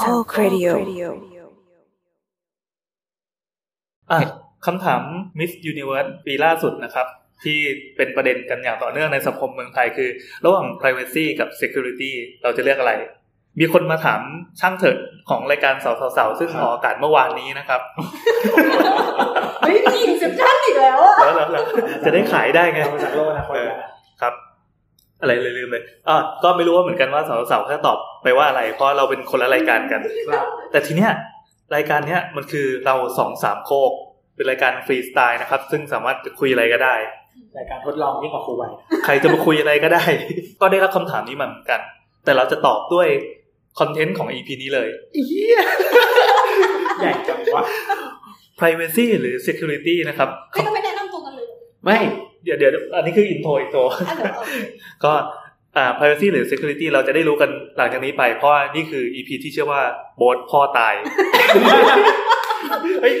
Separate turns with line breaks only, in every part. Talk Radio
อ่ะคำถาม Miss Universe ปีล่าสุดนะครับ ที่เป็นประเด็นกันอย่างต่อเนื่องในสังคมเมืองไทยคือ ระหว่าง Privacy กับ Security เราจะเลือกอะไร มีคนมาถามช่างเถิดของรายการสาวสาวๆๆซึ่ง
ครับ
ออกอากาศเมื่อวานนี้นะครับ
ไม่มีอินเซปชั่นอีกแล้วอะ
แล้วแล้วแล้วจะได้ขายได้ไง
เรามาจากโลกอนะคนละ
ครับ อะไรเลยลืมเลยอ่ะก็ไม่รู้ว่าเหมือนกันว่าสาวสาวๆแค่ตอบไปว่าอะไร เพราะเราเป็นคนละรายการกัน
ครับ
แต่ทีเนี้ยรายการเนี้ยมันคือเราสองสามโคก เป็นรายการฟรีสไตล์นะครับ ซึ่งสามารถจะคุยอะไรก็ได้
รายการทดลองยิ่งกว่าครูไหว
ใครจะมาคุยอะไรก็ได้ ก็ได้รับคำถามนี้มาเหมือนกัน แต่เราจะตอบด้วยคอนเทนต์ของ EP นี้เลย
ใหญ่จังวะ
Privacy หรือ Security นะครับ
ไม่ต้องไปแนะนำตัวกัน เลย
ไม่
เดี๋ยวเดี๋ยวอันนี้คืออินโทรอีกตัว
อ่ะเดี๋ยวเอา
ก็อ่า privacy หรือ security เราจะได้รู้กันหลังจากนี้ไป เพราะว่านี่คือ EP ที่เชื่อว่าโบสพ่อตาย เฮ้ย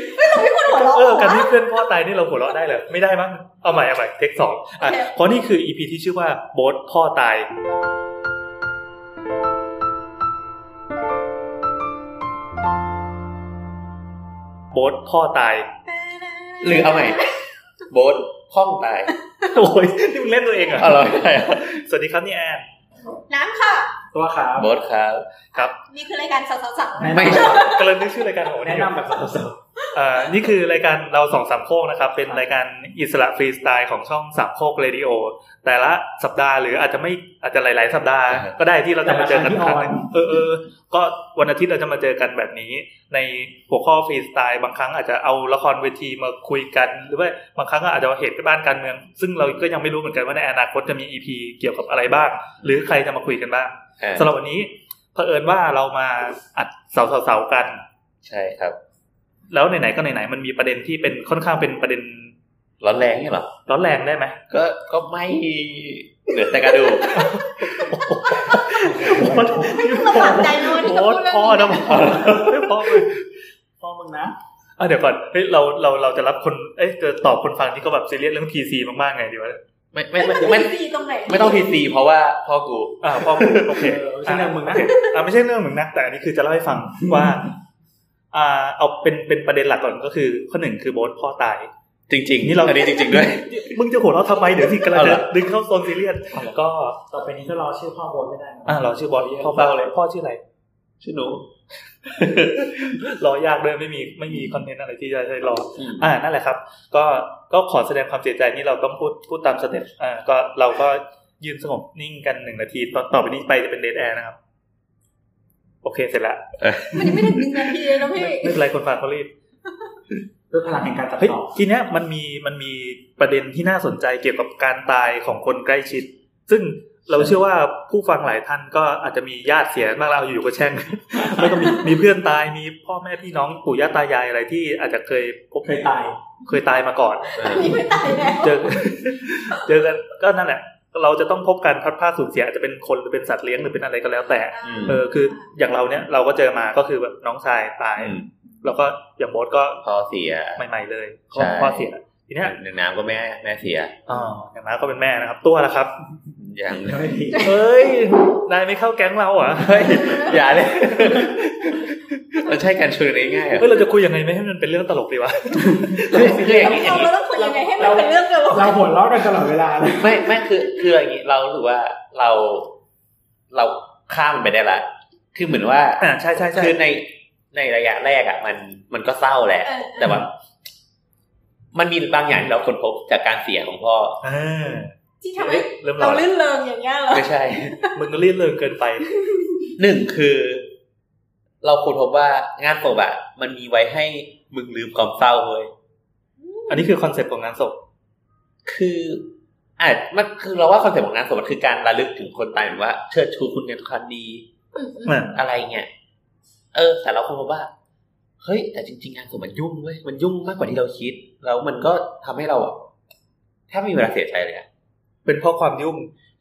คนหัวเราะ
เออการที่เพื่อนพ่อตายนี่เราหัวเราะได้เหรอไม่ได้มั้งเอาใหม่เอาใหม่เทคสองอ่ะเพราะนี่คือ EP ที่ชื่อว่าโบสพ่อตาย โบสพ่อตาย
หรือเอา ใหม่โบ๊ทคล่องตาย
โอ้ยนี่มึงเล่นตัวเองเหร
อร่
อ่ะ
อยได้อะ
สวัสดีครับนี่แอน
น้ำค่ะ
ตัวขา
โบ๊ทครับ
ครับ
นี่คือรายการสาวๆสาว
ไม่
กำลังนึกชื่อรายการของวัน
แนะ
นี้อยู่
นำแบบสาว
เอ่อนี่คือรายการเราสองสามโคกนะครับ เป็นรายการอิสระฟรีสไตล์ของช่องสามโคกเรดิโอแต่ละสัปดาห์หรืออาจจะไม่อาจจะหลาย ๆ สัปดาห์
ครับ
ก็ได้ที่เราจะมาเจอกันอีกครั้งหนึ่งเออเออก็วันอาทิตย์เราจะมาเจอกันแบบนี้ ในหัวข้อฟรีสไตล์บางครั้งอาจจะเอาละครเวทีมาคุยกัน หรือว่าบางครั้งก็อาจจะเอาเหตุบ้านการเมือง ซึ่งเราก็ยังไม่รู้เหมือนกันว่าในอนาคตจะมีอีพีเกี่ยวกับอะไรบ้าง หรือใครจะมาคุยกันบ้าง
อ่า
สำหรับวันนี้เผอิญว่าเรามาอัดเสาๆๆกัน
ใช่ครับ
แล้วไหนๆก็ไหนๆมันมีประเด็นที่เป็นค่อนข้างเป็นประเด็น
ร้อนแรงนี่เหรอ
ร้อนแรงได้ไหม
ก็ก็ไม่เหลือแต่กระดูก
ๆต้องหลับใจนอนที่จะ
โอ้
พูดเรื่อง
พ่อนะพ่อไม่พ่อเลย
ๆพ่อมึงนะ
อ่ะเดี๋ยวก่อนเฮ้ยเราเราเราจะรับคน เอ้ยจะตอบคนฟังที่เขาแบบซีเรียสเรื่อง PC มากๆไงดีวะ
ไม่ไม่
ไม่
ไม่
ไม่
ไม่
ดีตรงไหน
ไม่ต้องทีซีเพราะว่าพ่อกู
อ่าพ่อมึง โอเค
เออไม่ใช่เรื่องมึงนะ
โคอ่าไม่ใช่เรื่องมึงนะแต่อันนี้คือจะเล่าให้ ฟังว่า อ่า เอาเป็นเป็นประเด็นหลักก่อนก็คือข้อหนึ่งคือโบสพ่อตาย
จริงๆ
นี่เรา
อันนี้จริง ๆด้วย
มึงจะหัวเราะทำไมเดี๋ยวที่กำลัง
เอา
จะ
ละ
ดึงเข้าโซนซีเรียสก็
ต่อไปนี้ถ้าเราชื่อพ่อโบนไม่ได้นะ
อ่าเราชื่อบอสพ่อเบาเลยพ่อชื่ออะไร
ชื่อหนู
รอยากด้วยไม่มีไม่มีคอนเทนต์อะไรที่จะให้รอ อ่านั่นแหละครับ ก็ก็ขอแสดงความเสียใจนี่เราต้องพูดพูดตามสเต็ปอ่าก็เราก็ยืนสงบนิ่งกันหนึ่งนาทีตอนต่อไปนี้ไปจะเป็นเดทแอร์นะครับ โอเคเสร็จละ
มันยังไม่ถึงหนึ่งนาทีเลยนะพี่
ไม่เป็นไรคนฟังเขารีบ
ด้วยพลังแห่งการตัด
เฮ้ย
ต่อ
ทีเนี้ยมันมีมันมีประเด็นที่น่าสนใจเกี่ยวกับการตายของคนใกล้ชิด ซึ่งเราเชื่อว่าผู้ฟังหลายท่านก็อาจจะมีญาติเสียบ้างเราอยู่ๆก็แช่ง แล้วก็มีมีเพื่อนตายมีพ่อแม่พี่น้องปู่ย่าตายายอะไรที่อาจจะเคยพบ
เคยตาย
เคยตายมาก่อน
นี่ไม่ตายแล้ว
เจอ เจอกันก็นั่นแหละ เราจะต้องพบการพัดพลาดสูญเสียอาจจะเป็นคนหรือเป็นสัตว์เลี้ยงหรือเป็นอะไรก็แล้วแต่
อืม
เออคืออย่างเราเนี่ยเราก็เจอมาก็คือแบบน้องชายตาย แล้วก็อย่างโบสก็
พ่อเสีย
ใหม่ ๆ เลย
ใช่
ก็พ่อเสียทีเนี้ย
หนึ่งน้ำก็แม่แม่เสีย
อ๋ออย่างน้อยก็เป็นแม่นะครับ ตัวละครับ
อย่าง
ยังไม่ดี
เอ้ยนายไม่เข้าแก๊งเราเหรอ
เฮ้ยอย่าเลย มันใช่การชวนง่ายๆเหรอ
เฮ้ยเราจะคุยยังไงไม่ให้มันเป็นเรื่องตลกดีวะ
คือคืออย่างนี้อย่างนี้
เราต้องคุยยังไงให้มันเป็นเรื่องเกี่ยวกับ
เราหัวเราะกันตลอดเวลาเลย
ไม่ไม่คือคืออย่างนี้เรารู้สึกว่าเราเราข้ามมันไปได้ละคือเหมือนว่า
อ่าใช่ใช่ใช่
คือในในระยะแรกอ่ะ มันมันก็เศร้าแหละ
เออ
แต่ว่า มันมีบางอย่างที่เราค้นพบจากการเสียของพ่อ
อ่า
ที่ทำให้
เริ่ม
เรา
ร้อน
ลื่นเริงอย่างเงี้ยเหรอ
ไม่ใช่
มึงก็รีบเริงเกินไป
หนึ่งคือ เราค้นพบว่างานศพอ่ะมันมีไว้ให้มึงลืมความเศร้าเว้ย
อันนี้คือคอนเซปต์ของงานศพ
คืออ่ะมันคือเราว่าคอนเซ็ปต์ของงานศพมันคือการระลึกถึงคนตายเหมือนว่าเชิดชูคุณงานความดี
อ่า
อะไรเงี้ย เออ แต่เราคงบอกว่า เฮ้ย แต่จริงๆงานผมมันยุ่งเว้ย มันยุ่งมากกว่าที่เราคิด แล้วมันก็ทำให้เราอะแทบไม่มีเวลาเสียใจเลยอะ
เป็นเพราะความยุ่ง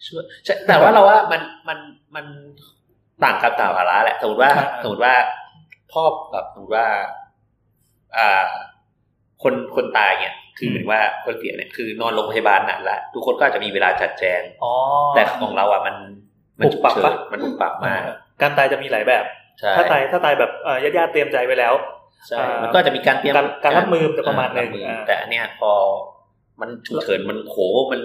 ช่วยใช่แต่ว่าเราว่ามัน มัน มันต่างกับต่างภาระแหละ สมมติว่า
อ่า
สมมติว่าพ่อแบบสมมติว่า อ่า คน คนตายเนี่ย คือเหมือนว่าคนเสียเนี่ย คือนอนโรงพยาบาลนานละ ทุกคนก็อาจจะมีเวลาจัดแจง
อ๋อ
แต่ของเราอะมัน มั
ปุบปับปะ
มันปุบปับมาก
การตายจะมีหลายแบบ
ใช่
ถ้าตายถ้าตายแบบเอ่อญาติญาติๆเตรียมใจไว้แล้ว
ใช่
อ่ามั
มันก็จะมีการเตรียม
การการรับมือแต่ประมาณหนึ่ง
บมืออา แต่อันเนี้ยพอมันฉุกเฉินมันโขมัน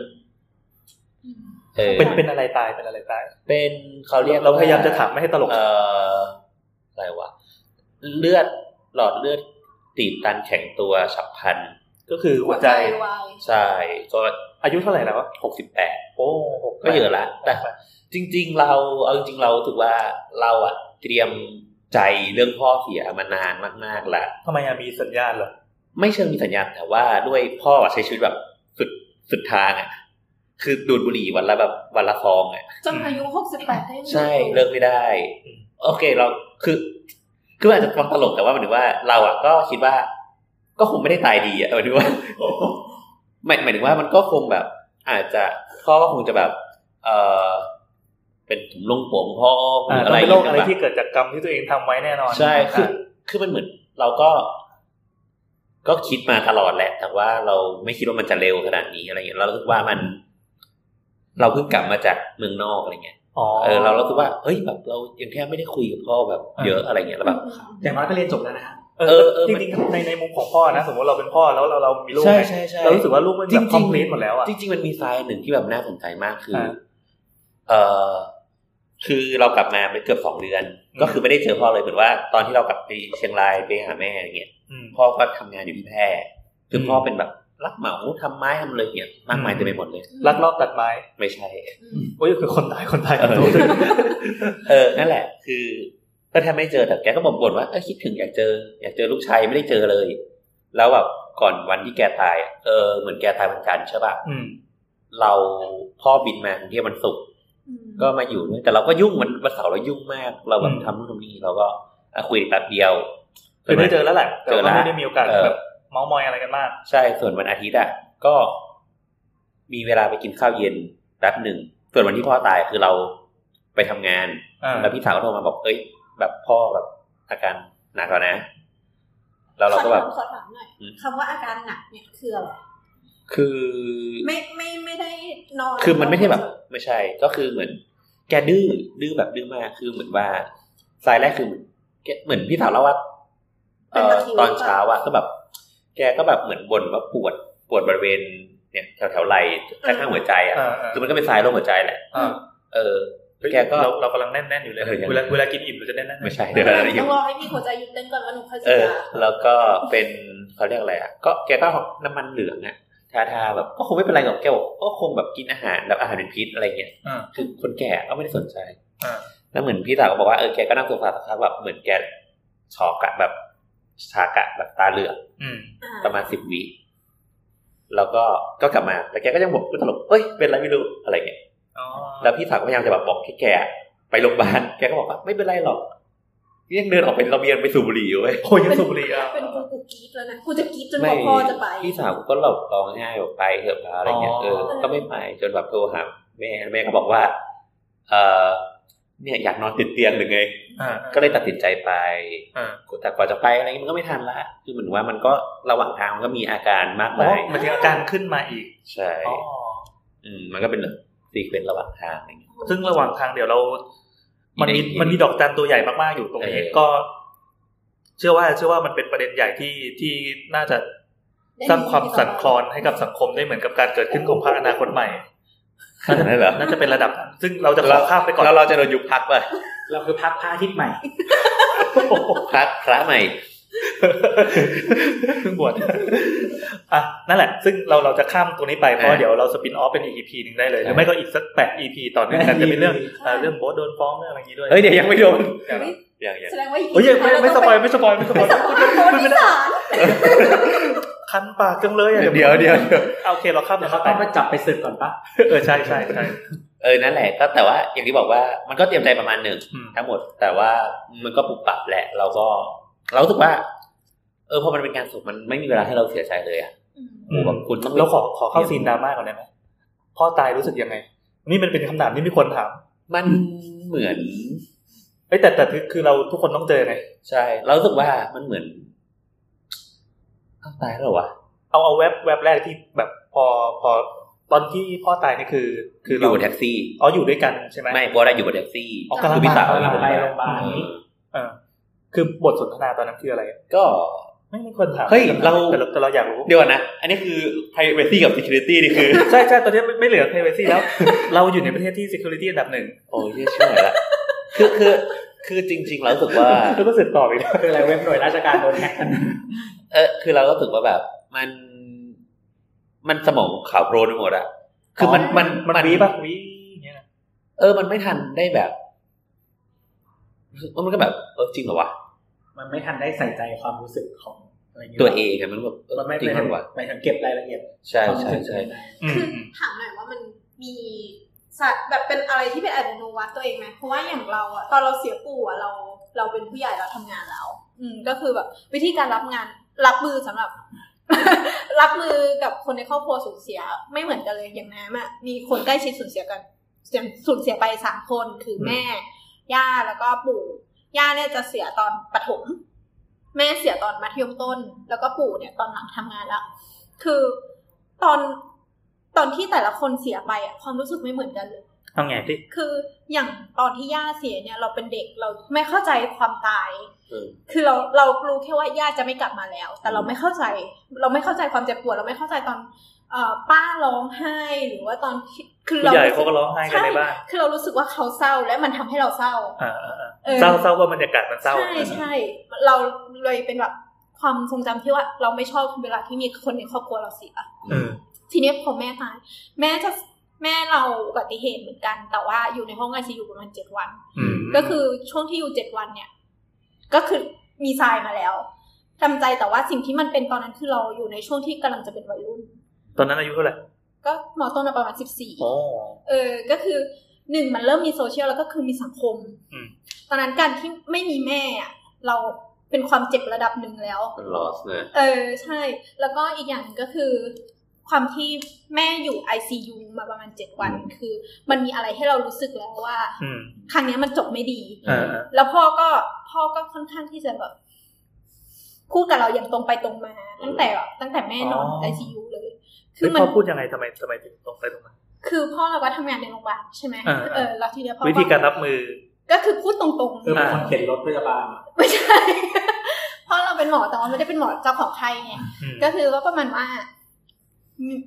เออ
เป็นเป็นอะไรตายเป็นอะไรตาย
เป็นเขาเรียก
เรา
ว่
พยายามจะถามไม่ให้ตลก
เอ่ออะไรวะเลือดหลอดเลือดตีบตันแข็งตัวฉับพลัน
ก็คือหัวใจ
วาย
ใช่ก็
อายุเท่าไหร่แล้ววะ
หกสิบแปด
โอ้ห
ก็เยอะละแต่จริง ๆ เราเอาจริงๆเราถือว่าเราอะเตรียมใจเรื่องพ่อเสียมานานมากๆละ
ทำไมอะมีสัญญาณเหรอ
ไม่เชิงมีสัญญาณแต่ว่าด้วยพ่ออะใช้ชีวิตแบบสุดสุดทางอะคือดูดบุหรี่วันละแบบวันละซองอะ
จนอายุหกสิบแปดได้
ใช่เลิกไม่ได้ โอเคเราคือ คืออาจจะฟังตลกแต่ว่าหมายถึงว่าเราอะก็คิดว่า ก็คงไม่ได้ตายดีอะหมายถึงว่า หมายหมายถึงว่ามันก็คงแบบ อาจจะพ่อก็คงจะแบบ เออเป็นถุงลงผมพ่อห
อ่าต้อ
รือ
ง
อะไร
เป็นโรคอะไร
ย่าง
ที่
เงี้ย
เกิดจากกรรมที่ตัวเองทำไว้แน่นอน
ใช่คือ
อ่ะ
คือมันเหมือน เราก็ ก็คิดมาตลอดแหละ แต่ว่าเราไม่คิดว่ามันจะเร็วขนาดนี้อะไรอย่างเงี้ยเราคิดว่ามัน เราเพิ่งกลับมาจากเมืองนอกอะไรเงี้ย
อ๋อ
เออเราเราคิดว่าเฮ้ยแบบเรายังแค่ไม่ได้คุยกับพ่อแบบ เยอะอะไรเงี้ยแล้วแบบ
อย่างน้อยก็เรียนจบแล้วนะฮะ
เอ
เอ
อ
อเออ
จ
มัน
ริงๆในในมุมของพ่อนะ สมมติเราเป็นพ่อแล้วเราเรามีลูกไงเรารู้สึกว่าลูกมัน
จริ
แบบ
งๆ
คอมพลีทหมดแล้วอ่ะ
จริงๆมันมีไซน์หนึ่งที่แบบน่าสนใจมากคือ
ฮะ
เออคือเรากลับมาไปเกือบสองเดือน
อืม
ก็คือไม่ได้เจอพ่อเลยเหมือนว่า ตอนที่เรากลับไปเชียงรายไปหาแม่อะไรเงี้ย
อืม
พ่อก็ทำงานอยู่ที่แพร่คืออ
ม
พ่อเป็นแบบรับเหมาทำไม้ทำอะไรเงี้ยมากมาย
อืม
เต็มไปหมดเลย
ลักลอบตัดไม้
ไม่ใช่
โอ้ยคือคนตายคนตาย
เออ
ตัวถึง
เออนั่นแหละ คือก็แทบไม่เจอแต่แกก็บ่นบ่นว่าเออคิดถึงอยากเจอ อยากเจอลูกชายไม่ได้เจอเลย แล้วแบบก่อนวันที่แกตายอะเออเหมือนแกตายวันจันทร์ใช่ป่ะ
อืม
เราพ่อบินมากรุงเทพวันศุกร์ ก็มาอยู่ด้วยแต่เราก็ยุ่งมันวันเสาร์เรายุ่งมาก เราแบบทำนู่นทำนี่เราก็อ่ะคุยแป๊บเดียว
คือได้เจอแล้วแหละแต่
เจอแล้
ว่าว ไม่ได้มีโอกาส
เออ
แบบเมาส์มอยอะไรกันมาก
ใช่ ส่วนวันอาทิตย์อ่ะก็ มีเวลาไปกินข้าวเย็นแป๊บหนึ่งส่วนวันที่พ่อตายคือเราไปทำงาน
อ่า
แล้วพี่สาวก็โทรมาบอกเอ้ยแบบพ่อแบบอาการหนักแล้วนะ แล้วเราก็แบบ
ขอถมขอถามหน่อย
อืม
คำว่าอาการหนักเนี่ยคืออะไร
คือ
ไม่ไม่ไม่ได้นอน
คือมันไม่ใช่แบบ ไม่ใช่ ก็คือเหมือน แกดื้อดื้อแบบดื้อมากคือเหมือนว่าสายแรกคือเหมือนแกเหมือนพี่สาวเล่าว่าเอ่อตอนเช้าอะก็แบบ แกก็แบบเหมือนบ่นว่าปวดปวดบริเวณเนี่ยแถวแถวๆไหล่ข้างๆหัวใจอะ
อ่าอ่า
คือมันก็เป็นสายลงหัวใจแหละ
อ่า
เออ
เฮ้ย
แกก็
เราเรากำลังแน่นๆอยู่เลย
เออยัง
เวลาเวลากินอิ่มเราจะแน่นๆ
ไม่ใช่
เดี๋
เดี๋
ยต้
ยว วเราจะหยิบ
องรอให้มีหัวใจหยุดเต้นก่อนว่าหนูค่อย
เอ
จะ
อ แล้วก็เป็นเขาเรียกอะไรอะก็แกก็เอาน้ำมันเหลืองอะทาทาๆแบบก็คงไม่เป็นไรหรอกแกบอกก็คงแบบกินอาหารแบบอาหารเป็นพิษอะไรเงี้ย
อ่า
คือคนแก่ก็ไม่ได้สนใจ
อ่า
แล้วเหมือนพี่สาวก็บอกว่าเออแกก็นั่งโซฟาสักพักแบบเหมือนแกช็อกอะแบบชากอะแบบตาเหลือก
อืม
อ่
ประมาณสิบวิแล้วก็ก็กลับมาแล้วแกก็ยังบอกก็ตลกเอ้ยเป็นไรไม่รู้อะไรเงี้ย
อ๋อ
แล้วพี่สาวก็พยายามจะแบบบอกให้แกไปโรงพยาบาลแกก็บอกว่าไม่เป็นไรหรอกยังเดินออกไประเบียงไปสูบบุหรี่อยู่เว้ย
โอ้ยยังสูบบุหรี่อ่ะ
เป็นกูกูกรีดแล้วนะกูจะกรีดจนกว่าพ่อจะไป
พี่สาวก็หลบร้องไห้แบบไปเถอะพาอะไรเงี้ยเออก็ไม่ไปจนแบบโทรหาแม่แม่ก็บอกว่า เออเนี่ยอยากนอนติดเตียงหรือไง
อ่า
ก็เลยตัดสินใจไป
อ่า
แต่กว่าจะไปอะไรเงี้ยมันก็ไม่ทันละ คือเหมือนว่ามันก็ระหว่างทางมันก็มีอาการมาก
อ๋อ
มาย
มันถึงอาการขึ้นมาอีก
ใช่
อ๋อ
อืมมันก็เป็นซีเควนต์ระหว่างทางอะไรเงี้ย
ซึ่งระหว่างทางเดี๋ยวเรา มันมี
อีก
มันมีดอกจันตัวใหญ่มาก ๆ อยู่ตรงนี้
เออ
ก็ เชื่อว่า เชื่อว่ามันเป็นประเด็นใหญ่ที่ที่น่าจะสร้างความสั่นคลอนให้กับสังคมได้เหมือนกับการเกิดขึ้นของพรรคอนาคตใหม่
ขนาดนั้นเหรอ
น่าจะเป็นระดับนั้นซึ่งเราจะขอข้ามไปก่อน
แล้วเราจะโดนยุบพักป่ะ
เราคือพักพระอาทิตย์ใหม่
พักพระใหม่
เพิ่งบวชอ่ะนั่นแหละ ซึ่งเราเราจะข้ามตรงนี้ไปเพราะ
เออ
เดี๋ยวเราสปินออฟเป็นอีก EP หนึ่งได้เลยหรือไม่ก็อีกสักแปด EP ต่อเนื่องกันจะเป็นเรื่องเอ่อเรื่องโบสโดนฟ้องเรื่องอะไรอย่างนี้ด้วย
เฮ้ยเดี๋ยวยังไม่โดน
เดี๋ยวเรา
อย่างเงี้ย
แสดงว่าอีก
โอ้ยไม่ไม่สปอยไม่สปอยไม่สป
ไม่
อย
สปอยโดนที่ศาล
คันปากจังเลยอ่ะ
เดี๋ยวเดี๋ยวเดี๋ยว
เอาโอเคเราข้าม
เดี๋ยว
ข้ม
เขาต้องไปจับไปสึกก่อนปะ
เออใช่ใช่ใช่
เออนั่นแหละก็แต่ว่าอย่างที่บอกว่ามันก็เตรียมใจประมาณหนึ่ง
อืม
ทั้งหมด แต่ว่ามันก็ปรับปรับแหละ เราก็ เรารู้สึกว่า เออพอมันเป็นการสุขมันไม่มีเวลาให้เราเสียใจเลยอ่ะ
อืม
โอ้โหแบบคุณต้อง
เราขอขอเข้าซีนดราม่าก่อนได้ไหมพ่อตายรู้สึกยังไง นี่มันเป็นคำถามที่มีคนถาม
มันเหมือน
เอ้ยแต่แต่คือคือเราทุกคนต้องเจอไง
ใช่เรารู้สึกว่ามันเหมือนอ้าวตายแล้วเหรอวะ
เอาเอาแว็บแว็บแรกที่แบบพอพอตอนที่พ่อตายนี่คือ คือ
อ
เรา
ยู่บนแท็กซี่
อ๋ออยู่ด้วยกันใช่ไหม
ไม่เพราะได้อยู่บนแท็กซี่
อ๋อกำลัง
คืพี่สาว
มา
อยู่บน
ไปโรงพยาบาล
เออ
เออคือบทสนทนาตอนนั้นคืออะไร
ก็
ไม่ไม่ควรถาม
เฮ้ยเรา
แต่แต่เราอยากรู้
เดี๋ยวก่อนนะ อันนี้คือ privacy กับ security นี่คือ
ใช่ใช่ตอนนี้ไม่ไม่เหลือ privacy แล้ว เราอยู่ในประเทศที่ security อันดับหนึ่ง
โอ้ยเหี้ยช่วยละคือคือคือจริง ๆ เรารู้สึกว่า
แล้วก็สืบต่ออีกนะ
คืออะไรเว็บหน่วยราชการโดนแฮกกัน
เออคือเราก็รู้สึกว่าแบบมันมันสมองขาวโพลนไปหมดอะคือมันมัน
มันวีป่ะวีอย่างเงี้ยนะ
เออ มันไม่ทันได้แบบรู้สึกว่ามันก็แบบเออจริงเหรอวะ
มันไม่ทันได้ใส่ใจความรู้สึกของอะไรอย่างเงี้ย
ตัวเองอะมันแบบเออ
มันไม่
จริง
ไม่
ทั
ทัน
นวะ
ไม่ทันเก็บรายละเอียด
ใช่
ความรู้
ใช่
สึก
ใช่
อืม
คือถามหน่อยว่ามันมีสัตว์แบบเป็นอะไรที่เป็นอัตโนมัติตัวเองไหมเพราะว่าอย่างเราอะตอนเราเสียปู่อะเราเราเป็นผู้ใหญ่เราทำงานแล้ว อืมก็คือแบบวิธีการรับงานรับมือสำหรับ รับมือกับคนในครอบครัวสูญเสีย ไม่เหมือนกันเลยอย่างน้ำอะมีคนใกล้ชิดสูญเสียกันสูญเสียไปสามคนคือแม่ ย่าแล้วก็ปู่ ย่าเนี่ยจะเสียตอนปฐมแม่เสียตอนมัธยมต้น แล้วก็ปู่เนี่ยตอนหลังทำงานแล้ว คือตอนตอนที่แต่ละคนเสียไปอะความรู้สึกไม่เหมือนกันเลย
เอาไงที่
คืออย่างตอนที่ย่าเสียเนี่ย เราเป็นเด็กเราไม่เข้าใจความตาย
เออ
คือเราเรารู้แค่ว่าย่าจะไม่กลับมาแล้ว แต่เราไม่เข้าใจ เราไม่เข้าใจความเจ็บปวด เราไม่เข้าใจตอนเอ่อป้าร้องไห้หรือว่าตอนที่คือ
ผู้
เรา
ใหญ่เขาก็ร้องไห้กันใน
ช่
บ้าน
คือเรารู้สึกว่าเขาเศร้าและมันทำให้เราเศร้า
อ่าอ่าอ่า
เออ
เศร้าเศร้าว่าบรรยากาศมันเศร้า
ใช่ใช่เราเลยเป็นแบบความทรงจำที่ว่าเราไม่ชอบเวลาที่มีคนในครอบครัวเราเสีย
เออ
ทีนี้พอแม่ตายแม่จะแม่เราอุบัติเหตุเหมือนกัน แต่ว่าอยู่ในห้องไอซียูประมาณเจ็ดวัน
อืม
ก็คือช่วงที่อยู่เจ็ดวันเนี่ย ก็คือมีทรายมาแล้วจำใจแต่ว่าสิ่งที่มันเป็นตอนนั้นคือเราอยู่ในช่วงที่กำลังจะเป็นวัยรุ่น
ตอนนั้นอายุเท่าไหร่
ก็มอต้นอะประมาณสิบสี่
อ๋อ
เออ ก็คือหนึ่งมันเริ่มมีโซเชียลแล้วก็คือมีสังคม
อืม
ตอนนั้นการที่ไม่มีแม่อะเราเป็นความเจ็บระดับหนึ่งแล้ว
มัน loss นะ
เออ ใช่ แล้วก็อีกอย่างหนึ่งก็คือ ความที่แม่อยู่ ICU มาประมาณเจ็ดวัน คือมันมีอะไรให้เรารู้สึกแล้วว่า
อืม
ครั้งเนี้ยมันจบไม่ดี
อ่า
แล้วพ่อก็พ่อก็ค่อนข้างที่จะแบบพูดกับเราอย่างตรงไปตรงมา ตั้งแต่แบบตั้งแต่แม่นอนไอซียูเลย คื
คือ อ
มัน
พ่อพูดยังไงทำไมทำไมถึงตรงไปตรงมา
คือพ่อเราก็ทำงานในโรงพยาบาลใช่ไหม
อ่า
เออแล้วทีเนี้ยพ่อ
วิธีการรับมือ
ก็คือพูดตรง
คือเป็นคนเข็นรถพยาบาลอะ
ๆ ไม่ใช่ พ่อเราเป็นหมอแต่ว่าไม่ได้เป็นหมอเจ้าของไข้ไง
อืม
ก็คือว่าประมาณว่าอืม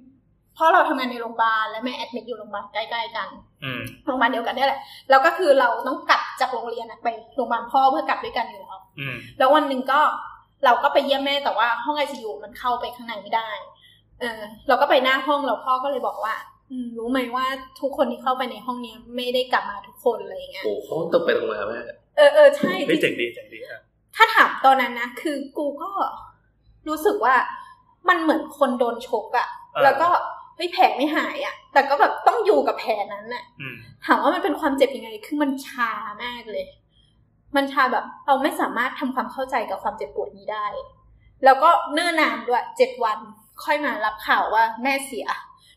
พ่อเราทำงานในโรงพยาบาลและแม่แอดมิดอยู่โรงพยาบาลใกล้ๆกัน
อืม
โรงพยาบาลเดียวกันเนี่ยแหละแล้วก็คือเราต้องกลับจากโรงเรียนอะไปโรงพยาบาลพ่อเพื่อกลับด้วยกันอยู่แล้ว
อืม
แล้ววันหนึ่งก็เราก็ไปเยี่ยมแม่แต่ว่าห้องไอซียูมันเข้าไปข้างในไม่ได้ เออ เราก็ไปหน้าห้องเราพ่อก็เลยบอกว่า อืมรู้ไหมว่าทุกคนที่เข้าไปในห้องเนี้ยไม่ได้กลับมาทุกคนอะไรอย่างเงี้ย
โอ้โหตกไปตรงมาแม่
เออเออใช่
เฮ้ยเจ๋งดีเจ๋งดีอ่ะ
ถ้าถามตอนนั้นนะ คือกูก็รู้สึกว่ามันเหมือนคนโดนชกอะแล้วก็เฮ้ยแผลไม่หายอะแต่ก็แบบต้องอยู่กับแผลนั้นอะ
อืม
ถามว่ามันเป็นความเจ็บยังไง คือมันชามากเลย มันชาแบบ เราไม่สามารถทำความเข้าใจกับความเจ็บปวดนี้ได้ แล้วก็เนิ่นนานด้วยเจ็ดวัน ค่อยมารับข่าวว่าแม่เสีย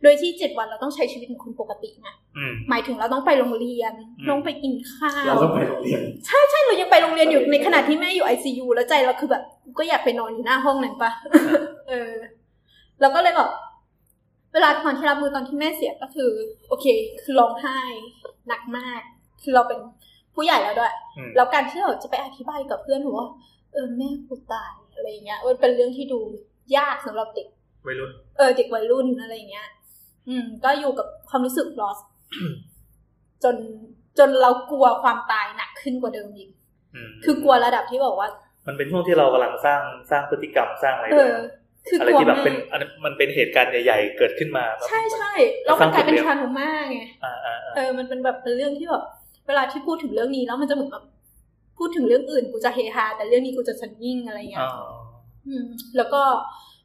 โดยที่เจ็ดวันเราต้องใช้ชีวิตเป็นคนปกตินะ
อืม
หมายถึงเราต้องไปโรงเรียน
อืม
ต้องไปกินข้าว
เราต้องไปโรงเรียน
ใช่เรายังไปโรงเรียนอยู่ในขณะที่แม่อยู่ไอซียูแล้วใจเราคือแบบกูก็อยากไปนอนอยู่หน้าห้อง นั้นปะ เออเราก็เลยแบบเวลาตอนที่รับมือตอนที่แม่เสียก็คือ โอเค คือร้องไห้หนักมาก คือเราเป็นผู้ใหญ่แล้วด้วย
อืม
แล้วการที่เราจะไปอธิบายกับเพื่อนหนูว่าเออแม่กูตายอะไรอย่างเงี้ยมันเป็นเรื่องที่ดูยากสำหรับเด็ก
วัยรุ่น
เออเด็กวัยรุ่นอะไรอย่างเงี้ย อืม ก็อยู่กับความรู้สึก loss จนจนเรากลัวความตายหนักขึ้นกว่าเดิมอีก
อืม
คือกลัวระดับที่บอกว่า
มันเป็นช่วงที่เรากำลังสร้างสร้างพฤติกรรมสร้างอะไร
เอ
ด้วย
อ คือ
อะ
ก
ไร
ลัว
ที่แบบ
มาก
เป็นอันนั้นมันเป็นเหตุการณ์ใหญ่ ๆ เกิดขึ้นมาแบบ
ใช่ใช่แล้วมันกลายเป็นทานุมาไง
อ่าอ่าอ่า
เออ มันเป็นแบบเป็นเรื่องที่แบบเวลาที่พูดถึงเรื่องนี้แล้วมันจะเหมือนแบบพูดถึงเรื่องอื่นกูจะเฮฮาแต่เรื่องนี้กูจะชันยิ่งอะไรอย่างเงี้
อ๋
ย
อ
อืม แล้วก็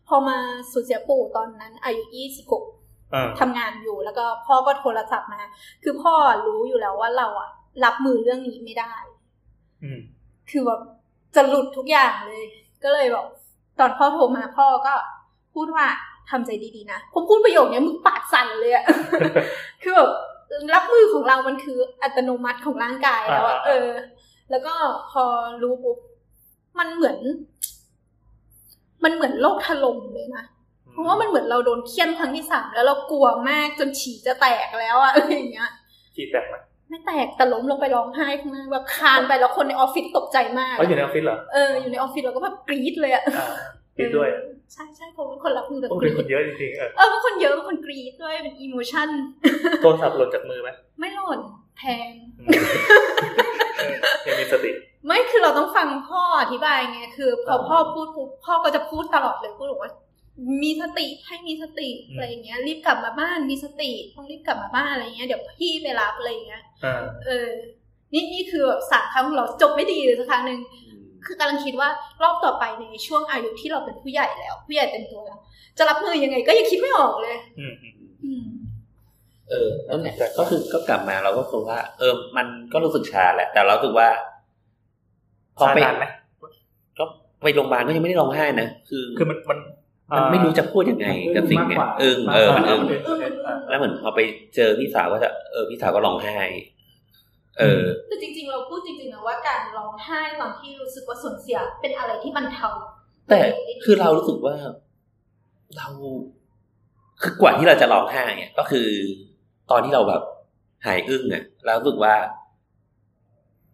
พอมาสูญเสียปู่ตอนนั้น อายุยี่สิบหก
อ่า
ทำงานอยู่แล้วก็พ่อก็โทรศัพท์มา คือพ่อรู้อยู่แล้วว่าเราอะรับมือเรื่องนี้ไม่ได้
อืม
คือแบบจะหลุดทุกอย่างเลย ก็เลยบอกตอนพ่อโทรมาพ่อก็พูดว่าทำใจดีๆนะผมพูดประโยคเนี้ยมึงปากสั่นเลยอะ คือแบบรับมือของเรามันคืออัตโนมัติของร่างกายแล้วอะเออ แล้วก็พอรู้ปุ๊บมันเหมือน มันเหมือนโลกถล่มเลยนะ เพราะว่ามันเหมือนเราโดนเคี่ยนครั้งที่สามแล้วเรากลัวมากจนฉี่จะแตกแล้วอะ อะไรอย่างเงี้ย
จีแตกไหม
ไม่แต แตกแต่ล้มลงไปร้องไห้ข้างล่างแบบคลานไปแล้วคนในออฟฟิศตกใจมาก
เขาอยู่ในออฟฟิศเหรอ
เอออยู่ในออฟฟิศเราก็แบบกรี๊ดเลยอะ
อ่าปิดด้วย
ใช่ใช่ผมเป็นคนรับมือกับ
โอ้
ก
เป็
รี๊
นคน
ด
เยอะจริงๆเออ
เออเป็นคนเยอะเป็นคนกรี๊ดด้วยเป็นอีโมชั่น
โทรศัพท์หล่นจากมือไหม
ไม่หล่นแพง
อืมเออยังมีสติ
ไม่คือเราต้องฟังพ่ออธิบายไงคือพอ
อ่า
พ่อพูดปุ๊บพ่อก็จะพูดตลอดเลยพูดบอกว่า มีสติให้มีสติ
อืม
อะไรอย่างเงี้ย รีบกลับมาบ้านมีสติต้องรีบกลับมาบ้านอะไรเงี้ยเดี๋ยวพี่ไปรับอะไรเงี้ย
อ่า
เออ นี่นี่คือแบบสามครั้งของเราจบไม่ดีเลยสักครั้งหนึ่งคือกำลังคิดว่ารอบต่อไปในช่วงอายุที่เราเป็นผู้ใหญ่แล้ว ผู้ใหญ่เต็มตัวแล้ว จะรับมือยังไงก็ยังคิดไม่ออกเลย
อืม
อืม
เออนั่นแหละก็คือก็กลับมาเราก็คงว่า เออ มันก็รู้สึกชาแหละ แต่เรารู้สึกว่า พอไป
ชานานไหม
ก็ไปโรงพยาบาลก็ยังไม่ได้ร้องไห้นะคือ
คือมันมัน
มันไม่รู้
อ่า
จะพูดยังไงกับสิ่งเนี้ยเอิงเออมันเอิง แล้วเหมือนพอไปเจอพี่สาวก็จะเออพี่สาวก็ร้องไห้ เออ
คือจริง ๆ เราพูดจริงๆนะว่าการร้องไห้ตอนที่รู้สึกว่าสูญเสีย เป็นอะไรที่บรรเทา
แต่คือเรารู้สึกว่า เราคือกว่าที่เราจะร้องไห้เนี่ยก็คือ ตอนที่เราแบบหายอึ้งอ่ะเรารู้สึกว่า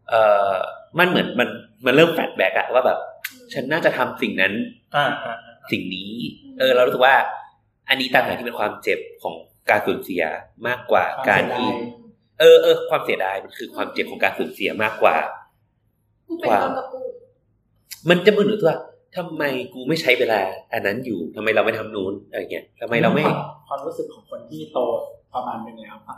เออมันเหมือนมันมันเริ่มแฟลชแบ็กอะว่าแบบ ฉันน่าจะทำสิ่งนั้น
อ่าอ่า
สิ่งนี้ เออ เรารู้สึกว่า อันนี้ต่างหากที่เป็นความเจ็บของการสูญเสียมากกว่าการที่เออเออความเสียดายมันคือความเจ็บของการสูญเสียมากกว่า
กูเป็นคนกับกู
มันจะมึนหรือตัวาทำไมกูไม่ใช้เวลา อันนั้นอยู่ทำไมเราไม่ทำนู้นอะไรเงี้ยทำไมเราไม่
ความรู้สึกของคนที่โตประมาณหนึงแล้วอะ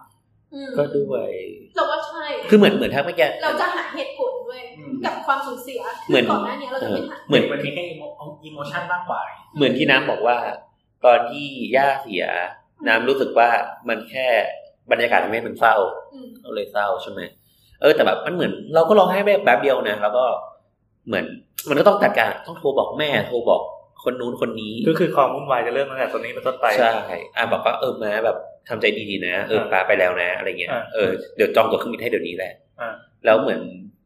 อืม
ก็ด้วย
เราว่าใช่
คือเหมือนเหมือนถ้าเมื่อกี้
เราจะหาเหตุผลด้วย
อืม
กับความสูญเสีย
เหมือน
ก่อนหน้านี้เราจะไม่หา
เหมือน
มันมีแค่อิโมชันมากกว่า
เหมือนที่น้ำบอกว่า ตอนที่ย่าเสีย น้ำรู้สึกว่ามันแค่บรรยากาศทำให้มันเศร้า
อืม
เราเลยเศร้าใช่ไหมเออแต่แบบมันเหมือน เราก็ร้องไห้แป๊บเดียวนะแล้วก็เหมือน มันก็ต้องจัดการต้องโทรบอกแม่โทรบอกคนนู้นคนนี้
ก็คือความวุ่นวายจะเริ่มตั้งแต่ตอนนี้เป็นต้นไป
ใช่ อ่ะบอกว่าเออมาแบบทำใจดีๆนะ เออ
อ่า
ปาไปแล้วนะ อะไรเงี้ย
อ่า
เออ เดี๋ยวจองตั๋วเครื่องบินให้เดี๋ยวนี้แหละ
อ่า
แล้วเหมือน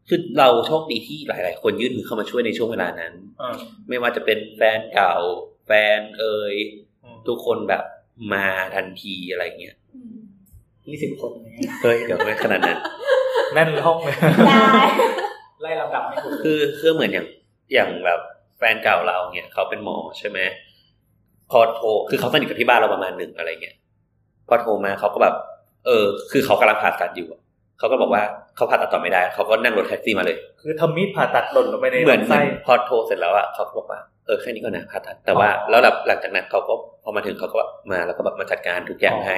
คือเราโชคดีที่หลาย ๆ คนยื่นมือเข้ามาช่วยในช่วงเวลานั้น
อ่า
ไม่ว่าจะเป็นแฟนเก่า แฟนเอ่ย
อืม
ทุกคนแบบมาทันทีอะไรเงี้ย
อืม
ยี่สิบคนอย่างเงี้ย
เฮ้ยเดี๋ยวไม่ขนาดนั้น
แน่นห้องเลย
ได้
ไล่ลำดับไม่ถูก
คือคือเหมือนอย่างอย่างแบบแฟนเก่าเราเนี่ยเขาเป็นหมอใช่ไหมพอโทรคือเขาสนิทกับที่บ้านเราประมาณหนึ่งอะไรเงี้ยพอโทรมาเขาก็แบบ เออ คือเขากำลังผ่าตัดอยู่อะเขาก็บอกว่าเขาผ่าตัดต่อไม่ได้เขาก็นั่งรถแท็กซี่มาเลย
คือทำมีดผ่าตัดหล่นลงไปใน
เหมือนเหมื
ไส้
อนพอโทรเสร็จแล้วอ่ะเขาก็บอกว่าเออแค่นี้ก็นะผ่าตัดแต่ว่าแล้วหลังหลังจากนั้นเขาก็พอมาถึงเขาก็แบบมาแล้วก็แบบมาจัดการทุกอย่างให้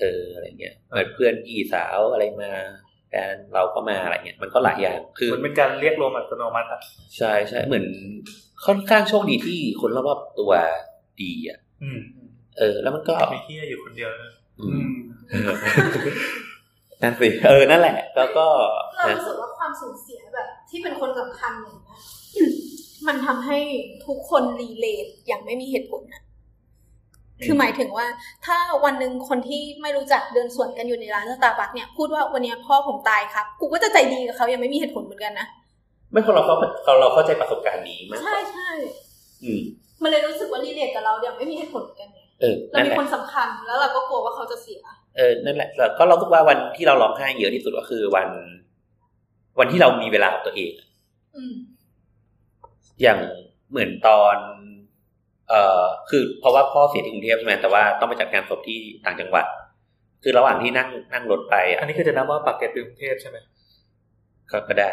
เอออะไรเงี้ยเหมือนเพื่อนพี่สาวอะไรมาแฟนเราก็มาอะไรเงี้ยมันก็หลายอย่างคือ
มันเป็นการเรียกรวมอัตโนมัติอะ
ใช่ใช่เหมือนค่อนข้างโชคดีที่คนรอบๆตัวดีอ่ะ
อืม
เออ แล้วมันก็
มีที่อยู่คนเดียวนะ
อื
อื
ม
ม
นั่นสิเออนั่นแหละ แล้วก็
เรา
นะ
รู้สึกว่าความสูญเสียแบบ ที่เป็นคนสำคัญอย่างเงี้ย มันทำให้ทุกคนรีเลทอย่างไม่มีเหตุผลนะคือหมายถึงว่า ถ้าวันหนึ่งคนที่ไม่รู้จักเดินสวนกันอยู่ในร้านสตาร์บัคเนี่ยพูดว่าวันเนี้ยพ่อผมตายครับ กูก็จะใจดีกับเขายังไม่มีเหตุผลเหมือนกันนะ
ไม่คนเราเขาเราเราเข้าใจประสบการณ์นี้มากก
ใช่
ว่า
ใช่
อืม
มันเลยรู้สึกว่ารีเลทกับเราเนี่ยไม่มีเหตุผลเหมือนกันไง
เออ
เรา
นั่น
มี
แหละ
คนสำคัญแล้วเราก็กลัวว่าเขาจะเสีย
เออนั่นแหละแล้วก็เราคิดว่าวันที่เราร้องไห้เยอะที่สุดก็คือวัน วันที่เรามีเวลากับตัวเอง
อืม
อย่างเหมือนตอน เอ่อ คือเพราะว่าพ่อเสียที่กรุงเทพใช่ไหมแต่ว่าต้องไปจัดการศพที่ต่างจังหวัด คือระหว่างที่นั่งนั่งรถไปอ่ะ
อันนี้คือจะนับว่าปากเกร็ดกรุงเทพใช่ไหม
ก็ก็ได้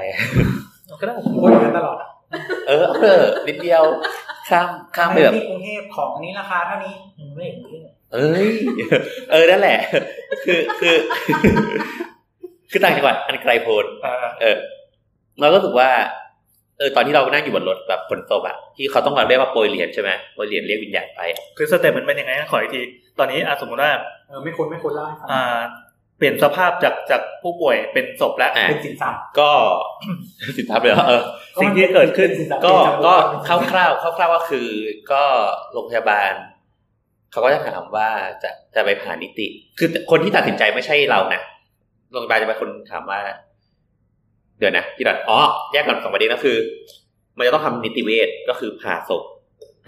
เอาก็ได้
ผมพูดอย่างนั้นตลอดอะ
เออเออนิดเดียว ข้ามข้ามไปแบบ
ที่กรุงเทพของนี้ราคาเท่านี้อืมไม่เห็นกรุงเทพ
เอ้ย เออนั่นแหละ คือคือ คือต่างจังหวัดอันไกลโพ้น
อ่า
เออ เราก็รู้สึกว่า เออ ตอนที่เรานั่งอยู่บนรถแบบฝนตกอะที่เขาต้องแบบเรียกว่าโปรยเหรียญใช่ไหมโปรยเหรียญเรียกวิญญาณไปอะ
คือสเต็ปมันเป็นยังไงนะขออีกที ตอนนี้อ่ะสมมติว่า
เออไม่ควรไม่ควรเล่าให้ฟัง
อ่า เปลี่ยนสภาพจากจากผู้ป่วยเป็นศพแล้ว
อ่ะ
เป็นสินทรัพย์
ก็ สินทรัพย์เลยเหรอเออ
สิ่งที่เกิดขึ้น
ป็สิทรัพย์
ก็ก็ค
เข้า
ร่าวๆคร่าวๆก็คือ ก็โรงพยาบาล เขาก็จะถามว่าจะจะไปผ่านิติ คือคนที่ตัดสินใจไม่ใช่เรานะโรงพยาบาลจะเป็นคนถามว่า เดี๋ยวนะพี่ดอนอ๋อแยกกันสองประเด็นก็คือ มันจะต้องทำนิติเวชก็คือผ่าศพ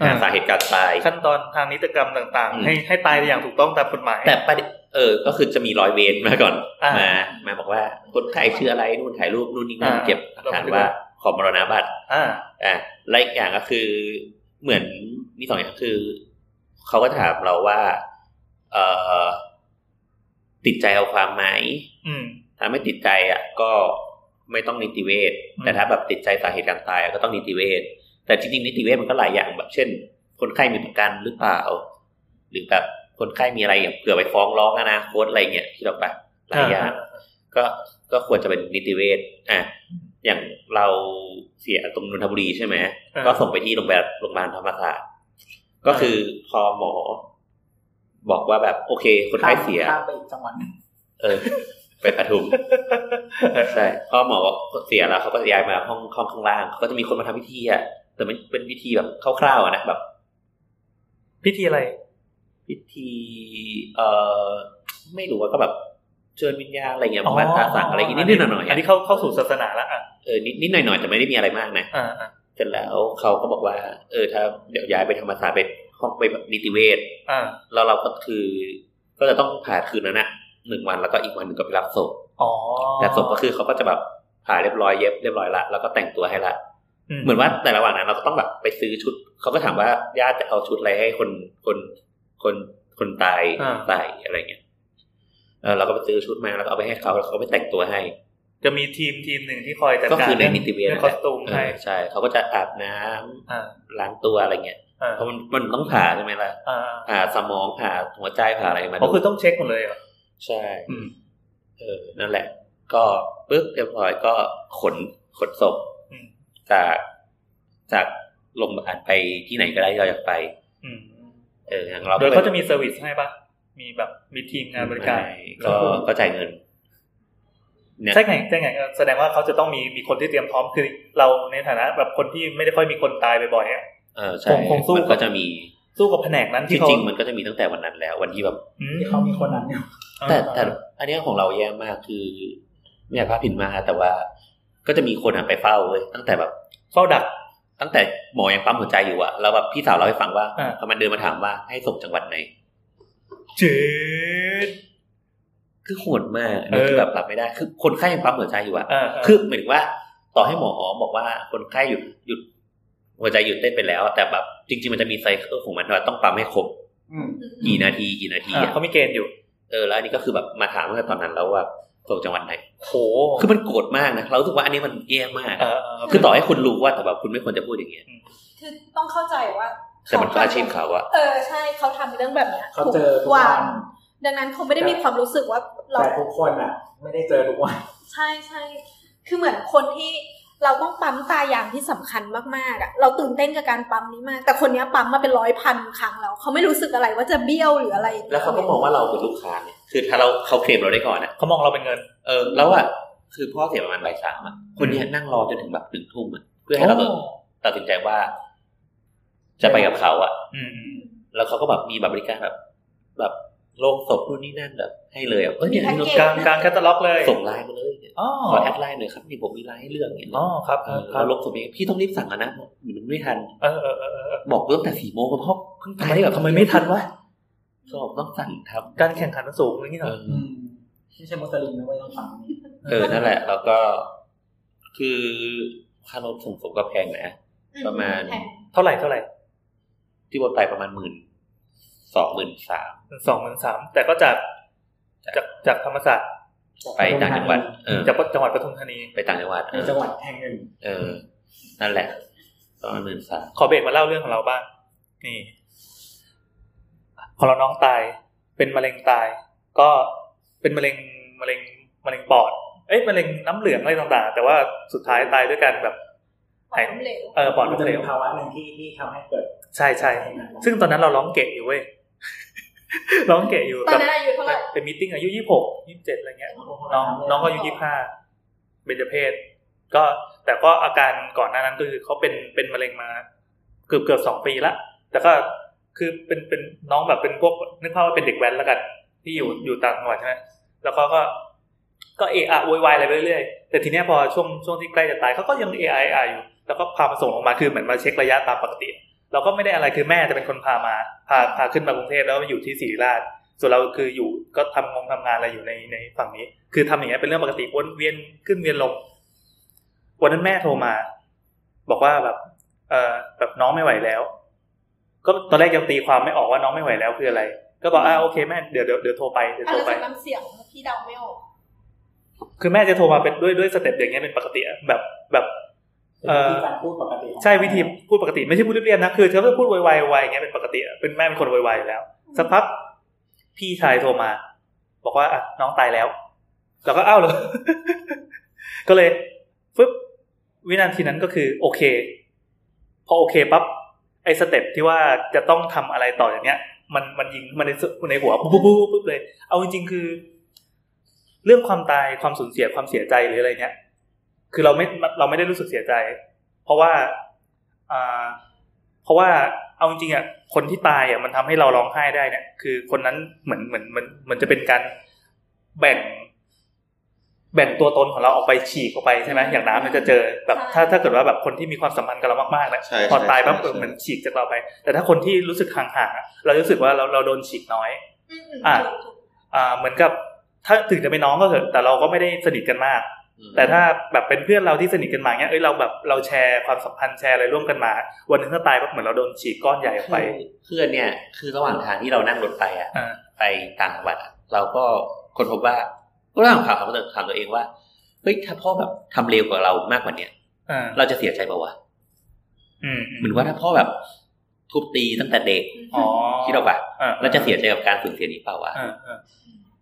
หา
อ่า
สาเหตุการตาย
ขั้นตอนทางนิติกรรมต่าง
อืม
ๆ ให้ให้ตายไปอย่างถูกต้องตามกฎหมาย
แต่ประเด็น เออ ก็คือจะมีร้อยเวรมาก่อน
อ่าม
มา มาบอกว่าคนไข้ชื่ออะไรนู่นถ่ายรูปนู่นนี่นั่น
อ่า
เก็บหลักฐานว่าขอมรณบัตร
อ่า
อ่ะและอีกอย่างก็คือเหมือนมีสองอย่างคือ เขาก็ถามเราว่า เออติดใจเอาความไหม
อืม
ถ้าไม่ติดใจอ่ะ ก็ไม่ต้องนิติเวช
อืม
แต่ถ้าแบบติดใจสาเหตุการตายอ่ะก็ต้องนิติเวชแต่จริงๆนิติเวชมันก็หลายอย่างแบบ เช่น คนไข้มีประกันหรือเปล่า หรือแบบคนไข้มีอะไรอย่างเผื่อไปฟ้องร้องอนาคตอะไรเงี้ยที่เราแบบหลายอย่าง ก็ก็ควรจะเป็นนิติเวชอ่ะ อย่างเราเสียตรงนนทบุรีใช่ไหม
อ่า
ก็ส่งไปที่โรงพยาบาลโรงพยาบาลธรรมศาสตร์ ก็คือพอหมอ บอกว่าแบบโอเค คนไข้เสีย
ข้ามไปอีกจังหวัดหนึ่ง
เออ ไปป ทุม ใช่พอหมอเสียแล้วเขาก็ย้ายมาห้องห้องข้างล่างเขาก็จะมีคนมาทำพิธีอ่ะ แต่มันเป็นพิธีแบบคร่าวๆอะนะแบบ
พิธีอะไร
พิธีเอ่อไม่รู้ว่าก็แบบเชิญวิญญาณอะไรเงี้ย
อ๋อ
บ้านตาสั่งอะไรอย่างงี้นิดๆหน่อยๆ
อั
อะ
นนี้เข้าเข้าสู่ศาสนาละอ่ะ
เออนิดๆหน่อยๆแต่ไม่ได้มีอะไรมากนะ
อ่าอ่า
เสร็จแล้วเขาก็บอกว่า เออ ถ้าเดี๋ยวย้ายไปธรรมศาสตร์ไปห้องไปนิติเวช
อ่า
แล้วเราก็คือ ก็จะต้องผ่าคืนนั้นนะหนึ่งวันแล้วก็อีกวันหนึ่งก็ไปรับศพ
อ๋อ
รับศพก็คือเขาก็จะแบบผ่าเรียบร้อยเย็บเรียบร้อยละแล้วก็แต่งตัวให้ละเหมือนว่าแต่ระหว่างนั้นเราก็ต้องแบบไปซื้อชุด เขาก็ถามว่าญาติจะเอาชุดอะไรให้คนคนคนคนตาย
อ่า
ใส่อะไรเงี้ยเออเราก็ไปซื้อชุดมาแล้วก็เอาไปให้เขาแล้วเขาก็ไปแต่งตัวให้
จะมีทีมทีมหนึ่งที่คอยจัด
ก็
การ
คือใน
เรื่อง
นิติเวช
เรื่องค
นั่นแห
อส
ละ
ตูม
เอ
ให้
อใช่เขาก็จะอาบน้ำ
อ่า
ล้างตัวอะไรเงี้ย
อ่า
เพราะมันมันต้องผ่าใช่ไหมล่ะ
อ่า
ผ่าสมองผ่าหัวใจผ่าอะไรมา
อ๋อ
ดู
คือต้องเช็คหมดเลยเหรอ
ใช่
อืม
เออนั่นแหละ ก็ปึ๊บเรียบร้อยก็ขนขนศพ
อืม
จากจากโรงพยาบาลไปที่ไหนก็ได้ที่เราอยากไป
อืม
เอออย่างเรา
โดยเขาจะมีเซอร์วิสให้ปะมีแบบมีทีมงานบริการ
ไม่ก็ก็จ่ายเงิน เนี่ย
ใช่ไงใช่ไงเออแสดงว่าเขาจะต้องมีมีคนที่เตรียมพร้อมคือเราในฐานะแบบคนที่ไม่ได้ค่อยมีคนตายบ่อยๆอะ
เออใช่
คงคงสู้
มันก็จะมี
สู้กับแผนกนั้น
จ
ที่เขา
ริงๆมันก็จะมีตั้งแต่วันนั้นแล้ว วันที่แบบ
อืม
ที่เขามีคนนั้นเนี่ย
แต่แต่อันเนี้ยของเราแย่มากคือเนี่ยพระผินมาแต่ว่าก็จะมีคนอะไปเฝ้าเว้ยตั้งแต่แบบ
เฝ้าดัก
ตั้งแต่หมอยังปั๊มหัวใจอยู่อะแล้วแบบพี่สาวเราให้ฟังว่า
อ่า
เขามันเดินมาถามว่าให้ส่งจังหวัดไหน
จืด
คือโหดมากอันนี้
เออ
คือแบบรับไม่ได้ คือคนไข้ยังปั๊มหัวใจอยู่อะ
เอ่า
คือเหมือนว่า ต่อให้หมอบอกว่าคนไข้หยุดหยุด หัวใจหยุดเต้นไปแล้ว แต่แบบจริง ๆ มันจะมีไซเคิลของมันว่าต้องปั๊มให้ครบ
อืม
กี่นาทีกี่นาทีอะ
เขามีเกณฑ์อยู่
เออแล้วอันนี้ก็คือแบบมาถามตั้งแต่ตอนนั้นแล้วว่าส่งจังหวัดไหน
โห
คือมันโกรธมากนะเรารู้สึกว่าอันนี้มันแย่มาก
เออเออ
คือต่อให้คุณรู้ว่าแต่แบบคุณไม่ควรจะพูดอย่างเงี้ย
คือต้องเข้าใจว่า
แต่มันก็อาชีพเขาอะ
เออใช่เขาทำเรื่องแบบนี้ย
เขาเจอทุกวัน
ดังนั้นเขาไม่ได้มีความรู้สึกว่าเรา
แต่ทุกคนอ่ะ ไม่ได้เจอทุกวัน
ใช่ใช่คือเหมือนคนที่เราต้องปั๊มตายอย่างที่สำคัญมากๆอะเราตื่นเต้นกับการปั๊มนี้มาก แต่คนเนี้ยปั๊มมาเป็นร้อยพันครั้งแล้วเขาไม่รู้สึกอะไรว่าจะเบี้ยวหรืออะไรย่ย
แล้วเขาก็มองว่าเราเป็นลูกค้าเนี่ยคือถ้าเราเขาเคลมเราได้ก่อนอะ
เขามองเราเป็นเงิน
เออแล้วอ่ะคือพ่อเสียประมาณบ่ายสามอ่ะคนเนี้ยนั่งรอจนถึงแบบหนึ่งทุ่มอ่ะเพื่อให้เรา
โอ้
ตัดสินใจว่า จะไปกับเขาอ่ะ
อืม
แล้วเขาก็แบบมีแบบบริการแบบ แบบโลงศพนู่นนี่นั่นแบบให้เลยอ่ะเอ้ยเนี่ยมีรถ
กลางกลางแคตตาล็อกเลย
ส่งไลน์มาเลยเนี่ย
อ๋อ
ขอแอดไลน์หน่อยครับนี่ผมมีไลน์ให้เรื่องเนี่ย
อ๋อครับ
เอ
ครั
อ
ค
บแล้
รับ
วลงศพเองพี่ต้องรีบสั่งอะนะบอกมันไม่ทัน
เออเออเออเออ
บอกตั้งแต่สี่โมงก็เพราะเพิ่งตาย
ทำไม
แบบ
ทำไมไม่ทันวะ
ก็บอกต้องสั่งทำ
การแข่งขันมันสูงอย่างนี้เหร
เอ
อ
อ
อืมไม่ใช่มุสลิมนะเว้ยต้องฟัง
เออนั่นแหละ แล้วก็คือค่ารถส่งศพก็แพงนะ
อืม
ประมาณ
แพง
เท่าไหร่เท่าไหร่
ที่บนไปประมาณหมื่นสองหมื่นสาม
สองหมื่นสามแต่ก็จากจากจากธรรมศาสตร์
ไปต่างจังหวัดเออ
จากจังหวัดปทุมธานี
ไปต่างจังหวัดเอ
ใน
อ
จังหวัดแห่งหนึ่ง
เออ นั่นแหละประมาณหมื่นสาม
ขอเบรกมาเล่าเรื่องของเราบ้าง นี่ของเราน้องตาย เป็นมะเร็งตาย ก็เป็นมะเร็งมะเร็งมะเร็งปอด เอ้ยมะเร็งน้ำเหลืองอะไรต่างๆ แต่ว่าสุดท้ายตายด้วยกันแบบ
ปล่อยน้ำเหลว
เออปอด
มั
ล้
นจะ
มเหล
มี
ว
ภาวะหนึ่งที่ที่ทำให้เกิด
ใช่ใช่ซึ่งตอนนั้นเราร้องเกะอยู่เว้ ย ร้องเกะอยู่
ตอน
กับ
นั้นอายุเท่าไหร่
เป็นมีตติ้งอายุยี่หกยี่เจ็ดอะไรเงี้ย น้องน้องก็อายุยี่ห้าเบญจเพศก็แต่ก็อาการก่อนหน้านั้นก็คือเขาเป็นเป็นมะเร็งมา เกือบเกือบสองปีละแต่ก็คือเป็นเป็นน้องแบบเป็นพวกนึกภาพว่าเป็นเด็กแว้นแล้วกัน ที่อยู่อยู่ต่างจังหวัดใช่ไหมแล้วก็ก็ก็เอะอะโวยวายอะไรไปเรื่อยแต่ทีเนี้ยพอช่วงช่วงที่ใกล้จะตายเขาก็ยังเอไอไออยู่ แล้วก็พามาส่งโรงพยาบาลคือเหมือนมาเช็คระยะตามปกติ เราก็ไม่ได้อะไรคือแม่จะเป็นคนพามา พาพาขึ้นมากรุงเทพแล้วมาอยู่ที่ศรีราช ส่วนเราคืออยู่ก็ทำงงทำงานอะไรอยู่ในในฝั่งนี้ คือทำอย่างเงี้ยเป็นเรื่องปกติวนเวียนขึ้นเวียนลง วันนั้นแม่โทรมา บอกว่าแบบ เออแบบน้องไม่ไหวแล้ว ก็ตอนแรกยังตีความไม่ออกว่าน้องไม่ไหวแล้วคืออะไร ก็บอกอ่าโอเคแม่เดี๋ยวเดี๋ยวเดี๋ยวโทรไปเดี๋ยว
อ่ะ
โทร
แล้ว
ไป
จากน้ำเสียงที่เดาไม่ออก
คือแม่จะโทรมาเป็นด้วยด้วยสเต็ปอย่างเงี้ยเป็นปกติอะแบบแบบ
เป็นวิธีการพูดปกติของ
ใช่วิธีพูดปกติไม่ใช่พูดเรียบๆนะคือเธอก็พูดไวๆๆอย่างเงี้ยเป็นปกติอะเป็นแม่เป็นคนไวๆอยู่แล้วสักพักพี่ชายโทรมา บอกว่าอ่ะน้องตายแล้วเราก็อ้าวเหรอ ก็เลยฟึบวินาทีนั้นก็คือ โอเค พอโอเคปั๊บไอ้สเต็ปที่ว่าจะต้องทำอะไรต่ออย่างเนี้ย มันมันยิงมันในในหัว ปุ๊บปุ๊บปุ๊บปุ๊บเลย เอาจริงๆคือ เรื่องความตายความสูญเสียความเสียใจหรืออะไรเนี้ยคือเราไม่เราไม่ได้รู้สึกเสียใจ เพราะว่าอ่าเพราะว่าเอาจริงๆอ่ะคนที่ตายอ่ะมันทำให้เราร้องไห้ได้เนี่ย คือคนนั้นเหมือนเหมือนเหมือนเหมือนจะเป็นการแบ่ง แบ่งตัวตนของเราออกไปฉีกออกไปใช่ไหมอย่างน้ำมันยจะเจอแบบถ้าถ้าเกิดว่าแบบคนที่มีความสัมพันธ์กับเรามากๆเนี่ย
ใช่ใช่
พอตายปั๊บ
ใช่
เออ
ใช่
เหมือนฉีกจากเราไป แต่ถ้าคนที่รู้สึกห่างๆอะเรารู้สึกว่าเราเราโดนฉีกน้อย
อืม
อ่ะ
ถูกถูก
อ่าเหมือนกับถ้าถึงจะเป็นน้องก็เถอะแต่เราก็ไม่ได้สนิทกันมาก แต่ถ้าแบบเป็นเพื่อนเราที่สนิทกันมาเนี้ยเอ้ยเราแบบเราแชร์ความสัมพันธ์แชร์อะไรร่วมกันมา วันหนึงถ้าตายปั๊บเหมือนเราโดนฉีกก้อนใหญ่ออกไป
เพื่อนเนี่ย คือระหว่างทางที่เรานั่งรถไปอะ
อ่า
ไปต่างจังหวัดอะเราก็คนพบว่าก็ร่างข่าวของเราถามตัวเองว่าเฮ้ยถ้าพ่อแบบทำเร็วกว่าเรามากกว่าเนี้ย
อ่า
เราจะเสียใจเปล่าวะ
อืม
เหมือนว่าถ้าพ่อแบบทุบตีตั้งแต่เด็ก
อ๋อ
คิดออกปะ
อ่
เราจะเสียใจกับการสูญเสียนี้เปล่าวะ
อ่าอ่า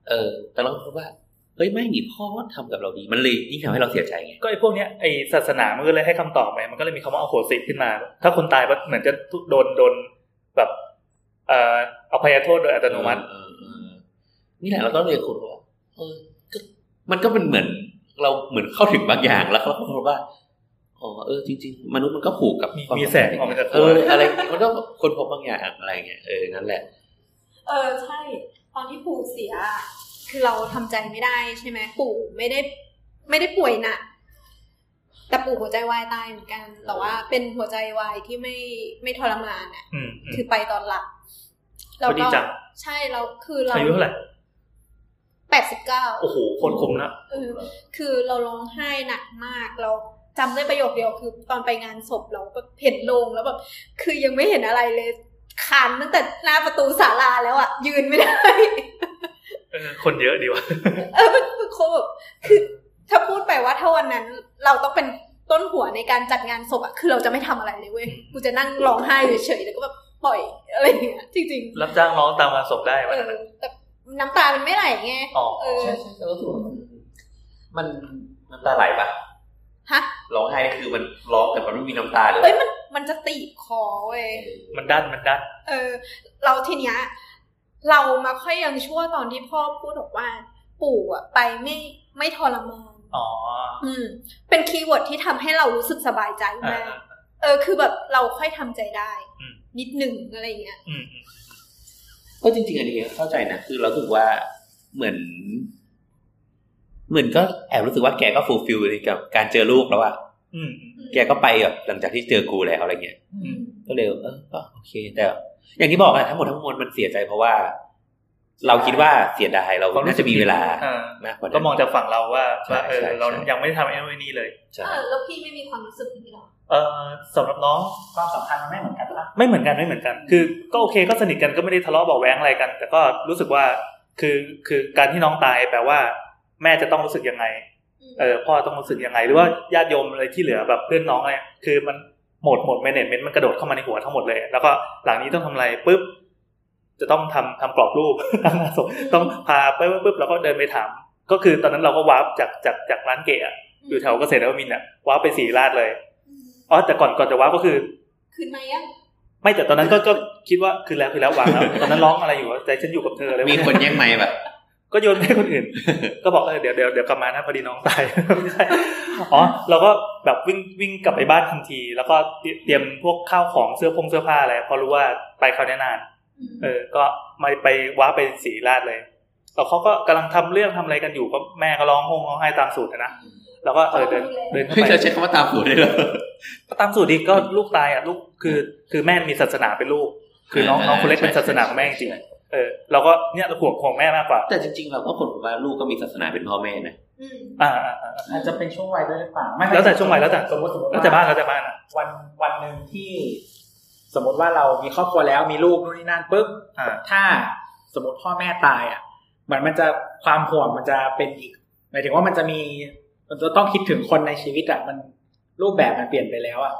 เออ แต่เราก็พบว่าเฮ้ยไม่หนีพ่อทำกับเราดี มันเลยยิ่งทำให้เราเสียใจไง
ก็ไอ้พวกเนี้ยไอ้ศาสนามันก็เลยให้คำตอบไปมันก็เลยมีคำว่าอโหสิขึ้นมา ถ้าคนตายปั๊บเหมือนจะโดนโดนแบบเอ่ออภัยโทษโดยอัตโนมัติ
เออเออเออนี่แหละเราก็เลยคุยว่าเออก็มันก็เป็นเหมือน เราเหมือนเข้าถึงบางอย่างแล้วเราก็พบว่าอ๋อเออจริง ๆ มนุษย์มันก็ผูกกับ
มี
ความ
มีแสงออกมาจากตัว
เอออะไรมันก็คนพบบางอย่างอะไรเงี้ยเออนั่นแหละ
เออใช่ ตอนที่ปู่เสีย คือเราทำใจไม่ได้ใช่ไหมปู่ไม่ได้ ไม่ได้ป่วยหนักแต่ปู่หัวใจวายตายเหมือนกัน แต่ว่าเป็นหัวใจวายที่ไม่ไม่ทรมานอ่ะ
อืมอืม
คือไปตอนหลับเรา
ดี
ก็
จัง
ใช่เราคือเรา
อายุเท่าไหร่
แปดสิบเก้า
โอ้โหคนคุมนะ
เออคือเราร้องไห้หนักมาก เราจำได้ประโยคเดียวคือตอนไปงานศพเราก็เห็นโลงแล้วแบบคือยังไม่เห็นอะไรเลยคานตั้งแต่หน้าประตูศาลาแล้วอะยืนไม่ได้
เออคนเยอะดีวะ
เออคือโคแบบคือถ้าพูดไปว่าถ้าวันนั้นเราต้องเป็นต้นหัวในการจัดงานศพอะคือเราจะไม่ทำอะไรเลยเว้ยกูจะนั่งร้องไห้เฉยๆแล้วก็แบบปล่อยอะไรอย่างเงี้ยจริง
รับจ้างร้องตามงานศพได้
ๆ
วะ
เออแต่น้ำตามันไม่ไหลไง
อ๋อ
เออ
ใช่ใช่แต่รู้สึกว่ามันมันน้ำตาไหลปะ
ฮะ
ร้องไห้นี่คือมันร้องแต่มันไม่มีน้ำตาเลย
เอ้ยมันมันจะตีบคอเว้ย
มันดันมันดัน
เออเราทีเนี้ยเรามาค่อยยังชั่วตอนที่พ่อพูดบอกว่า ปู่อะไปไม่ไม่ทรมาน
อ๋อ
อืม เป็นคีย์เวิร์ดที่ทำให้เรารู้สึกสบายใจมากเออ คือแบบเราค่อยทำใจได้
อืม
นิดหนึ่งอะไรอย่างเงี้ย
อืม
ก็จริง ๆ อันนี้เข้าใจนะคือเรารู้สึกว่าเหมือน เหมือนก็แอบรู้สึกว่าแกก็ฟูลฟิลในกับการเจอลูกแล้วอะ
อืม
อืม
แกก็ไปแบบหลังจากที่เจอกูแล้วอะไรเงี้ย
อืม
ก็เลยเออก็โอเค แต่ อย่างที่บอกอะทั้งหมดทั้งมวลมันเสียใจเพราะว่า เราคิดว่าเสียดายเรา
ควรู้
น่า
สึ
จะ
ก
มีเวลา
อ่าม
ากกว่านั้น
ก็มองจากฝั่งเราว่าว่าเออ
ใช่ใช่
เรายังไม่ได้ทำไอ้นู่นไอ้นี่เลย
ใช่
เออแล้วพี่ไม่มีความรู้สึกนี้หรอ
เออสำหรับน้อง
ความสำคัญมันไม่เหมือนกันปะ
ไม่เหมือนกันไม่เหมือนกัน คือก็โอเคก็สนิทกันก็ไม่ได้ทะเลาะเบาะแว้งอะไรกัน แต่ก็รู้สึกว่าคือคือการที่น้องตายแปลว่า แม่จะต้องรู้สึกยังไง
อืม
เออพ่อต้องรู้สึกยังไง หรือว่าญาติโยมอะไรที่เหลือแบบเพื่อนน้องอะไรคือมันโหมดโหมดแมเนจเมนต์มันกระโดดเข้ามาในหัวทั้งหมดเลย แล้วก็หลังนี้ต้องทำอะไรปุ๊บจะต้องทำทำกรอบรูป ตั้งหน้าศพต้องพาไปปุ๊บแล้วก็เดินไปถาม ก็คือตอนนั้นเราก็วาร์ปจากจากจากร้านเกะอะอยู่แถวเกษตรนวมินทร์อ่ะวาร์ปไปสีราดเลย
อืม
อ๋อแต่ก่อนก่อนจะวาร์ปก็คือ
คืนไหมอะ
ไม่แต่ตอนนั้นก็ก็คิดว่าคือแล้วคือแล้ววางแล้วตอนนั้นร้องอะไรอยู่วะใจฉันอยู่กับเธออะไรวะ
มีคนแย่งไม้แบบ
ก็โยนให้คนอื่น ก็บอกเออเดี๋ยวเดี๋ยวเดี๋ยวกลับมานะพอดีน้องตาย อ๋อเราก็แบบวิ่งวิ่งกลับไปบ้านทันที แล้วก็เตรียเตรียมพวกข้าวของเสื้อพงเสื้อผ้าอะไรเพราะรู้ว่าไปเขาวแน่นาน
อืม
เออ ก็ไม่ไปว้าไปสีราดเลยแล้วเขาก็กำลังทำเรื่องทำอะไรกันอยู่ก็แม่ก็ร้องโฮงร้องไห้ตามสูตรอะนะแล้วก็เออเดินเดินเข้าไป
จะใช้คำว่าตามหูได้เหรอ
ก็ตามสูตรดิก็ลูกตายอ่ะลูกคือคือแม่มีศาสนาเป็นลูก คือน้อง
อ่า
น้องคนเล็กเป็น
ใช่
ศาสนาของแม่จริง
ใช่
เออเราก็เนี่ยห่วงห่วงแม่มากกว่า
แต่จริงๆ เราก็คนว่าลูกก็มีศาสนาเป็นพ่อแม่นะ
อืม
อ่าอ่าอ่า
อาจจะเป็นช่วงวัยด้วยหรือเปล่าไม่
แล้วแต่ช่วงวัยแล้วแต่
สมมติสมมติ
แล้วแต่บ้านแล้วแต่บ้านอ่ะ
วันวันหนึ่งที่ สมมติว่าเรามีครอบครัวแล้วมีลูกนู่นนี่นั่นปุ๊บ
อ่า
ถ้าสมมติพ่อแม่ตายอ่ะมันมันจะความห่วงมันจะเป็นอีกหมายถึงว่ามันจะมีมันจะต้องคิดถึงคนในชีวิตอ่ะมันรูปแบบมันเปลี่ยนไปแล้วอ่ะ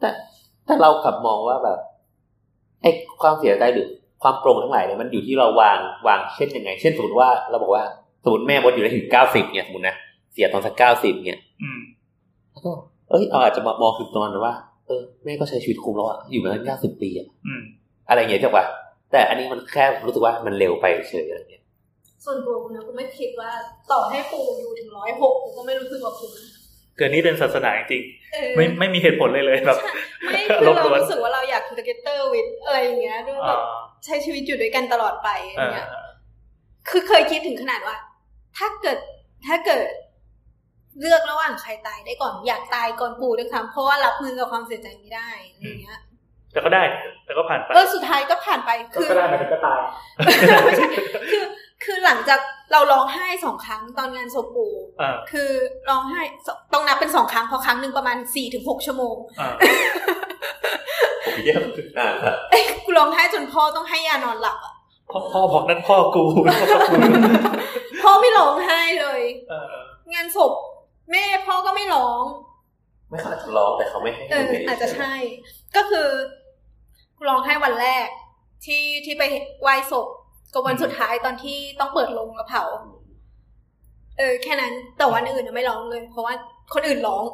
แต่เรากลับมองว่าแบบไอ้ความเสียใจหรือความโกรงทั้งหลายเนี่ยมันอยู่ที่เราวางวางเช่นยังไง เช่นสมมติว่าเราบอกว่าสมมติแม่มดอยู่ได้ถึงเก้าสิบเนี่ยสมมตินะเสียตอนสักเก้าสิบเนี่ย
อืม
แล้วก็เอ้ยเราอาจจะมามองคือตอนนั้นว่าเออแม่ก็ใช้ชีวิตคุ้มแล้วอะอยู่มาตั้งเก้าสิบปีอะ
อืม
อะไรอย่างเงี้ยใช่ปะแต่อันนี้มันแค่รู้สึกว่ามันเร็วไปเฉยอะไรเงี้ย
ส่วนตัวกูนะกูไม่คิดว่าต่อให้ปู่อยู่ถึงร้อยหกกูก็ไม่รู้สึกว่าคุ้ม
เกิดนี้เป็นศาสนาจริง
เออ
ๆไม่ไม่มีเหตุผลเลยเลยแบบ
ไม่คือ
ลบ
เรา
ล้วน
รู้สึกว่าเราอยากค n นเ g เตอร์วิดอะไรอย่างเงี้ยด้วยแบ
อ่า
บใช้ชีวิตอยู่ด้วยกันตลอดไปอย่า
อ่าง
เงี้ยคือเคยคิดถึงขนาดว่า ถ้าเกิดถ้าเกิด เลือกระหว่างใครตายได้ก่อนอยากตายก่อนปู่ด้วยซ้ำเพราะว่ารับมือกับความเสียใจไม่ได้อะไรอย่างเงี้ย
แต่ก็ได้ แต่ก็ผ่านไป
เออสุดท้ายก็ผ่านไปคือ
ก็ได้หมายถึงก็ตาย
ไม่ใช่คือคือหลังจากเราร้องไห้สองครั้งตอนงานศพปู่
อ่า
คือร้องไห้สองต้องนับเป็นสองครั้งเพราะครั้งหนึ่งประมาณสี่ถึงหกชั่วโมง
อ่า
เยี่ยมอ่าครับ
เอ้ยกูร้องไห้จนพ่อต้องให้ยานอนหลับอะ
พ่อพ่อบอกนั่นพ่อกูพ่อกู
พ่อไม่ร้องไห้เลย
เออ
งานศพแม่พ่อก็ไม่ร้อง
ไม่เขาอาจจะร้องแต่เขาไม่ให้
เออ อาจจะใช่ ก็คือร้องไห้วันแรก ที่ที่ไปไหว้ศพกับวันสุดท้ายตอนที่ต้องเปิดโลงกระเผา เออ แค่นั้นแต่วันอื่นน่ะไม่ร้องเลย เพราะว่าคนอื่นร้อง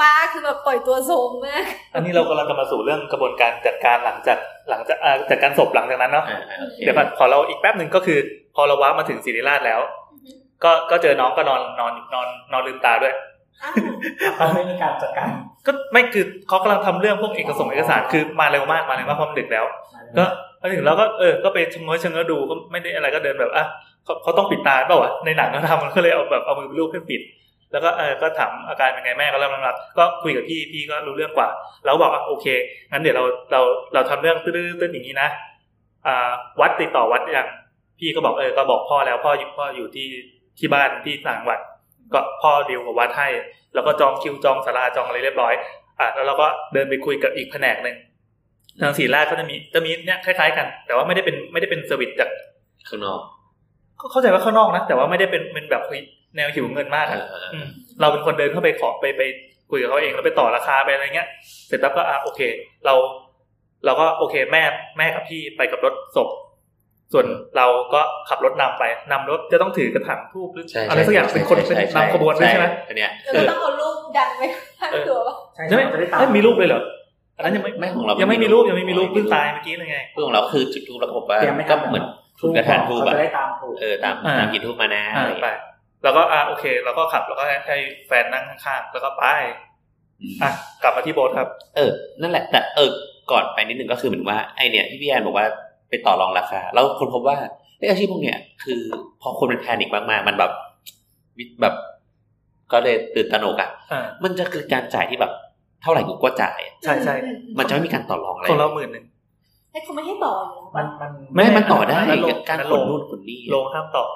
ป้าคือแบบปล่อยตัวโซมมาก
อันนี้เรากำลังจะมาสู่เรื่องกระบวนการจัดการหลังจากหลังจากอ่าจัดการศพหลังจากนั้นเนาะ
อ่าอ่าโอเค
เดี๋ยวก่อนพอเราอีกแป๊บหนึ่งก็คือ พอเราว้ามาถึงศิริราชแล้ว
อือฮึ
ก็ก็เจอน้องก็นอนนอนนอนนอนลืมตาด้วย
อ้าว
เขาไม่มีการจัดการ
ก็ไม่คือเขากำลังทำเรื่องพวกเอกสงค์เอกสารคือมาเร็วมากมาเร็วมากความนดึกแล้ว ก็มาถึงเราก็เออก็ไปชะเง้อชะเง้อดูก็ไม่ได้อะไรก็เดินแบบอ่ะเขาเขาต้องปิดตาเปล่าวะในหนังเขาทำมันก็เลยเอาแบบเอามือไปรูปเพื่อปิด แล้วก็เออก็ถามอาการเป็นไงแม่ก็เริ่มรับก็คุยกับพี่พี่ก็รู้เรื่องกว่า แล้วบอกอ่ะโอเคงั้นเดี๋ยวเราเราเราทำเรื่องตื้อๆตื้ออย่างนี้นะอ่าวัดติดต่อวัดยังพี่ก็บอกเออก็บอกพ่อแล้วพ่ออยู่พ่ออยู่ที่ที่บ้านที่ต่างจังหวัด ก็พ่อดีลกับวัดให้ แล้วก็จองคิวจองศาลาจองอะไรเรียบร้อย อ่ะแล้วเราก็เดินไปคุยกับอีกแผนกหนึ่งทางศรีราชก็จะมีจะมีเนี่ยคล้ายๆกัน แต่ว่าไม่ได้เป็นไม่ได้เป็นเซอร์วิสจาก
ข้างนอก
เข้าเข้าใจว่าข้างนอกนะ แต่ว่าไม่ได้เป็นเป็นแบบคุยแนวหิวเงินมาก
อ่า
อะ
อ่า
อืมเราเป็นคนเดินเข้าไปขอไปไปคุยกับเขาเองแล้วไปต่อราคาไปอะไรเงี้ย เสร็จแล้วก็อ่ะโอเค เรา เราก็โอเคแม่แม่กับพี่ไปกับรถศพส่วนเราก็ขับรถนำไปนำรถจะต้องถือกระถางทูบหรือ
ใช่ใช่
อะไรสักอย่างเป็นคนเป็น
ใช่ใช่
นำขบวนด้วยใช่ไหม
อันเนี้ย
แล้วก็ต้องเอารูปดันไว้ข้างตัวว่า
ใช่
ใช่ไหม
จะได้ตาม
เอ้ยมีรูปเลยเหรอ อันนั้นยังไม่
ไม่ของเรายั
ยังไม่มีรูปยังไม่มีรูปเพิ่งตายเมื่อกี้เลยไง
เพื่อนของเราคือจุดทูบแล้วก็บอกว่า
เตรียมไม่
ก็
ทำ
เหมือน
ถูก
กระถางทูปอะ
เขาจะได้ตามถูก
เออตาม
อ่า
ตามกินทูบมานะ
อ่า
อะไรอย่าง
ไป
เงี้ย
แล้วก็อ่าโอเค เราก็ขับแล้วก็ให้ให้แฟนนั่งข้างๆแล้วก็ไปอ่ะกลับมาที่โบสถ์ครับ
เออ นั่นแหละ แต่เออก่อนไปนิดนึงก็คือเหมือนว่าไอเนี่ยที่พี่แอนบอกว่าไปต่อรองราคา แล้วคนพบว่าไออาชีพพวกเนี้ยคือพอคนเป็นแพนิคมากๆ มันแบบวิแบบ ก็เลยตื่นตระหนกอ่ะ
อ่า
มันจะคือการจ่ายที่แบบ เท่าไหร่กูก็จ่ายอะ
ใช่ใช่
อืม
มันจะไม่มีการต่อรองอะไร
ของเราหมื่นหนึ่ง
ให้เขาไม่ให้ต่ออยู่แล้ว
มันมัน
ไม่มันต่อได้
แล้วลง
การขนนู่นขนนี่
ลงห้ามต่อ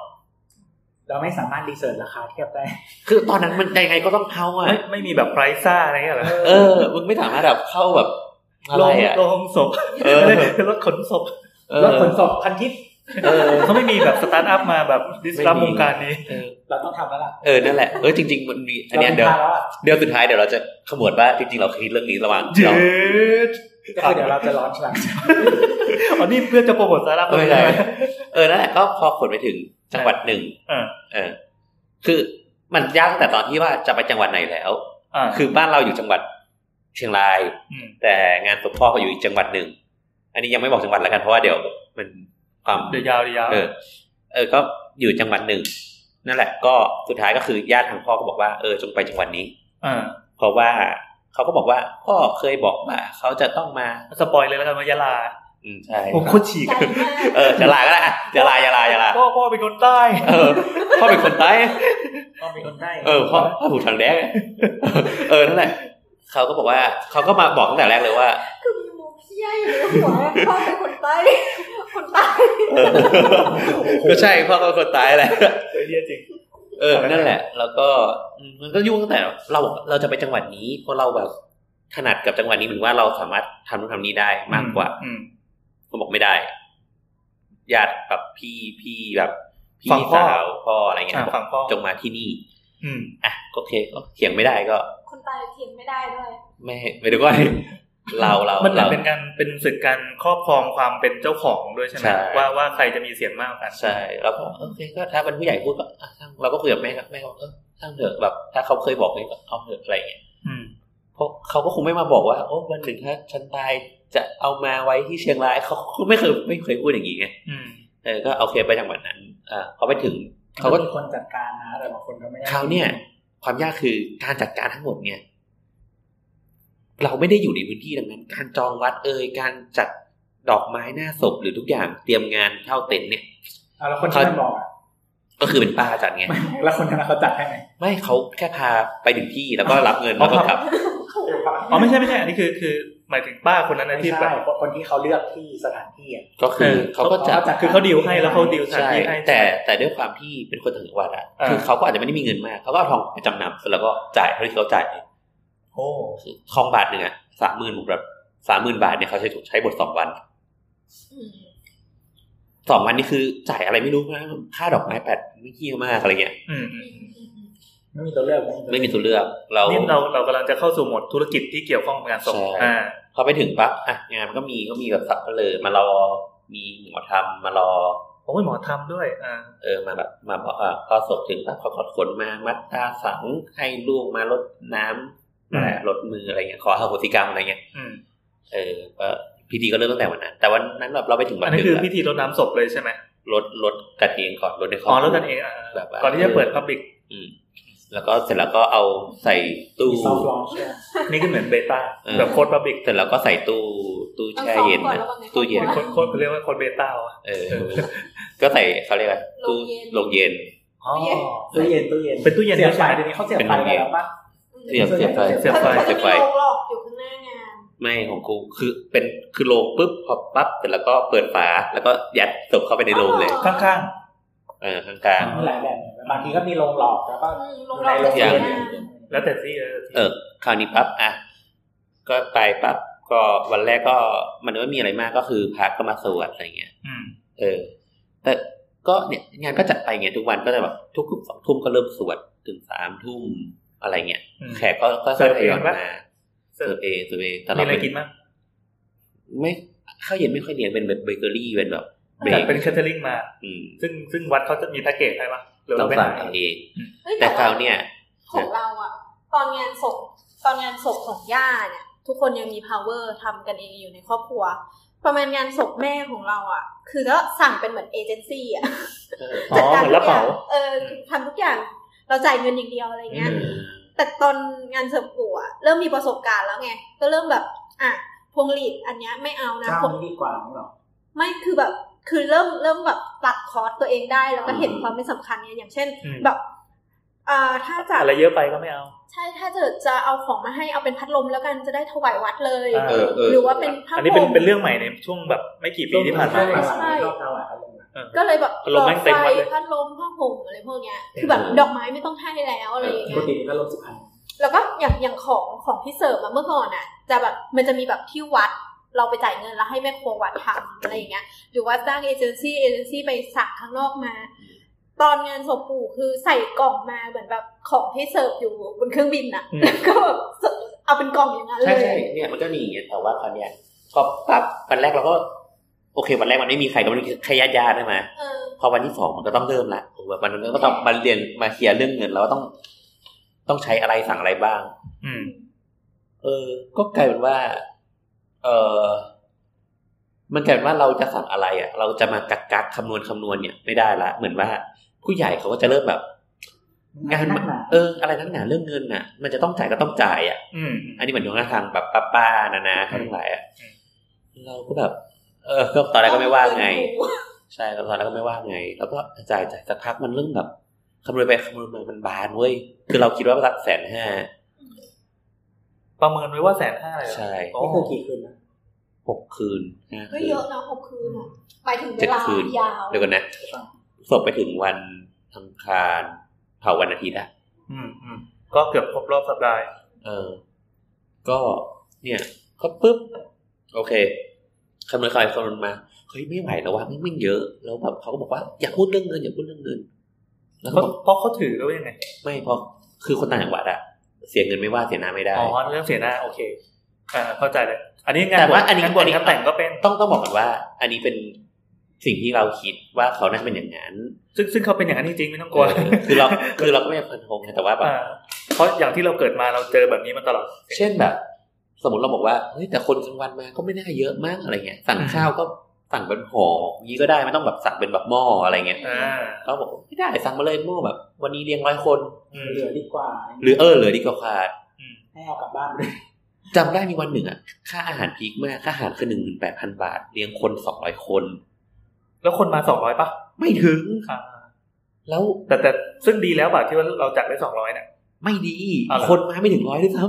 เราไม่สามารถรีเสิร์ชราคาเทียบได้
คือตอนนั้นมันยังไงก็ต้องเข้าอ่ะ
ไม่ไม่มีแบบไพรซ่าอะไรเงี้ยเหรอ
เออมึงไม่สามารถแบบเข้าแบบอะ
ล
ไรง อ่ะ
ลงศพ
เออ
รถขนศพ
เออ
รถขนส่งพันทิป
เออ
เขาไม่มีแบบสตาร์ทอัพมาแบบดิสลอมวงการนี้
เออ
เราต้องทำแล้วล่ะ
เออ นั่นแหละ เออ จริง ๆ มันมี อันเนี้ย
รา
เดี๋ยว
ทำแล้วอ่ะ
เดี๋ยวสุดท้ายเดี๋ยวเราจะขมวดว่าจริง ๆ เราคิดเรื่องนี้ระหว่าง
ยื
เรา
ด
ก็คือเดี๋ยวเราจะร้อนฉลัง
อ๋อนี่เพื่อจะโปรโมทสตาร์ทอัพ
ไม่ใช่ เออ นั่นแหละ ก็พอขนไปถึงจังหวัดหนึ่ง
อ่า
เออ คือมันยากตั้งแต่ตอนที่ว่าจะไปจังหวัดไหนแล้ว
อ่า
คือบ้านเราอยู่จังหวัดเชียงราย
อืม
แต่งานศพพ่อเขาอยู่อีกจังหวัดหนึ่ง อันนี้ยังไม่บอกจังหวัดแล้วกันเพราะว่าเดี๋ยวมันความ
เดี๋ยวยาวเดี๋ยวยาว
เออ เออ ก็อยู่จังหวัดหนึ่ง นั่นแหละ ก็สุดท้ายก็คือญาติทางพ่อก็บอกว่า เออ จงไปจังหวัดนี้
อ่า
เพราะว่าเขาก็บอกว่าพ่อเคยบอกว่าเขาจะต้องมา
สปอยเลยแล้วกันว่ายะลา
อืมใช่
โอ้โหโคตรฉีก
ใจมาก
เออจะลาก็ได้อะจะลาจะลาจะลา
พ่อพ่อเป็นคนใต้
เออพ่อเป็นคนใต้
ต้องมีคนได้
เออพ่อพ่อถูกทางแดงเออนั่นแหละเขาก็บอกว่าเขาก็มาบอกตั้งแต่แรกเลยว่า
คือมีมุก เหี้ยอยู่ในหัวพ่อเป็นคนใต้คนใต้
เออก็ใช่พ่อก็คนตายแหละ
เออเหี้ยจริง
เออ นั่นแหละ แล้วก็อืมมันก็ยุ่งตั้งแต่เราเราจะไปจังหวัดนี้เพราะเราแบบถนัดกับจังหวัดนี้หรือว่าเราสามารถทำนู่นทำนี้ได้มากกว่า
อืม
ผมบอกไม่ได้ญาติแบบพี่พี่แบบพี่
ฝั่งพ่อ
สาวพ่ออะไรเงี้
อ่าย
บอ
ฟังพ่อก
จงมาที่นี่
อืม
อ่ะก็โอเคก็เถียงไม่ได้ก็
คนใต้เถียงไม่ได้ด้วย
ไม่ไม่ดูก่อน เราเรา
มันเหมือน
เรา
เป็นการเป็นศึกการครอบครองความเป็นเจ้าของด้วยใช่ไหม
ใช่
ว่าว่าใครจะมีเสียงมากกว่ากัน
ใช่แล้วก็โอเคก็ถ้าเป็นผู้ใหญ่พูดก็อ่ะช่างเราก็คุยกับแม่ครับแม่ก็เออช่างเถอะแบบ ถ้าเขาเคยบอกนี่ก็เอาเถอะอะไรอย่างเงี้ย
อืม
เพราะเขาก็คงไม่มาบอกว่าโอ้วันหนึ่งถ้าฉันตายจะเอามาไว้ที่เชียงรายเขาเขาไม่เคยไม่เคยพูดอย่างนี้ไง
อืม
เออก็โอเคไปจังหวัดนั้นอ่าพอไปถึง
เขา
เขา
ก็
ก็
มีคนจัดการนะแต่บางคนก็ไม่ได้
คราวเนี่ย ความยากคือการจัดการทั้งหมดเนี่ยเราไม่ได้อยู่ในพื้นที่ดังนั้น การจองวัดเอ่ยการจัดดอกไม้หน้าศพหรือทุกอย่างเตรียมงานเข้าเต็นท์เนี่ย
เอาแล้วคนที่มันบอกอะ
ก็คือเป็นป้าจัดไง
แล้วคนนั้นเขาจัดให้ไหม
ไม่เขาแค่พาไปถึงที่แล้วก็รับเงินแล้วก็กลับ
อ๋อไม่ใช่ไม่ใช่อันนี้คือคือหมายถึงป้าคนนั้นนะ
ไม่
ที่แบ
ใช่
บ
คนที่เขาเลือกที่สถานที่อะ
ก็คือเขาก็จะ
เขาก็จะ
คือเขาดีลให้แล้วเขาดีลสถาน
ใช่
ที่ให้
แต่แต่ด้วยความที่เป็นคนต่างจังหวัดอะ
อ่า
คือเขาก็อาจจะไม่ได้มีเงินมากเขาก็เอาทองไปจำนำเสร็จแล้วก็จ่ายเท่าที่เขาจ่าย
โอ้
คือทองบาทหนึ่งอะสามหมื่นแบบสามหมื่นบาทเนี่ยเขาใช้ใช้บทสองวัน
อืม
สองวันนี่คือจ่ายอะไรไม่รู้นะค่าดอกไม้แปดไม่เที่ยวมากอะไรเงี้ย
อืม
อืมอืมอืม
ไม่มีตัวเลือกไม่
ไม่มีตัวเลือกเรา
นี่เราเรากำลังจะเข้าสู่โหมดธุรกิจที่เกี่ยวข้องกับงานศพ
ใช่
อ่า
พอไปถึงปั๊บอ่ะงานมันก็มีก็มีแบบสับเปลือมารอมีหมอทำมารอ
โอ้ยหมอทำด้วย อ่า
เออมาแบบมาพอเอ่อพอศพถึงก็ขอขอดขนมามัดตาฝังให้ลูกมาลดน้ำ
อืม
อะไรลดมืออะไรเงี้ยขออโหสิกรรมอะไรเงี้ย
อืม
เออก็พิธีก็เริ่มตั้งแต่วันนั้น แต่วันนั้นแบบเราไปถึงวั
อั
น
น
ห
นี้
นึ่ง
คือ
แล้ว
พิธีรดน้ำศพเลยใช่ไหม
ลดลดกันเองก่อนลดในครอบ
อ๋อ
ค
ร
รั
ด
ว
กันเองอ่า
แบบว่า
ก่อนที่จะเปิดพับลิก
อืมแล้วก็เสร็จแล้วก็เอาใส่ตู้
มีซอฟต์ลอนช์
นี่ก็เหมือนเบต้า
เออ
แบบโค้ดพับลิก
เสร็จแล้วก็ใส่ตู้ตู้
ต้อง
แช่
ซ้อม
เย็น
ก่อน
นะ
แล้วกัใครอบครัว
ตู้เย็น
โค้ดโค้ดเขาเรียกว่าโค้ดเบต้าวะ
เออ ก็ใส่เขาเรียกอะไรตู้
โร
โรง ง
เย็
เย็
น
น
อ๋อ
ตู้เย็นตู้เย็น
เป็นตู้เย็น
เสียบ
ใช่
ไฟ
ไหม
เดี๋ยวนี้เขาเสียบ
เป็น
ไฟ
โรงเรียน
แล้วปะ
เสียบเสียบไฟ
เสียบไฟ
เขา
เสี
จะ
ยบ
มี
ไฟ
โรงหลอกอยู่ข้างหน้างาน
ไม่ของกูคือเป็นคือโรงปุ๊บพอปั๊บเสร็จแล้วก็เปิดฝาแล้วก็ยัดศพเข้าไปในโรงเลย
ข้าง
เออข้าง
มีหลายแบบบางทีก็มีโรงหลอกแล้วก็
อืมโร
อง ยู่
หลอก
ในโรง
อ
เรี
ยู่
ยน
ข้างหน้า
ๆแล้วแต่ที่แล้วแต่ที่
เออ ๆคราวนี้ปั๊บอ่ะก็ไปปั๊บก็วันแรกก็มันไม่มีอะไรมากก็คือพระก็มาสวดอะไรเงี้ย
อืม
เออ แต่ก็เนี่ยงานก็จัดไปเงี้ยทุกวันก็จะแบบทุกๆสองทุ่มก็เริ่มสวดถึงสามทุ่มอะไรเงี้ย
อืม
แขกก็ก็
เสิร์ฟ
ท
เอง
ยอย
ปะ
มา
เสิ
เสิ
ร์
ร์
ฟ
ฟเองเสิร์ฟเองแต่
มี
เรา
อะไร
เป็น
กินบ้าง
ไม่ข้าวเย็นไม่ค่อยเลี้ยงเป็นแบบเบเกอรี่เป็นแบบเบร
จัด
ก
เป็นแคทเทอริงมา
อืม
ซึ่งซึ่งวัดเขาจะมีแพ็กเกจให้ปะหรือ
ต้
เรา
อง
ไป
สั่ง
หา
เอง
เฮ้ย
แต่
ว่
คราวเนี่ย
ของเราอะตอนงานศพตอนงานศพของย่าเนี่ยทุกคนยังมี power ทำกันเองอยู่ในครอบครัว ประมาณงานศพแม่ของเราอะคือก็สั่งเป็นเหมือนเอเจนซี่อะ
อ๋อเหมือนกระเป๋า
เออทำทุกอย่างเราจ่ายเงินอย่างเดียวอะไรเงี้ย
อืม
แต่ตอนงานเสริมปู่อะเริ่มมีประสบการณ์แล้วไง ก็เริ่มแบบอ่ะพวงหลีดอันเนี้ยไม่เอานะ
เจ้า
พวง
นี้ดีกว่าหรอ
ไม่คือแบบ คือเริ่มเริ่มแบบตัดคอร์สตัวเองได้แล้วก็เห็น
อืม
ความไม่สำคัญไงอย่างเช่น
อืม
แบบอ่าถ้าจะ
อะไรเยอะไปก็ไม่เอา
ใช่ ถ้าจะจะเอาของมาให้เอาเป็นพัดลมแล้วกันจะได้ถวายวัดเลย
อ่า
เออเออ
หรือว่าเป็นผ้า
อันนี้
ผ
เป็น
ม
เป็นเรื่องใหม่ในช่วงแบบไม่กี่ปีที่ผ่านมา
ใช่ชอบเราอ่ะเขาลงมา
เออ
ก็เลยแบบ
พัดลมแม่งเต็มวัดเลย
หอดไฟพัดลมผ้าห่มอะไรพวกเนี้ย คือแบบดอกไม้ไม่ต้องให้แล้วอะไรอย่าง
ปก
เงี้ย
ตินี่ก็ลงสุพรรณ
แล้วก็อย่างอย่างของของพี่เสิร์ฟอะเมื่อก่อนอะจะแบบมันจะมีแบบที่วัดเราไปจ่ายเงินแล้วให้แม่ครัววัดทำอะไรอย่างเงี้ยหรือว่าจ้างเอเจนซี่เอเจนซี่ไปสั่งข้างนอกมา ตอนงานศพปู่คือใส่กล่องมาเหมือนแบบของที่เสิร์ฟอยู่บนเครื่องบินอะ
อืม
ก็แบบเอาเป็นกล่องอย่างนั้นเล
ใช่ใช่
ย
เนี่ยมันก็มีอย่างเงี้ยแต่ว่าคราวเนี้ยพอปั๊บวันแรกเราก็ โอเค วันแรกมันไม่มีใครก็ไม่รู้ใครญาติญาติได้มา
เออ
พอวันที่สองมันก็ต้องเริ่มละโอ้แบบมันก็ต้องมาเรียนมาเคลียร์เรื่องเงินแล้วว่าต้อง ต้องใช้อะไรสั่งอะไรบ้าง
อืม
เออ ก็กลายเป็นว่า เออมันกลายเป็นว่าเราจะสั่งอะไร อ่ะ เราจะมากักกักๆคำนวณคำนวณเนี่ยไม่ได้ละ เหมือนว่า ผู้ใหญ่เขาก็จะเริ่มแบบ
งาง
านน
ห
มั
นัก
น
หนา
เอออะไรนักหนาเรื่องเงินน่ะ มันจะต้องจ่ายก็ต้องจ่ายอ่ะ
อืม
อันนี้เหมือนดวงหน้าทางแบบป้าป้าๆนานาเขาทั้งหลายอ่ะ
อืม
เราก็แบบ เออก็ตอนแรกก็ไม่ว่าไง ใช่ตอนแรกก็ไม่ว่าไง แล้วก็จ่ายจ่ายสักพักมันเริ่มแบบคำนวณไปคำนวณมามันบานเว้ยคือเราคิดว่าสักแสนห้า
ประเมินไว้ว่าแสนห้าเลยเหรอ
ใช่
โอ้
นี่คือกี่คืนนะ
หกคืนห้า
ก็
คืน
เยอะนะหกคืนอะหมายถึงเว
เจ็ด
ลา
คืน
ยาว
เดี๋ยวก่อนนะศพไปถึงวันอังคารเผาวันอาทิตย์อะ
อืมอืมก็เกือบครบรอบสัปดาห์
เออ ก็เนี่ยก็ปุ๊บ โอเคคำนวณคอยคำนวณมาเฮ้ยไม่ไหวแล้วว่าไม่ไม่งเยอะ แล้วแบบเขาก็บอกว่าอย่าพูดเรื่องเงินอย่าพูดเรื่องเงิน แล้วก็
เขาเพราะเขาถือแล้วยังไง
ไม่เพอคือคนต่างจังหวัดอะเสียเงินไม่ว่าเสียน้ำไม่ได้
อ๋อเรื่องเสียหน้าโอเคอ่าเข้าใจเลยอันนี้งาน
แต่ว่า
บช
อันนี้
งานบ
อั
ท
นนี้
งานแต่งก็เป็น
ต้องต้องบอกก่อนว่า อันนี้เป็นสิ่งที่เราคิดว่าเขาน่าจะเป็นอย่างนั้น
ซึ่งซึ่งเขาเป็นอย่างนั้นจริงๆไม่ต้องกลัว
เออคือเราคือเราก็ไม่ได้ฟันธงนะแต่ว่าแบบ
อ่าเพราะอย่างที่เราเกิดมาเราเจอแบบนี้มาตลอด
เช่นแบบ สมมติเราบอกว่าเฮ้ยแต่คนกลางวันมาก็ไม่น่าเยอะมากอะไรเงี้ย สั่ง
อืม
ข้าวก็สั่งเป็นห่ออย่างนี้ก็ได้ไม่ต้องแบบสั่งเป็นแบบหม้ออะไรเงี้ย
อ่า
ก็บอกไม่ได้สั่งมาเลยหม้อแบบ วันนี้เลี้ยงร้อยคน
อืม
เหลือดีกว่า
หรือเออเหลือดีกว่าขาด
ให้เอากลับบ้านเลย
จำได้มีวันหนึ่งอะค่าอาหารพีคมากค่าอาหารคือหนึ่งหมื่นแปดพันบาท เลี้ยงคนสองร้อยคน
แล้วคนมาสองร้อยปะ
ไม่ถึง
อ่า
แล้ว
แต่แต่ซึ่งดีแล้วบาทที่ว่าเราจัดได้สองร้อยเนี่ย
ไม่ดี
เอาเหรอ
คนมาไม่ถึงร้อยด้วยซ้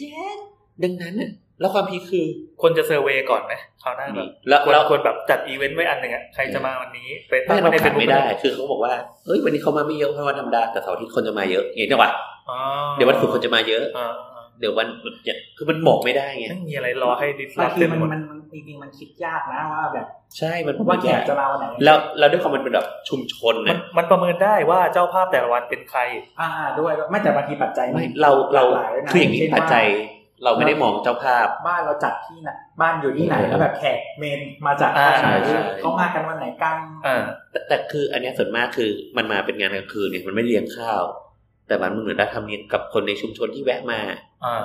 เย็น
ำดังนั้นอะแล้วความพีคคือ
คนจะเซอร์เวย์ก่อนไหมคราวหน้าแบบ
แล้ว
ควร
แล้ว
ควรแบบจัดอีเวนต์ไว้อันหนึ่งอะใครจะมาวันนี้ไปตั้
ไม่
ง
เรา
ไว้ในเฟ
ขา
ซ
ด
บุ๊ก
ไม่ได้ คือเขาบอกว่า เอ้ย วันนี้เขามาไม่เยอะเพราะวันธรรมดา แต่เสาร์อาทิตย์คนจะมาเยอะอย่างนี้จังหวะ
อ๋อ
เดี๋ยววันศุกร์คนจะมาเยอะ
อ่า
เดี๋ยววันคือมันบอกไม่ได้ไง
ไม่มีอะไรรอให้ดิสลอ
บา
ง ฟ
ที
เต็ม
มัน
หมด
มันมันจริงๆมันคิดยากนะว่าแบบ
ใช่ มัน
ว่า
ว่า
แข
แก่
กจะมาวันไหน
แล้วแล้วด้วยความมันเป็นแบบชุมชน
มัน
นะ
มันประเมินได้ว่าเจ้าภาพแต่ละวันเป็นใคร
อ่าด้วยไม่แต่บางทีปัจจัยน
ไม่เราเรา
หลกหลด้วะ
คืออย่างนี้
เช่ว่
ปัจจัยเราไม่ได้มองเจ้าภาพ
บ้านเราจัดที่ไหนบ้านอยู่ที่ไหน
เออ
แล้วแบบแขกเมนมาจาก
อ่า
ไหน
ใช่
เขามากันวันไหนกัน
อ่า
แต่แต่คืออันเนี้ยส่วนมากคือมันมาเป็นงานกลางคืนเนี่ยมันไม่เลี้ยงข้าว แต่มันเหมือนได้ทำเนียนกับคนในชุมชนที่แวะมา
อ่า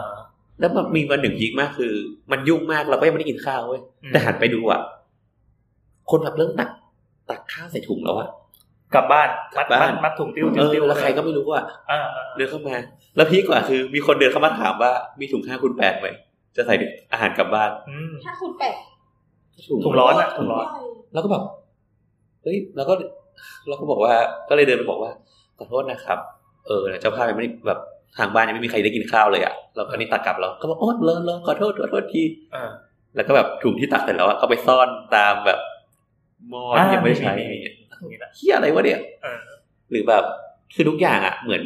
แล้วมันมีวันหนึ่งยิงมากคือ มันยุ่งมากเราก็ยังไม่ได้กินข้าวเว้ย
อืม
แต่หันไปดูอ่ะ คนแบบเริ่มตักตักข้าวใส่ถุงแล้วอ่ะ
กลับบ้านมัด
กลับ
มั
บ้า
ด
น
มัดถุงติ้ว
เอ
ติ้ว
อ
ติ้ว
แล้วใครก็ไม่รู้อ่ะ
อ่าอ่า
เดินเข้ามา แล้วพีคกว่าคือ มีคนเดินเข้ามาถามว่ามีถุงห้าคูณแปดไหมจะใส่อาหารกลับบ้าน
อืม
ถ้าคุณแปด
ถุงร้อนอะถุงร้อน
แล้วก็แบบเฮ้ยแล้วก็เราก็บอกว่า ก็เลยเดินไปบอกว่าขอโทษนะครับ เออเจ้าภาพยังไม่ได้แบบทางบ้านยังไม่มีใครได้กินข้าวเลยอ่ะเราก็นี่ตักกลับแล้วก็บอกโอ๊ยเลอะเลอะขอโทษขอโทษที
อ่า
แล้วก็แบบถุงที่ตักเสร็จแล้วอะก็ไปซ่อนตามแบบหม้อที่ยังไม่ได้ใช้
อ่ามีมีมี
อย่างเงี้ยเฮียอะไรวะเนี่ย
เออ
หรือแบบคือทุกอย่างอะเหมือน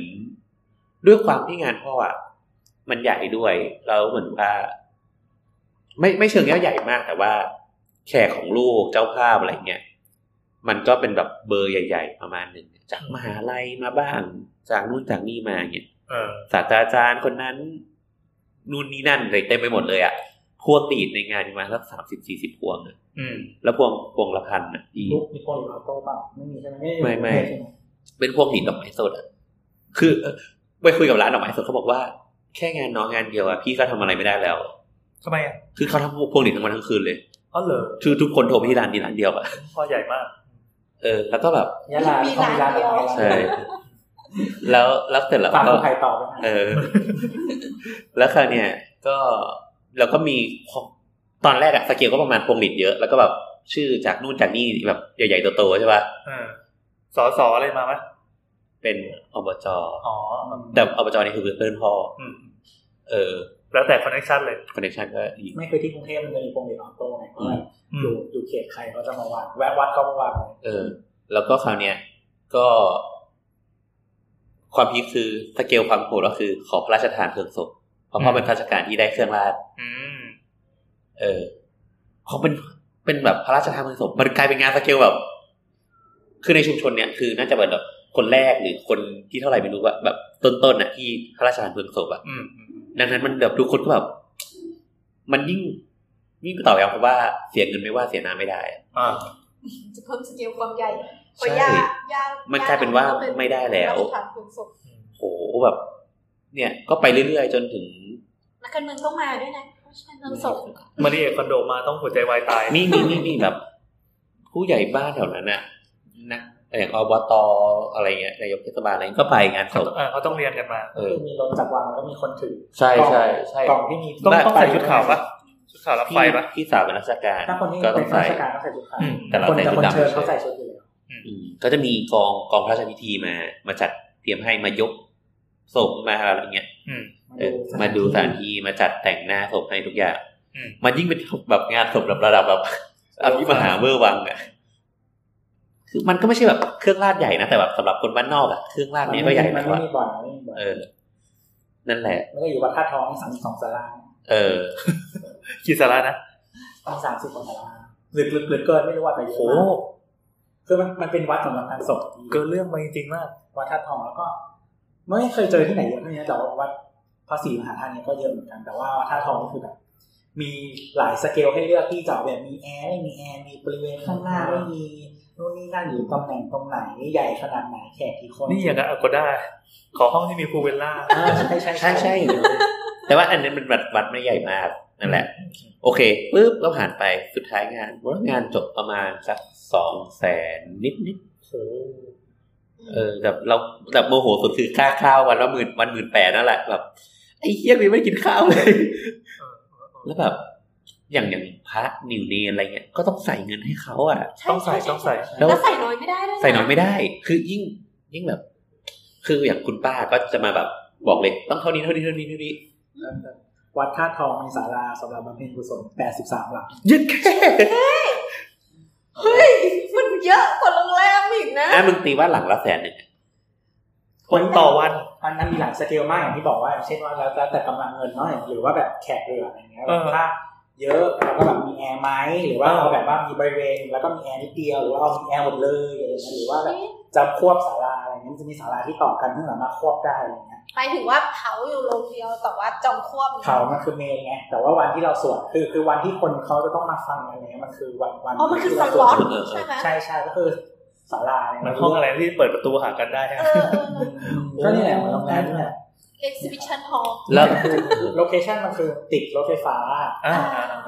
ด้วยความที่งานพ่ออะมันใหญ่ด้วยแล้วเหมือนว่าไม่ไม่เชิงแค่ใหญ่มาก แต่ว่าแขกของลูกเจ้าภาพอะไรเงี้ยมันก็เป็นแบบเบอร์ใหญ่ ๆ ประมาณหนึ่งจากมหาลัยมาบ้าง จากนู่นจากนี่มาเงี้ย
เออ
ศาสตราจารย์คนนั้น นู่นนี่นั่นเลยเต็มไปหมดเลยอะพวงหลีดในงานประมาณสักสามสิบสี่สิบพวงอะ
อืม
แล้วพวงพวงละพันอะอีก
ลูกมีคนหรือเราโตเปล่าไม่มีใช่ไหมด้อยู่
ไม่ไม่
ใช่ห
เป็นพวงหลีดดอกไม้สดอะคือเอ่อไปคุยกับร้านดอกไม้สดเขาบอกว่า แค่งานน้องงานเดียวอะพี่ก็ทำอะไรไม่ได้แล้ว
ทำไมอ่ะ
คือเขาทำพวงหลีดทั้งวันทั้งคืนเลย
อ๋อเหรอ
คือทุกคนโทรไปที่ร้านนี้ร้านเดียวอะ
พ่อใหญ่มาก
เออแล้วก็แบบ
ยะลา
มี
เขา
ร้า
มี
น
ร้าน
เดียว
อะไรบ้าง
ใช่แล้วแล้วเสร็จแล้ว
ฝาก
ก็
คนไทยต่อไปนะ
เออ แล้วคราวเนี่ย ก็เราก็มีพอตอนแรกอะสเกลก็ประมาณพวงหลีดเยอะ แล้วก็แบบชื่อจากนู่นจากนี่แบบใหญ่ๆโตๆใช่ป่ะ
เออสอสออะไรมาไหม
เป็นอบจ
อ๋อ
แต่อบจนี่คือเพื่อนพ่อ
อืม
เออ
แล้วแต่คอนเนคชันเลย
คอนเนคชันก็อีก
ไม่เคยที่กรุงเทพมันจะมีโปรงเด็กออโต้ไง
อืม
อยู่อยู่เขตใครเขาจะมาวางแวะวัดเขามาวาง
เออ แล้วก็คราวเนี่ย ก็ความพีคคือสเกลความโหดก็คือขอพระราชทานเครื่องศพเพราะพ่อเป็นข้าราชการที่ได้เครื่องราช
อืม
เออเขาเป็นเป็นแบบพระราชทานเพลิงศพมันกลายเป็นงานสเกลแบบ คือในชุมชนเนี่ยคือน่าจะเป็นแบบคนแรกหรือคนที่เท่าไหร่ไม่รู้ว่าแบบต้นๆน่ะที่พระราชทานเพลิงศพอะ
อืม
ดังนั้นมันแบบทุกคนก็แบบ มันยิ่งยิ่งไปต่อย้ำเพราะว่าเสียเงินไม่ว่าเสียน้ำไม่ได้อะ
อ่า
จะเพิ่มสเกลความใหญ่เพราะยากยาก
มันกลายเป็นว่าไม่ได้แล้ว
ราชทานคุณศพ
โอ้โหแบบ เนี่ย ก็ไปเรื่อยๆจนถึง
นักการเมืองต้องมาด้วยนะเพราะฉะนั้นเราศพ
มารีเอกคอนโดมาต้องหัวใจวายตาย
มีมีมีมีแบบ ผู้ใหญ่บ้านแถวนั้นน่ะนะอย่างอบตอะไรเงี้ยนายกเทศบาลอะไรเงี้ยก็ไปงานศพ
เออเขาต้องเรียนกันมา
เอ
คื
อ
อมีรถจัดวางแล้วก็มีคนถือ
ใช่ใช่ใช่
กล่องที่มี
ต้อง
ได้
ต้องใส่ชุดขาวปะชุดขาวรับ
พี่
ไฟปะ
พี่สาวเป็นนักราชการ
ถ้าคนที่
ก็ต้
เป็
อน ง
ข้า
ใส่
ราชการเขาใส่ชุดขาว
อืม
แต่เรา
คน
ใส่
แต่คน
ชุดดำ
เชิญเขา
ใช่
ใส่ชุดอยู่แล้ว
อืมก็จะมีกองกองพระราชพิธีมา มาจัดเตรียมให้มายกศพมาอะไรเงี้ย
อืม
เออมาดูสถานที่มาจัดแต่งหน้าศพให้ทุกอย่าง
อื อืม
มันยิ่งเป็นแบบงานศพแบบระดับ แบบอภิมหาเวอร์วังอะคือมันก็ไม่ใช่แบบเครื่องราดใหญ่นะแต่แบบสำหรับคนบ้านนอกอะเครื่องราดเนี้ยก็ใหญ่
มั
นะ
น
ว่า
ไม่มีบ่อนมันไม่มีบ่อน
เออ นั่นแหละ
มันก็อยู่วัดท่าทองสามสิบสองสารา
เออ
กี่สาระนะ
ต้องสามสิบกว่าสาราหรือลึกๆเกินไม่รู้ว่าแต่เยอะ
โอ้
มากคือมันมันเป็นวัดสำหรับงานศพ
เกินเรื่องไปจริงๆมาก
วัดท่าทองแล้วก็ ไม่เคยเจอที่ไหนเยอะเท่านี้แต่ว่าวัดพระศรีมหาธาตุเนี่ยก็เยอะเหมือนกันแต่ว่าวัดท่าทองนี่คือแบบมีหลายสเกลให้เลือกที่จะเอาแบบมีแอร์ไม่มีแอร์มีบริเวณข้างหน้าไม่มีนู่นนี่นั่นอยู่ตำแหน่งตรงไหนใหญ่ขนาดไหนแขกกี่คน
นี่อย่างกับอโกด้าขอห้องที่มีพูลเวลล่า
อ่าใช่ใช่
ใช่ใช่แต่ว่าอันนี้มันวัดวัดไม่ใหญ่มากนั่นแหละ โอเคปุ๊บก็ผ่านไปสุดท้ายงานงานจบประมาณสักสองแสนนิดนิด
โอ้
ๆเออแบบเราแบบโมโหสุดคือค่าข้าววันละหมื่นวันหมื่นแปดนั่นแหละแบบไอ้เฮี้ยนี่ไม่กินข้าวเลย แล้วแบบ อย่างอย่างพระนิวเนยนอะไรเงี้ยก็ต้องใส่เงินให้เขาอ่ะ
ต้องใส่ต้องใส่
แล้ว
แล้วใส่น้อยไม่ได้ด้วยะ
ใส่น้อยไม่ได้ คือยิ่งยิ่งแบบ คืออย่างคุณป้าก็จะมาแบบบอกเลย ต้องเท่านี้เท่านี้เท่านี้เท่านี้
วัดท่าทองมีศาลาสำหรับบำเพ็ญกุศล83หลัง
ยึดแค่
เฮ้ย มันเยอะกว่าโรงแรมอีกนะ
อ่ะมึงตีว่าหลังละแสนหนึ่งอะ
คนต่อวัน
มันมันมีหลายสเกลมากอย่างที่บอกว่าอย่างเช่นว่าแล้วแล้วแต่กำลังเงินเนาะอย่างหรือว่าแบบแขกเรืออะไรเงี้ย
เออ
ถ้าเยอะเราก็แบบมีแอร์ไหมหรือว่าเอาแบบว่ามีบริเวณแล้วก็มีแอร์นิดเดียวหรือว่าเอามีแอร์หมดเลยอะไรเงี้ยหรือว่าแบบจะควบศาลาอะไรเงี้ยมันจะมีศาลาที่ต่อกันที่สามารถควบได้อะไรเงี้ย
หมายถึงว่าเผาอยู่โรงเดียวแต่ว่าจองควบ
เผามันคือเมนไงแต่ว่าวันที่เราสวดคือคือวันที่คนเขาจะต้องมาฟังอะไรเงี้ยมันคือวันวัน
อ๋อ มันคือส
ที่เราสวด
ล็อตใช่ไหม
ใช่ใช่ก็คือศาลาเนี่ย
มันห้องอะไรที่เปิดประตูหากันได้ฮะ
เออเออ
ก็นี่แหละเหมือนโรงแรมนี่แหละ
เอ็กซิบิชันฮอลล์
แล้ว
โลเคชั่นมันคือติดรถไฟฟ้า
อ่า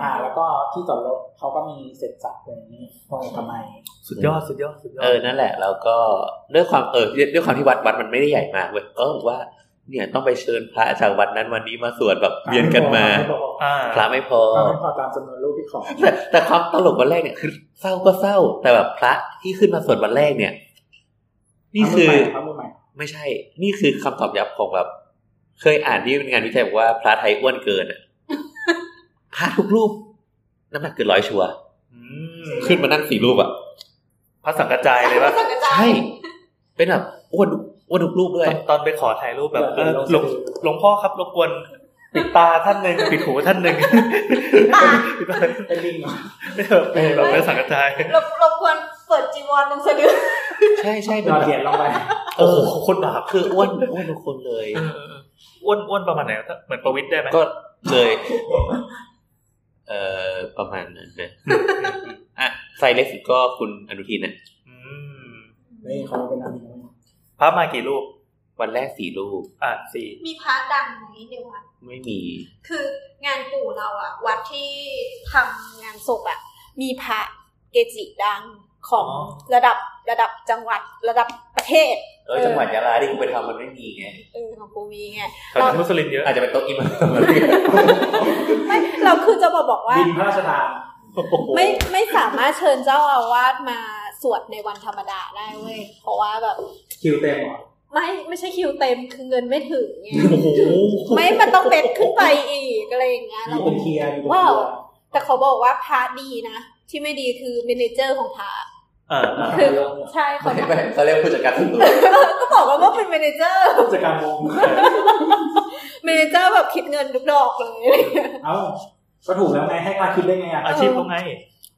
อ่าแล้วก็ที่จอดรถเขาก็มีเสร็จสับอะไรอย่างนี้ตรงเอกมัย
สุดยอดสุดยอดสุดยอด
เออ นั่นแหละ แล้วก็ด้วยความเออด้วยด้วยความที่วัดวัดมันไม่ได้ใหญ่มากเว้ย ก็บอกว่า เนี่ยต้องไปเชิญพระจากวัดนั้นวันนี้มาสวดแบบเวียนกันมา
อ่า
พระไม่พอ
ก็ไม่พอตามจำนวนรูปที่ขอ
แต่แต่ความตลกวันแรกเนี่ยคือเศร้าก็เศร้า แต่แบบพระที่ขึ้นมาสวดวันแรกเนี่ย นี่คือ
พระมือใหม่
ไม่ใช่ นี่คือคำตอบยับของแบบ เคยอ่านที่เป็นงานวิจัยบอกว่าพระไทยอ้วนเกินอ่ะ พระทุกรูป น้ำหนักเกินร้อยชัวร์
อืม
ขึ้นมานั่งสี่รูปอ่ะ
พระสังกัจจายเลยว่า
สังกัจจา
ใช่
ย
เป็นแบบอ้วนอ้วนทุกรูปด้วย
ตอนไปขอถ่ายรูปแบบเออหล
ล
วงหลวงพ่อครับรบกวนปิดตาท่านหนึ่งปิดหูท่านหนึ่งปิดตา
เป็นลิงเหรอ
ไม่เออเป็นแบบพระสังกัจจาย
รบรบกวนเปิดจีวรตรงสะดือ
ใช่ใช่
น
เป็น
อน
แบบ
เหรียญลงไป
เออคนบาปคืออ้วนอ้วนทุกคนเลย
เออเอออ้วนอ้วนประมาณไหนถ้าเหมือนประวิตรได้ไหม
ก็ เลย เอ่อประมาณนั้นนะอ่ะไซส์เล็กสุดก็คุณอนุทินนะ
อืม
นี่เขาเป็นอะไร
พระมากี่รูป
วันแรกสี่รูป
อ่าสี่
มีพระดังไหมในวัด
ไม่มี
คืองานปู่เราอะวัดที่ทำงานศพอะมีพระเกจิดังของระดับระดับจังหวัดระดับประเทศ
เออจังหวัดยะลาที่กูไปทำมันไม่มีไง
เออของกูมีไง
แถวนั้นมุสลิมเยอะ
อาจจะเป็นโต๊ะอิมาม
ไม่เราคือจะมาบอกว่า
บินพระราชทาน
ไม่ไม่สามารถเชิญเจ้าอาวาสมาสวดในวันธรรมดาได้เว้ย เพราะว่าแบบ
คิวเต็มเหรอ
ไม่ไม่ใช่คิวเต็มคือเงินไม่ถึงไง
โอ้โห
ไม่มันต้องเบ็ดขึ้นไปอีกอะไรอย่างเงี้ย
มี
เรา
เป็นเทียร์มีเป็น
ว้า
เที
ว
ยร์
แต่เขาบอกว่าพระดีนะ ที่ไม่ดีคือเมเนเจอร์ของพระ
อ่าอ่า
คือ
ใช่เขา
ไม่ไม่เขาเรียกผู้จัดการส่วนตัว
ก็บอกว่าว่าเป็นเมเนเจอร์
ผู้จัดการวง
เมเนเจอร์แบบคิดเงินทุกดอกเลย
เอ้าก็ถูกแล้วไงให้พาคิดได้ไงอ่ะ
อาชีพเขาไง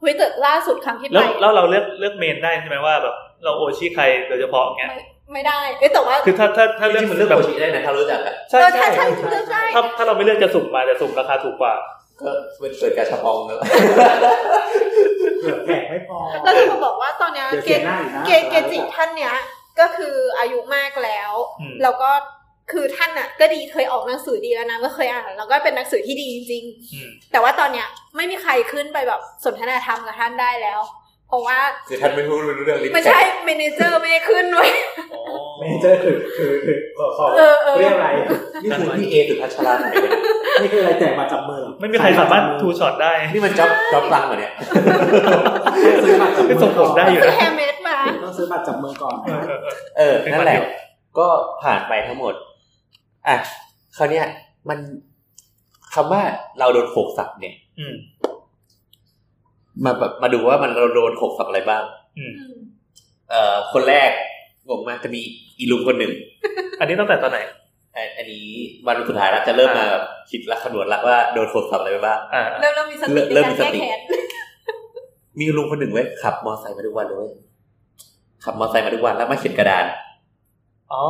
เฮ้ยแต่ล่าสุดครั้งที่
แล้
ไป
วแล้วเราเลือกเลือกเมนได้ใช่ไหมว่าแบบเราโอชิใครโดยเฉพาะเงี้ย
ไม่ได้เอ้ยแต่ว่า
คือถ้าถ้าถ้า
จ
เลือก
ริงๆมันเลือก
แบบ
โคชิได้นะถ้ารู้จักอ่ะ
ใช่
เรา
ใช่
ถ้าฉันเลือกได้
ถ้าถ้าเราไม่เลือกจะสุ่มมาแต่สุ่มราคาถูกกว่า
ก็เป็นเกิดการชับองแล้ว
เผื่อแขกไม่พอ
เราจะมาบอกว่าตอนเนี้ย
เดี๋ยว
เก
เสีย
ณฑ์
หน้าอีกนะ
เกเกจิท่านเนี้ยก็คืออายุมากแล้ว
อืม
แล้วก็คือท่านอ่ะ ก็ดีเคยออกหนังสือดีแล้วนะก็เคยอ่านแล้วก็เป็นหนังสือที่ดีจริง
อืม
ๆ แต่ว่าตอนเนี้ยไม่มีใครขึ้นไปแบบสนทนาธรรมกับท่านได้แล้ว เพราะว่า
คือท่านไม่รู้เรื่องลิ้น
ไม่ใช่เมเนเจอร์ไม่ได้ขึ้นไว้ย
อ๋อ
เมเจอร์คือคือคือขอขอ
เออเออ
เรียกอะไรอะ
นี่คือพี่เอสุพัชราไหนเนี่ย
นี่คืออะไรแจกมาจับมือ
ไม่มีใครสามารถทูช็อตได้
นี่มันจ็อบจ็อบกลางเหรอเนี่ย
ซื้อบัตรจับมือ
ส่งผมได้อยู่
ซื้อ
นะ
แฮมเมดมา
ต้องซื้อบัตรจับมือก่อน
เออเออเออ
เออ
เป็น
นั่นแหละ ก็ผ่านไปทั้งหมด อ่ะ คราวเนี้ยมันคำว่าเราโดนโขกสับเนี่ย
อืม
มาแบบมาดูว่ามันเราโดนหกกับอะไรบ้าง
อืม
เอ่อคนแรกงงมากจะมีอีลุงคนหนึ่ง
อันนี้ตั้งแต่ตอนไหน
อ่ะอันนี้วันสุดท้ายแล้วจะเริ่มมาแบบคิดละคำนวณละว่าโดนหกกับอะไรไปบ้าง
อ่า
เริ่มเริ่มมีสติในการแก้
เริ่มมีสติ
แค้น
มีลุงคนหนึ่งเว้ยขับมอไซค์มาทุกวันเลยเว้ยขับมอไซค์มาทุกวันแล้วมาเขียนกระดาน
อ๋อ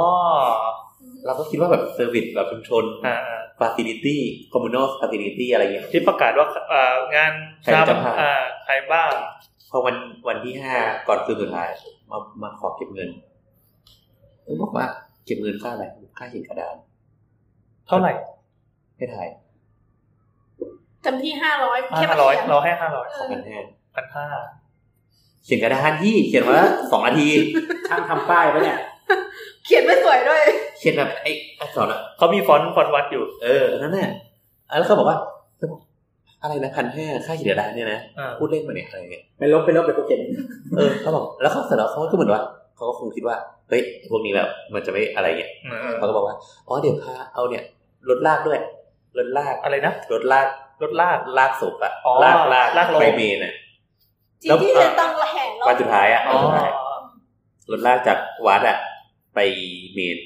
เราก็คิดว่าแบบเซอร์วิสแบบชุมชน
อ่าอ่า
ฟาซิลิตี้คอมมูนอลฟาซิลิตี้อะไรเงี้ย
ที่ประกาศว่าเอ่องาน
ใครจะผ่าน
อ่าใครบ้าง
พอวันวันที่ห้าก่อนคืนสุดท้ายมามาขอเก็บเงินผมบอกว่าเก็บเงินค่าอะไรค่าเขียนกระดาน
เท่าไหร่
ให้ถ่าย
จำที่ห้าร้อยแค่
ห้า
มา
ร้อย
เขียน
เราให้ห้าร้อย
เอ
สอง
อ
พันห้า
พันห้า
เขียนกระดานที่เขียนมาละสองนาที
ช่างทำป้ายปะเนี่ย
เขียนไม่สวยด้วย
เขียนแบบไอ้อักษรอะ
เขามีฟอนต์ฟอนต์วัดอยู่
เออนั่นแหละอ่ะแล้วเขาบอกว่าแล้วบอกอะไรนะพันห้าค่าเฉลี่ยได้เนี่ยนะ
อ่า
พูดเล่นมาเนี่ยอะไรเงี้ย
ไปลบไปลบเดี๋ยวกูเขียน
เออเขาบอก แล้วเขาเสร็จแล้วเขาก็เหมือนว่าเขาก็คงคิดว่า เฮ้ย พวกนี้แบบ มันจะไม่อะไรเงี้ยเขาก็บอกว่า อ๋อ เดี๋ยวพาเอาเนี่ย รถลากด้วย รถลาก
อะไรนะ
รถลาก
รถลาก
ลากศพอะ
อ๋อ
ลากลาก
ลากลง
ไปเมนอะ
จริ
แล้
ง
ว
ที่
เอ่
เล
อ
ยต้องระแหงเรา
วันสุดท้ายอะ
อ๋
วั
อน
สุดท้ายรถลากจากวัดอะไปเมน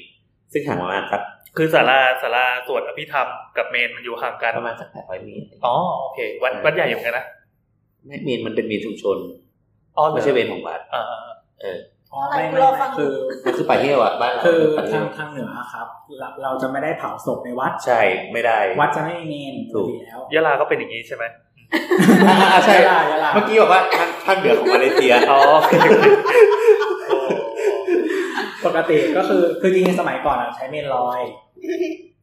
ซึ่งห่างประมาณสัก
คือศาลาศาลาสวดอภิธรรมกับเมนมันอยู่ห่างกัน
ประมาณสักแปดร้อยเมตร
อ๋อ โอเค วัด
ใช่
วัดใหญ่อยู่เหมือนกันนะ
ไม่เมนมันเป็นเมนชุมชน
อ๋อหรอ
ไม่ใช่เมนของวัด
อ่า
อ๋อไม่ไม่ไม่คือ
มันคือไปเที่ยวอะบ้านเรา
คือ
ไปเที่
ทายง
ว
ทางเหนือครับ เราเราจะไม่ได้เผาศพในวัด
ใช่ไม่ได้
วัดจะไม่มีเมน
ถูก
ดีแล้ว
ๆยะลาก็เป็นอย่างนี้ใช่ไหม
อ่าใช่
ยะลายะลา
เมื่อกี้บอกว่าทางทางเหนือของมาเลเซีย
อ๋อโอเคโอ้
ปกติก็คือคือจริงๆสมัยก่อนอะใช้เมนลอย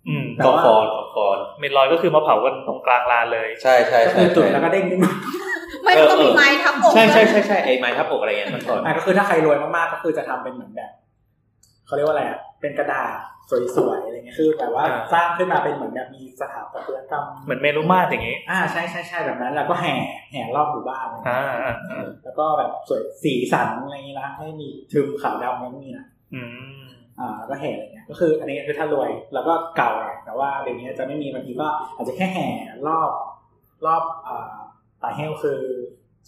อืม
แต่
กอ
ว่า
ฟอนกอฟอน
เมนลอยก็คือมาเผากันตรงกลางลานเลย
ใช่ใช่
ก็
ใช่
คือจุดแล้วก็เด้งขึ้นมา
ไม่ต้องมีไม้ทับอก
ใช่ใช่ใช่ใช่ไอ้ไม้ทับอกอะไรเงี้ยเมื่อก่อน
อ่ะก็คือถ้าใครรวยมากๆก็คือจะทำเป็นเหมือนแบบเขาเรียกว่าอะไรอะเป็นกระดาษสวยๆอะไรเงี้ยคือแบบว่า
อ่า
สร้างขึ้นมาเป็นเหมือนแบบมีสถาปัตยกรรม
เหมือนเมรุมาตรอย่างนี้
อ่าใช่ใช่ใช่แบบนั้นแล้วก็แห่แห่รอบหมู่บ้านอะไรเงี้ย
อ่าอ่าอ่า
แล้วก็แบบสวยสีสันอะไรอย่างนี้นะให้มีทึมขาวดำแล้วมีนะ
อืม
อ่าแล้วก็แห่อะไรเงี้ยก็คือ อันนี้คือถ้ารวยแล้วก็เก่าหน่อยแต่ว่าเดี๋ยวนี้จะไม่มีบางทีก็อาจจะแค่แห่รอบรอบอ่าป่าเฮลคือ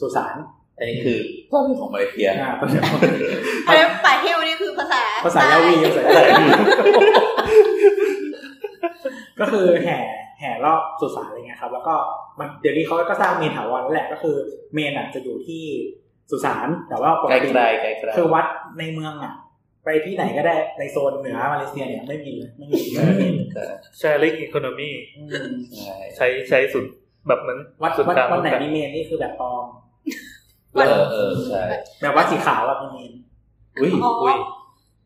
สุสาน
อันนี้คือก็เรื่องของมาเลเซีย
อ่า
อันนี้ป่าเฮลนี่คือภาษา
ภาษายาวีภาษายาวีก็คือแห่แห่รอบสุสานอะไรเงี้ยครับ แล้วก็มันเดี๋ยวนี้เขาก็สร้างเมนถาวรแล้วแหละก็คือเมนอ่ะจะอยู่ที่สุสานแต่ว่าปก
ไกล
ติ
ไกลไกลไกล
คือวัดในเมืองอ่ะ ไปที่ไหนก็ได้ในโซนเหนือมาเลเซียเนี่ยไม่มีเลยไม่มี
ใช่
ไม่มี
ใช่
sharing economy
อืม
ใช้ใช้สุดแบบเหมือน
วัด
สุด
วัด
กลาง
วัดไหนมีเมนนี่คือแบบปลอม
เออเออใช่
แบบวัดสีขาวอะมีเมน
อุ้ย
อ๋อ
อุ้ย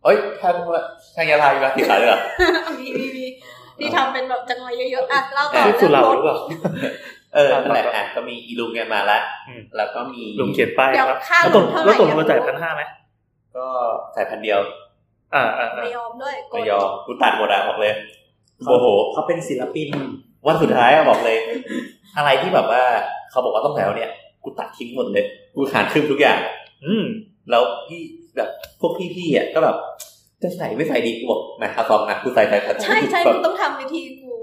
เอ้ยทางว่าทางยาลาอยู่ราศีขาวเลยเหรอ
มีมีมีนี่ทำเป็นแบบจังหวะเยอะๆอ่ะเล่าต่อ
ชื่อสุเห
เรื่
ร่า
องรถ
หรือเปล่า
เออนั่นแหละอ่ะก็มีอีลุงเนี่ยมาละ
อืม
แล้วก็มี
ลุงเขียนป้าย
เดี๋ยว
ครับ
ค่า
แล้ว
ร
ต
ถ
ก
เท่าไหร่
แล้วตกลงมาจ่ายพันห้าไหม
ก็สายพันธุ์เดียว
อ่าอ่าอ่า
ไม่ยอมด้วยโกร
ไม่
ธ
ยอมกูตัดหมดอ่ะบอกเลยโอ้โห
เขาเป็นศิลปิน
วันสุดท้ายอะบอกเลย อะไรที่แบบว่าเขาบอกว่าต้องแถวเนี่ย กูตัดทิ้งหมดเลย กูหารครึ่งทุกอย่าง
อืม
แล้วพี่แบบพวกพี่ๆอ่ะก็แบบจะใส่ไม่ใส่ดีกูบอกมาเอาซองนะกูใส่ใส่ใส่
ใช่ใช่
แบ
กู
บ
ต้องทำวิธีกู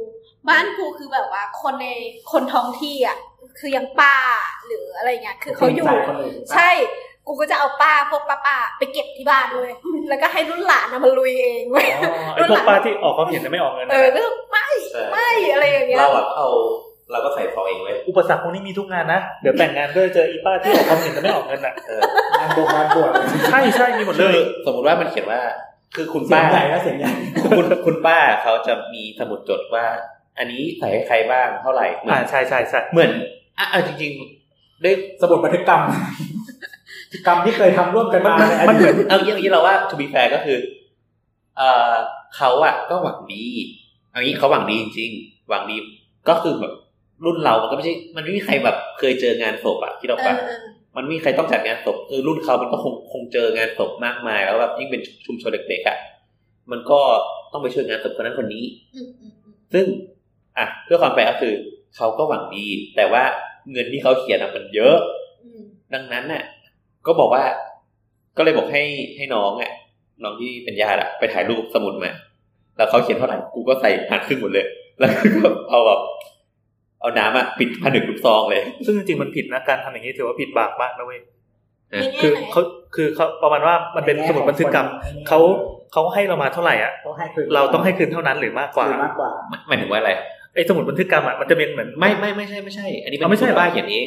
บ้านกูคือแบบว่าคนในคนท้องที่อ่ะคือยังป้าหรืออะไรเงี้ยคือเขาอยู่
กรงใจคนอื่น
ใช่ กูก็จะเอาป้าพวกป้าป้าๆไปเก็บที่บ้านเลย แล้วก็ให้รุ่นหลานนะมาลุยเองเว้ย
อ๋อไอ้พวกป้าที่ออกความเห็นแต่ไม่ออกเงิน
เอ
นะ
อก็ต้องไม่
ใช่
ไม่อะไรอย่างเงี้ย
เราอ่ะเอาเราก็ใส่ซองเองเว้ย
อุปสรรคพวกนี้มีทุกงานนะ เดี๋ยวแต่งงานก็จะเจออีป้าที่ออก ความเห็นแต่ไม่ออกเงินอ่ะ
เออง
านบวชงานบวช
ใช่ใช่มีหมด
คื
เล
อย สมมุติว่ามันเขียนว่า คือคุณ
เสีย
ป้าง
ใหญ่แล้วเสียงใหญ่
คุณคุณป้าเขาจะมีสมุดจดว่า อันนี้ใส่ให้ใครบ้างเท่าไหร่เหมื
อ่า
อน
ใช่ใช่ใช่
เหมือนอ่ะเอาจริงๆด้วย
สมุดบันทึกกรรมกรรมที่เคยทำร่วมกันมา
มัน
ใน
มัน
ดีต
เหมือนเอาอย่างนี้เราว่า to be fair ก็คือเออเขาอะก็หวังดีเอางี้เขาหวังดีจริงๆหวังดีก็คือแบบรุ่นเรามันก็ไม่ใช่ มันไม่มีใครแบบเคยเจองานศพอะที่เรา
เอ
ไป
อเออ
มันไม่มีใครต้องจัดงานศพเออรุ่นเขามันก็คงคงเจองานศพมากมาย แล้วแบบยิ่งเป็นชุมชนเด็กๆอะมันก็ต้องไปช่วยงานศพคนนั้นคนนี้
อืมอืมอืม
ซึ่งอ่ะเพื่อความแฟร์ก็คือเขาก็หวังดี แต่ว่าเงินที่เขาเขียนอะมันเยอะ
อืม
ดังนั้นน่ะ ก็บอกว่า ก็เลยบอกให้ให้น้องอ่ะน้องที่เป็นญาติอ่ะไปถ่ายรูปสมุดมา แล้วเขาเขียนเท่าไหร่กูก็ใส่หารครึ่งหมดเลย แล้วก็เอาแบบ เอาน้ำอะปิดผนึกลูกซองเลย
ซึ่งจริงๆมันผิดนะการทำอย่างนี้ถือว่าผิดบาปมากนะเว้ย
เออ
ในแง่
คือ
ไหน
เขาคือเขาประมาณว่ามันเป็นสมุดบันทึกกรรมเขาเขาให้เรามาเท่าไหร่อ่ะ
ต้องให้คืน
เราต้องให้คืนเท่านั้นหรือมากกว่า
คืนมากกว่า
หมายหมายถึงว่าอะไร
ไอ้สมุดบันทึกกรรมอ่ะมันจะเป็นเหมือน
ไม่ไม่ไม่ใช่ไม่ใช่ อันนี้เป็น
เอาไม่ใช่เหรอ
ป้าเขียนเอง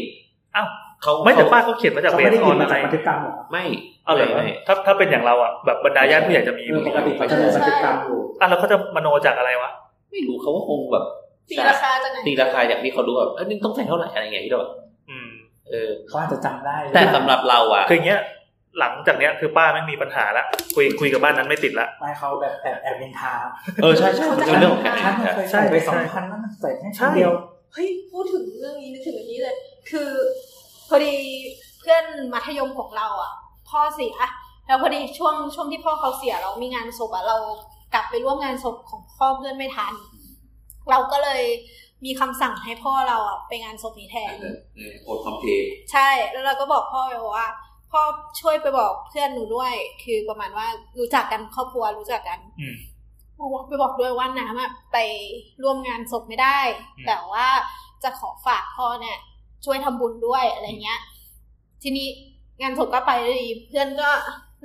อ้าว
เขา
ไม่แต่
เข
ป้าเขาเขียนมาจาก
เขา
เบ
ไม่
ส
ได้
อ
ยิ
อน น
มา
อะไร
จากบันทึกกรรมหรอ
ไม่
เอาเลย
ไม่
ถ้าถ้าเป็นอย่างเราอ่ะแบบบรรดาญาติผู้ใหญ่จะมี
เออปกติเขาจะมีบันทึกกรรมอยู่
อ่ะแล้วเขาจะมโนจากอะไรวะ
ไม่รู้เขาก็คงแบบ
ตีราคาจากไหน
ตีราคาอย่างที่เขารู้แบบเออนี่ต้องใส่เท่าไหร่อะไรอย่างเงี้ยที่เราแบบ
อืม
เออ
เขาอาจจะจำได้
แต่สำหรับเราอ่ะ
คืออย่างเงี้ยหลังจากเนี้ยคือป้าไม่มีปัญหาละคุยคุยกับบ้านนั้นไม่ติดละ
ไม่เขาแบบแอบแอบเป็นทา
เออใช่ใช่มันเป็นเรื่องของการ
ฉัน
เงิน
เคย
ใช่
ใส่ไป
ใช่
สองพันนั่นใส่แค่ชิ้นเดียว
เฮ้ยพูดถึงเรื่องนี้นึกถึงอันนี้เลย คือ พอดีเพื่อนมัธยมของเราอ่ะ พ่อเสียแล้วพอดีช่วงช่วงที่พ่อเขาเสียเรามีงานศพอ่ะเรากลับไปร่วมงานศพของพ่อเพื่อนไม่ทัน เราก็เลยมีคำสั่งให้พ่อเราอ่ะไปงานศพนี้แทน
เออโอนคอมเพลย์
ใช่ แล้วเราก็บอกพ่อไปว่า พ่อช่วยไปบอกเพื่อนหนูด้วย คือประมาณว่ารู้จักกันครอบครัวรู้จักกัน
อืม
บอกไปบอกด้วยว่าน้ำอะไปร่วมงานศพไม่ได้
อืม
แต่ว่าจะขอฝากพ่อเนี่ย ช่วยทำบุญด้วยอะไรเงี้ย ทีนี้งานศพก็ไปด้วยดีเพื่อนก็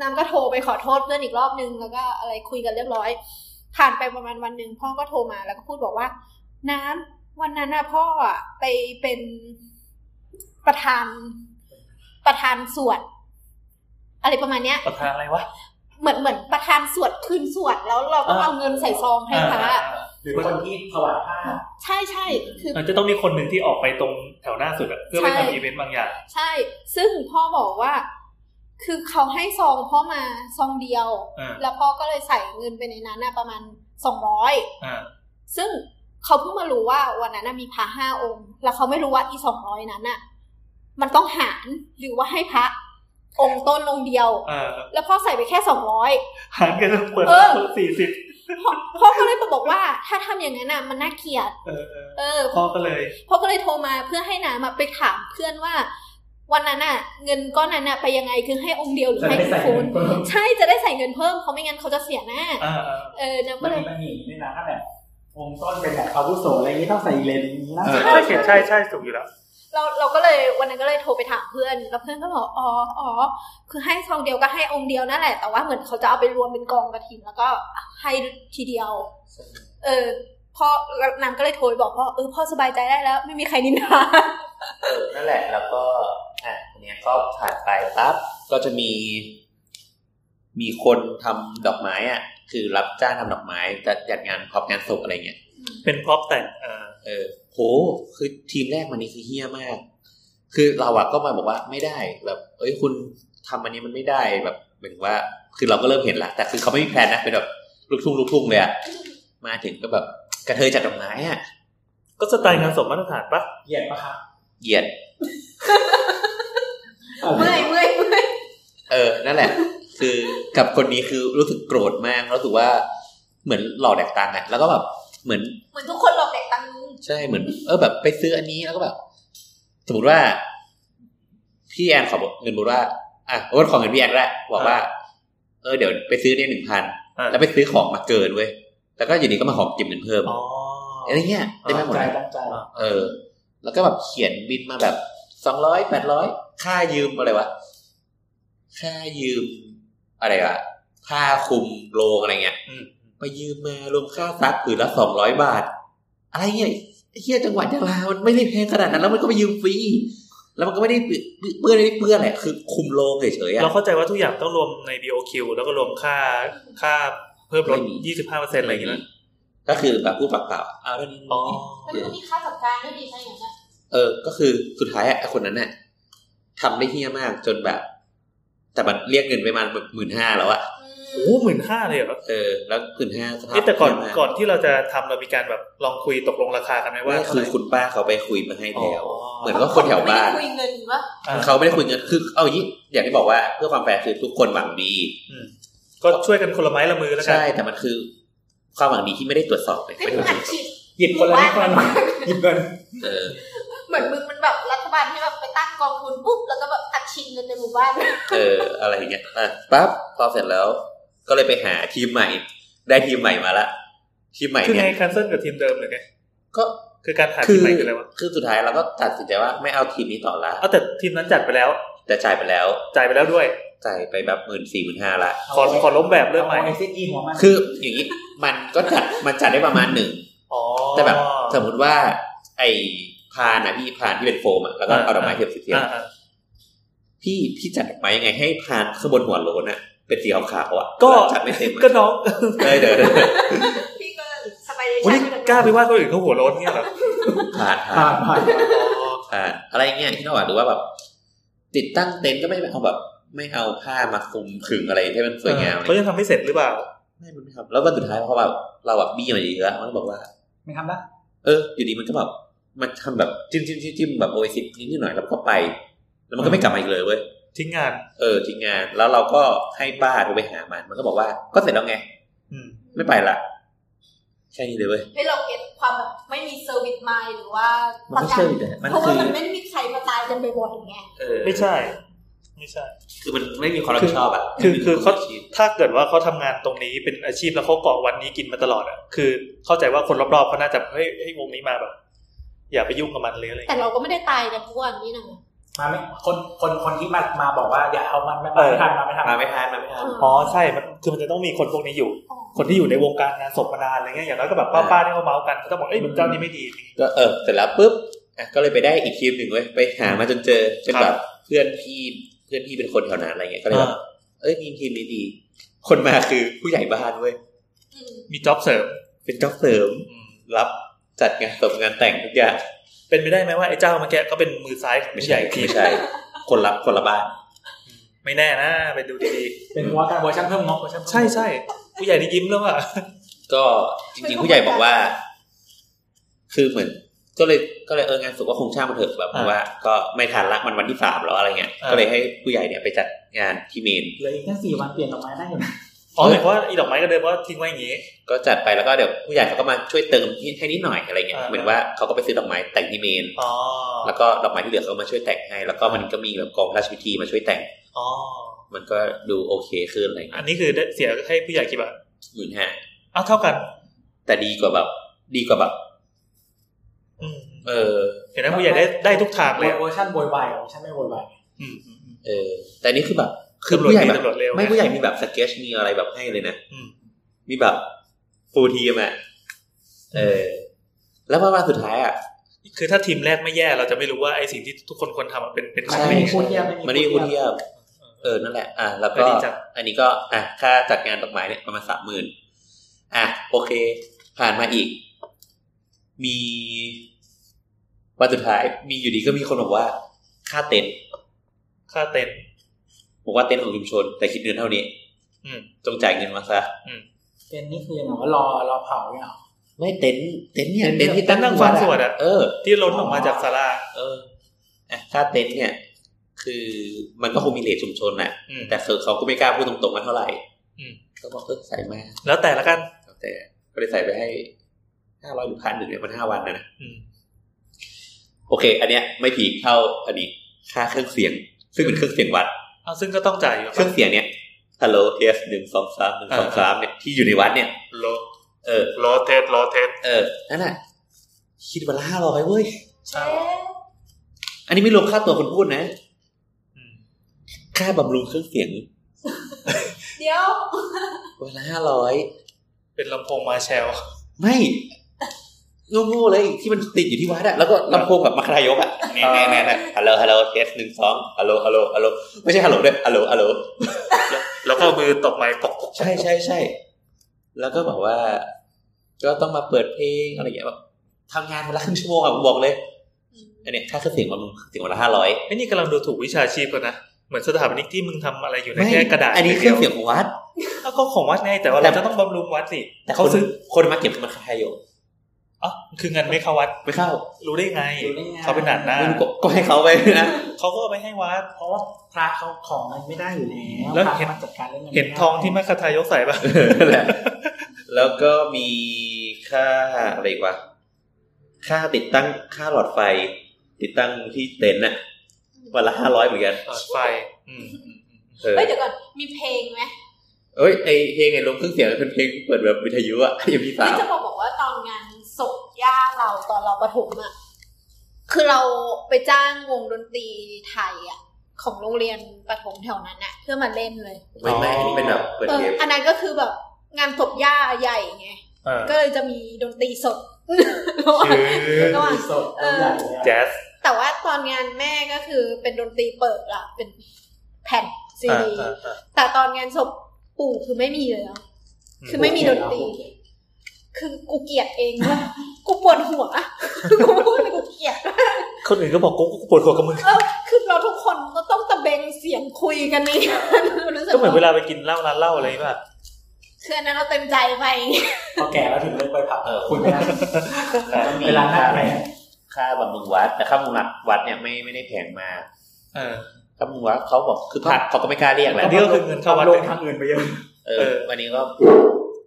น้ำก็โทรไปขอโทษเพื่อนอีกรอบนึงแล้วก็อะไรคุยกันเรียบร้อย ผ่านไปประมาณวันหนึ่งพ่อก็โทรมาแล้วก็พูดบอกว่า น้ำวันนั้นน่ะพ่ออะไปเป็นประธานประธานสวดอะไรประมาณเนี้ย
ประธานอะไรวะ
เหมือนเหมือนประธานสวดคืนสวดแล้วเราต้อง
อ่า
เอาเงินใส่ซองให้พระ
หรือคนที่ถวายผ้า
ใช่ใช่คือ
มันจะต้องมีคนหนึ่งที่ออกไปตรงแถวหน้าสุดอะเพื่อไป
ใช่
ทำอีเวนต์บางอย่าง
ใช่ ซึ่งพ่อบอกว่า คือเขาให้ซองพ่อมาซองเดียว
อ่า
แล้วพ่อก็เลยใส่เงินไปในนั้นนะประมาณสองร้อย
อ่า
ซึ่งเขาเพิ่งมารู้ว่าวันนั้นน่ะมีพระห้าองค์ แล้วเขาไม่รู้ว่าอีสองร้อยนั้นน่ะ มันต้องหารหรือว่าให้พระ องค์ต้นองค์เดียว
อ่า
แล้วพ่อใส่ไปแค่สองร้อย
หารกันเปิด
เออ
สี่สิบ
พ่อพ่อก็เลยมาบอกว่า ถ้าทำอย่างนั้นน่ะมันน่าเกลียด
เออเออ
เออ
พ่อก็เลย
พ่อก็เลยโทรมาเพื่อให้น้ำอะไปถามเพื่อนว่า วันนั้นน่ะ เงินก้อนนั้นน่ะไปยังไงคือให้องค์เดียวหรือ
จะ
ให้
ไม่
ทุ
ใส่
กคน
เพิ่ม
ใช่จะได้ใส่เงินเพิ่มเพราะไม่งั้นเขาจะเสียหน้า
อ่าอ่า
เออน้ำ
มั
ก็
น
เล
มี
ย
มันมีด้วยนะถ้าแบบองค์ต้นเป็นแบบอาวุโสอะไรอย่างนี้ต้องใส่เลนส์อย่างนี้นะ
เออ
ใช่ใช่ใช่ใช่ถูกอยู่แล้ว
เราเราก็เลยวันนั้นก็เลยโทรไปถามเพื่อน แล้วเพื่อนก็บอกอ๋ออ๋อคือให้ซองเดียวก็ให้องค์เดียวนั่นแหละแต่ว่าเหมือนเขาจะเอาไปรวมเป็นกองกระถินแล้วก็ให้ทีเดียว เออพ่อแล้วนางก็เลยโทรไปบอกพ่อเออพ่อสบายใจได้แล้ว ไม่มีใครนินทา
เออนั่นแหละแล้วก็อ่ะอันเนี้ยก็ผ่านไปปั๊บก็จะมี มีคนทำดอกไม้อ่ะ คือรับจ้างทำดอกไม้จัดจัดงานพร้อมงานศพอะไรเงี้ย
เป็นพร็อพแต่งเออ
เออโหคือทีมแรกมันนี่คือเฮี้ยมาก คือเราอะก็มาบอกว่าไม่ได้แบบ เอ้ยคุณทำอันนี้มันไม่ได้แบบหมายถึงว่า คือเราก็เริ่มเห็นละแต่คือเขาไม่มีแพลนนะเป็นแบบลูกทุ่งลูกทุ่งเลยอะมาถึงก็แบบกระเทยจัดดอกไม้อะ
ก็สไตล์งานศพมาตรฐานปะ
เหยียดปะครับ
เหยียด
เมื่อยเมื่อยเมื่อย
เออ นั่นแหละ คือกับคนนี้คือรู้สึกโกรธมาก รู้สึกว่าเหมือนหลอกแดกตังค์อะแล้วก็แบบเหมือน
เหมือนทุกคนหลอกเด็กตังค์
ใช่เหมือน เออแบบไปซื้ออันนี้แล้วก็แบบ สมมติว่า พี่แอนขอเงินบุญว่าอ่ะโอ้ขอเงินพี่แอนก็ได้บอกว่า เออเดี๋ยวไปซื้อเนี่ยหนึ่งพันแล้วไปซื้อของมาเกินเว้ยแล้วก็อยู่ดีก็มาหอมเก็บเงินเพิ่ม
อ๋อ
อะไรเงี้ยได้ไหมหมด
ใจ
เลย
ตั้งใจ
เออ แล้วก็แบบเขียนบินมาแบบสองร้อยแปดร้อยค่ายืมอะไรวะ ค่ายืมอะไรวะผ้าคลุมโรงอะไรเงี้ย
อืม
ไปยืมมารวมค่าซักผืนละสองร้อยบาท อะไรเงี้ยไอ้เฮียจังหวัดยะลามันไม่ได้แพงขนาดนั้น แล้วมันก็ไปยืมฟรี แล้วมันก็ไม่ได้เปื้อนเปื้อนไม่ได้เปื้อนแหละคือคุมโรงเฉยๆอะ
เราเข้าใจว่าทุกอย่างต้องรวมใน BOQ แล้วก็รวมค่าค่าเพิ่มลด
ไม่มี
25%อะไรอย่างเงี้ยนะ
ก็คือแบบผู้ปากเปล่าเอาเรื่องนี้
อ๋อ
มันก็มีค่าจัดการด้วยดีใช่ไหมเนี่ย
เออ ก็คือสุดท้ายอะไอ้คนนั้นน่ะทำได้เฮี้ยมากจนแบบ แต่มันเรียกเงินไปประมาณหมื่นห้าแล้วอะ
โอ้หมื่นห้าเลยเหรอ
เออแล้วคืนห้าสภาพ
นี่แต่ก่อน
เยี่ยมมา
ก่อนที่เราจะทำเรามีการแบบลองคุยตกลงราคากันไหมว่า
ว่า
เท่า
คื
ไห
อ
ร่
คุณป้าเขาไปคุยมาให้แล้ว
อ๋อ
เหมือนก็คนแถวบ้าน
ไม่ได้คุยเงินวะ
อ่า
เขาไม่ได้คุยเงินคือเอาอย่างนี้อย่างที่บอกว่าเพื่อความแฟร์คือทุกคนหวังดี
ก็ช่วยกันคนละไม้ละมือแล้วกัน
ใช่แต่มันคือ ความหวังดีที่ไม่ได้ตรวจสอบเลย
ไม่
ไม่
มึงอั
ถูก
ดฉีด
หยิบคนละนิดคนละหน่อยหยิบเงิน
เออ
เหมือนมึงมันแบบรัฐบาลให้แบบไปตั้งกองทุนปุ๊บแล้วก็แบบอัดฉีดเงินในหมู่บ้าน
เออ อะไรอย่างเงี้ยอ่ะปั๊บพอเสร็จแล้ว ก็เลยไปหาทีมใหม่ ได้ทีมใหม่มาละทีมใหม่
คือ
เนี่
ไง
ย
แคนเซิลกับทีมเดิมหรือไง
ก็
คือการหา
คื
ทีม
อ
ใหม่คืออะไรวะ
คือสุดท้ายเราก็ตัดสินใจว่าไม่เอาทีมนี้ต่อละ
เอาแต่ทีมนั้นจัดไปแล้ว
แต่จ่ายไปแล้ว
จ่ายไปแล้วด้วย
จ่ายไปแบบหมื่นสี่หมื่นห้าละ
ขอขอล้มแบบเริ่มใหม่
ไอเซนอีหัวมัน
คืออย่างนี้มันก็จัดมันจัดได้ประมาณหนึ่ง
อ๋อ
แต่แบบสมมติว่า ไอ้พานอะพี่พานที่เป็นโฟมอะแล้วก็
อ่า
เอาดอกไม้เทียมสีเทียม
อ่าอ่า
พี่พี่จัดดอกไม้ยังไงให้พานข้างบนหัวโลนอะเป็นสีขาวๆอะ
ก็
จัดไม่เต็ม
ก็น้อง
เลยเดี๋ยว
พี่ก็สบายใจ
วันนี้กล้าไปว่าคนอื่นเขาหัวโล้นเนี่ยเหรอ
พานพา
ผ่าน นผ่าน
พานอะไรเงี้ยที่นอกหรือว่าแบบ ติดตั้งเต็นท์ก็ไม่เอาแบบ ไม่เอาผ้ามาคลุมขึงอะไรให้มันสวยงาม
เขายังทำไม่เสร็จหรือเปล่า
ไม่มันไม่ทำแล้ววันสุดท้ายพอแบบเราแบบบี้มาดีแล้วมันก็บอกว่า
ไม่ทำละ
เอออยู่ดีมันก็แบบมันทำแบบจิ้มจิ้มจิ้มจิ้มแบบโอเอซิสนิดหน่อยแล้วก็ไป แล้วมันก็ไม่กลับมาอีกเลยเว้ย
ทิ้งงาน
เออทีมงานแล้วเราก็ให้ป้าโทรไปหามัน มันก็บอกว่าก็เสร็จแล้วไง
อืม
ไม่ไปละแค่นี้เลยเว้ย
ให้เราเก็ตความแบบไม่มีเซอร์วิสไมล์หรือว่า
มั
ป
น
ระกัน
ไม่เชื่ออีกแล้วมัน
เพราะ
คื
ว่า
อ
มันไม่มีใครมาตายกันไปบ่อยไง
เออ
ไม่ใช่ ไม่ใช่
คือมันไม่มีความรับผิดชอบอ่ะ
คือคือ
มัน
เขา
ไม่มีวมรับผิดชบ
ถ้าเกิดว่าเขาทำงานตรงนี้เป็นอาชีพแล้วเขาเกาะวันนี้กินมาตลอดอ่ะ คือ เข้าใจว่าคนรอบๆเขาน่าจะให้ให้วงนี้มาแบบ อย่าไปยุ่งกับมันเลยอะไรอย่าง
แต่
เงี้ย
เราก็ไม่ได้ตายกันทุกวันนี้นะ
มาไม่คนคนคนที่มามาบอกว่าอย่าเอามันมา
เออ
ไม่ทันมาไม่ทัน
มาไม่ทันมาไม่ทัน
อ๋อใช่ มันคือมันจะต้องมีคนพวกนี้อยู่ คนที่อยู่ในวงการงานศพมานานอะไรเงี้ย อย่างน้อยก็แบบป้าๆที่เขาเมาส์กันเขาจะบอกเอ้ยเจ้านี้ไม่ดี
ก็เออเสร็จแล้วปุ๊บอ่ะก็เลยไปได้อีกทีมหนึ่งเว้ยไปหามาจนเจอเป็น
ครับ
แบบเพื่อนพี่เพื่อนพี่เป็นคนแถวนั้นอะไรเงี้ยก็เลยแบบ
อ่า
เอ้ยมีทีมนี้ดี คนมาคือผู้ใหญ่บ้านเว้ย
อืม
มีจ็อบเสริม
เป็นจ็อบเสริม
อืม
รับจัดงานศพงานแต่งทุกอย่าง
เป็นไปได้ไหมว่าไอ้เจ้าเมื่อกี้ก็เป็นมือซ้ายของ
ไม่
ผู้ให
ใช่
ญ่ที
ไม่ใช่คนรับคนละบ้าน
ไม่แน่นะไปดูดี
เป็นหัวการเวอร์ชันเพิ่มงบเวอร์ชัน
ๆ ใช่ใช่ผู้ใหญ่ได้ยิ้มแล้วอ่ะ
ก็จริงๆผู้ใหญ่บอกว่า คือเหมือน ก็เลยก็เลยเอองานสุขก็คงช่างมันเถอะแบบ
อ่า
ว่า ก็ไม่ทันละมันวันที่สามแล้วอะไรเงี้ย
อ่า
ก็เลยให้ผู้ใหญ่เนี่ยไปจัดงานที่เมน
เหลืออีกแค่สี่วันเปลี่ยนดอกไม้ได้อยู่นะ
อ๋อหมายความว่าอีดอกไม้ก็เดินว่าทิ้งไว้อย่างงี้
ก็จัดไปแล้วก็เดี๋ยวผู้ใหญ่เขาก็มาช่วยเติมให้นิดหน่อยอะไรเงี้ย
อ่า
เหมือนว่าเขาก็ไปซื้อดอกไม้แต่งที่เมน
อ๋อ
แล้วก็ดอกไม้ที่เหลือเขาก็มาช่วยแต่งให้ แล้วก็มันก็มีแบบกองราชพิธีมาช่วยแต่ง
อ๋อ
มันก็ดูโอเคขึ้นอะไร
อั
เงี้
น
ย
นี้คือได้เสียให้ผู้ใหญ่กี่บาท
หมื่นห้า
อ้าวเท่ากัน
แต่ดีกว่าแบบ ดีกว่าแบบ
อืม
เออ
เห็นไหมผู้ใหญ่ได้ได้ทุกทางเลยอะ
เวอร์ชันโวยวายเวอร์ชันไม่โวยวาย
อืมอืมอืม
เออ แต่นี่คือแบบ คือ
ตำรวจ
ผู้ใหญ่
ดี
แบบ
ตำรวจเร็ว
ไม่
ง
ผู้ใหญ่มีแบบสเก็ตชมีอะไรแบบให้เลยนะ
อืม
มีแบบฟูลทีมอ่ะเออ แล้วมาวันสุดท้ายอ่ะ
คือถ้าทีมแรกไม่แย่เราจะไม่รู้ว่าไอ้สิ่งที่ทุกคนควรทำอะเป็นเป็นของ
ไม่
ดี
มีพูดเทียบ
มันนี่คุณ
เที
เทียบเออนั่นแหละ อ่ะแล้ว
เออ
ก็
ดีจัง
อันนี้ก็อ่ะค่าจัดงานดอกไม้เนี่ยประมาณสามหมื่นอ่ะโอเค ผ่านมาอีก มีวันสุดท้าย มีอยู่ดีก็มีคนบอกว่า ค่าเต็นท์
ค่าเต็นท์
บอกว่าเต็นท์ของชุมชน แต่คิดเดือนเท่านี้
อืม
จงจ่ายเงินมาซะ
เป็นนี่คืออย่างว่ารอรอเผาเนี่ยเหรอ
ไม่เต็นท์เต็นท์เนี่ย
เต็
เต็
น
น
ท์
ท์ที่
เต็
ตั้
น
ง
ท์นั่งฟังสวดอะ
เออ
ที่ล้นออกมาจากศาลา
เอออ่ะค่าเต็นท์เนี่ย คือมันก็คงมีเลทชุมชนน่ะ
อืม
แต่คือเขาก็ไม่กล้าพูดตรงๆว่าเท่าไหร่
อืม
เขาบอกเออใส่มา
แล้วแต่ละกัน
แต่ก็เลยใส่ไปให้ห้าร้อยหรือพันหนึ่งเนี่ยมันห้าวันนะนะ
อืม
โอเค อันเนี้ยไม่ผีคเท่าอันนี้ ค่าเครื่องเสียง ซึ่งเป็นเครื่องเสียงวัด
เอาซึ่งก็ต้องจ่ายอยู่
เครื่องเสียงเนี่ยฮัลโหลเทสหนึ่งสองสามหนึ่งสองสามเนี่ยที่อยู่ในวัดเนี่ย
โล
เออ
โลเทสโลเทส
เออนั่นน่ะคิดวันละห้าร้อยเว้ย
เช่
อันนี้ไม่รวมค่าตัวคนพูดนะ ค่าบำรุงเครื่องเสียง
เดี๋ยว
วันละห้าร้อย
เป็นลำโพงมาแชล
ไม่โง่ๆเลยที่มันติดอยู่ที่วัดอะแล้วก็ลำโพงแบบมัคคารายกอะแน่ๆแน่ๆแน่ฮัลโหลฮัลโหลเทสหนึ่งสองฮัลโหลฮัลโหลฮัลโหลไม่ใช่ฮัลโหลด้วยฮัลโหลฮัลโหล
แล้วก็เอามือตบไม้ปก
ใช่ใช่ใช่แล้วก็บอกว่า ก็ต้องมาเปิดเพลงอะไรอย่างเงี้ยแบบทำงานวันละครึ่งชั่วโมงอะผมบอกเลยอันเนี้ยค่าเครื่องเสียงวันเครื่องเสียงวันละห้าร้อย
ไอ้นี่กำลังดูถูกวิชาชีพกันนะ เหมือนสถาปนิกที่มึงทำอะไรอยู่ในแค่กระดาษ
อันนี้เครื่องเสียงของวัด
เอาก็ของวัดไงแต่ว่า
แต่
เราจะต้องบำรุงวัดสิ
แต่
เขา
คน
ซื้อ
คนมาเก็บมันคารายก
อ๋อคือเงินไม่เข้าวัด
ไม่เข้า
รู้ได้ไง
รู้ได้ไง
เขาเป็นหนานหน้า
ไม่รู้ก็ก็ให้เขาไปนะ
เขาก็เอาไปให้วัด
เพราะว่าพระเขาของมันไม่ได้อยู่แล้ว
แล้ว
พระ
เห็น
มันจัดการเรื่องเงิน
เห็นทองที่มัคคทายกใส่ป่ะ
เออนั่นแหละแล้วก็มีค่าอะไรอีกวะ ค่าติดตั้งค่าหลอดไฟ ติดตั้งที่เต็นท์น่ะวันละห้าร้อยเหมือนกัน
เปิดไฟอืมอืมอืม
เออ
เฮ้ยเดี๋ยวก่อนมีเพลงไหม
เอ้ยไอเพลงไอลงเครื่องเสียงเป็นเพลงที่เปิดแบบวิทยุอะ MP3
ที่จะบอกบอกว่าตอนงานศพย่าเรา ตอนเราประถมอะคือเราไปจ้างวงดนตรีไทยอะของโรงเรียนประถมแถวนั้นอะเพื่อมาเล่นเลย
ไม่ไม่อันนี้เป็นแบบเปิด
เออ
เกม
อันนั้นก็คือแบบงานศพย่าใหญ่ไง
เออ
ก็เลยจะมีดนตรีสดระหว่าง
ชื่อ
ระหว่าง
สดตัวใหญ่เลยอะ
แจ๊ส
แต่ว่าตอนงานแม่ก็คือเป็นดนตรีเปิดละเป็นแผ่นซีดี
อ่าอ่าอ่า
แต่ตอนงานศพปู่คือไม่มีเลยอะ คือไม่มีดนตรี คือกูเกลียดเองเลยกูปวดหัว กูพูดเลยกูเกลียด
คนอื่นก็บอกกูกูปวดหัวกับมึง
เออ คือเราทุกคนก็ต้องตะเบงเสียงคุยกันในงานรู้สึก
ก็เหมือนเวลาไปกินเหล้าร้านเหล้าอะไรแบบ
คืออันนั้นเราเต็มใจไป
พอแก่แล้วถึงเลิกไปผับเออคุณไม่ได้
ก็มี
เวลาหน้า
ค่า
ไหน
ค่าบำรุงวัด แต่ค่าบำรุงวัดเนี่ยไม่ไม่ได้แพงมาก
เออ
ค่าบำรุงวัดเขาบอกคือผักเขาก็ไม่กล้าเรียกแหละ
นี่ก็คือเงินเข้าวัด
ลงทางอื่นไปเยอะ
เอ
เอ
อ
อ
วันนี้ก็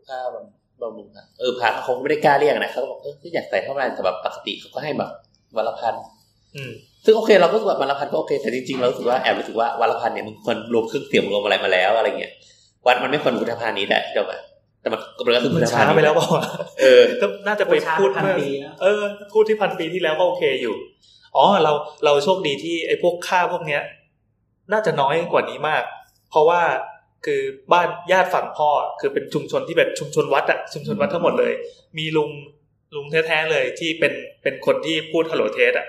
ค่าบำบำรุงอะเออพระเขาคงไม่ได้กล้าเรียกนะเขาก็บอกเอออยากใส่เท่าไหร่แต่แบบปกติเขาก็ให้แบบวันละพัน
อืม
ซึ่งโอเคเราก็รู้สึกว่าวันละพันก็โอเคแต่จริงๆเรารู้สึกว่าแอบรู้สึกว่าวันละพันเนี่ยมันควรรวมเครื่องเสียงรวมอะไรมาแล้วอะไรเงี้ยวัดมันไม่ควรพุทธพาณิชย์แหละที่เราแบบแต่มันก็เป็นก็คือ
มั
พุท
น
ธ
ช้า
พาณิชย์
ไปแล้วเปล่าวะ
เออ
ก็น่าจะไปพูด
พัน
เมื่อ
ปีนะ
เออพูดที่พันปีที่แล้วก็โอเคอยู่ อ๋อเราเราโชคดีที่ไอ้พวกค่าพวกเนี้ย น่าจะน้อยกว่านี้มาก เพราะว่าคือบ้านญาติฝั่งพ่อ คือเป็นชุมชนที่แบบชุมชนวัดอะชุมชนวัดทั้งหมดเลย มีลุงลุงแท้ๆเลยที่เป็นเป็นคนที่พูดฮัลโหลเทสอะ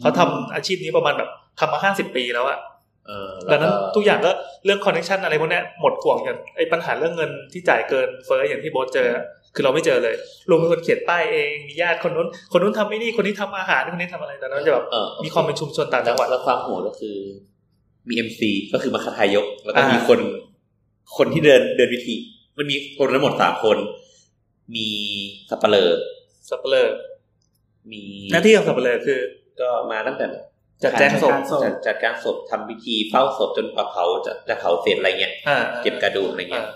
เขาทำอาชีพนี้ประมาณแบบทำมาห้าสิบปีแล้วอะ
เออ
ดั
แล้
ง
ว
นั้น
ก็
ทุกอย่างก็เรื่องคอนเนคชันอะไรพวกเนี้ยหมดห่วงกันไอ้ปัญหาเรื่องเงินที่จ่ายเกินเฟ้ออย่างที่โบทเจออะคือเราไม่เจอเลยลุงเป็นคนเขียนป้ายเองมีญาติคนนู้น คนนู้นทำไอ้นี่คนนี้ทำอาหารคนนี้ทำอะไรแต่นั้นจะแบบ
เออ
มีความเป็นชุมชนต่างจังหวัด
แล้วความโหดก็คือ มีเอ็มซีก็คือมาคาทายก แล้วก็
อ่ามี
มีคน คนที่เดินเดินวิธี มันมีคนทั้งหมดสามคน มีสับเปลอ
สับเปลือ
มี
หน้าที่ของสับเปลือคือ
ก็มาตั้งแต่
จัดแจงศพ
จัดจัดการศพทำพิธีเฝ้าศพจนกว่าเผาจะจะเผาเสร็จอะไรเงี้ย
อ่า
เก็บกระดูกอะไร
อ่า
เงี้ย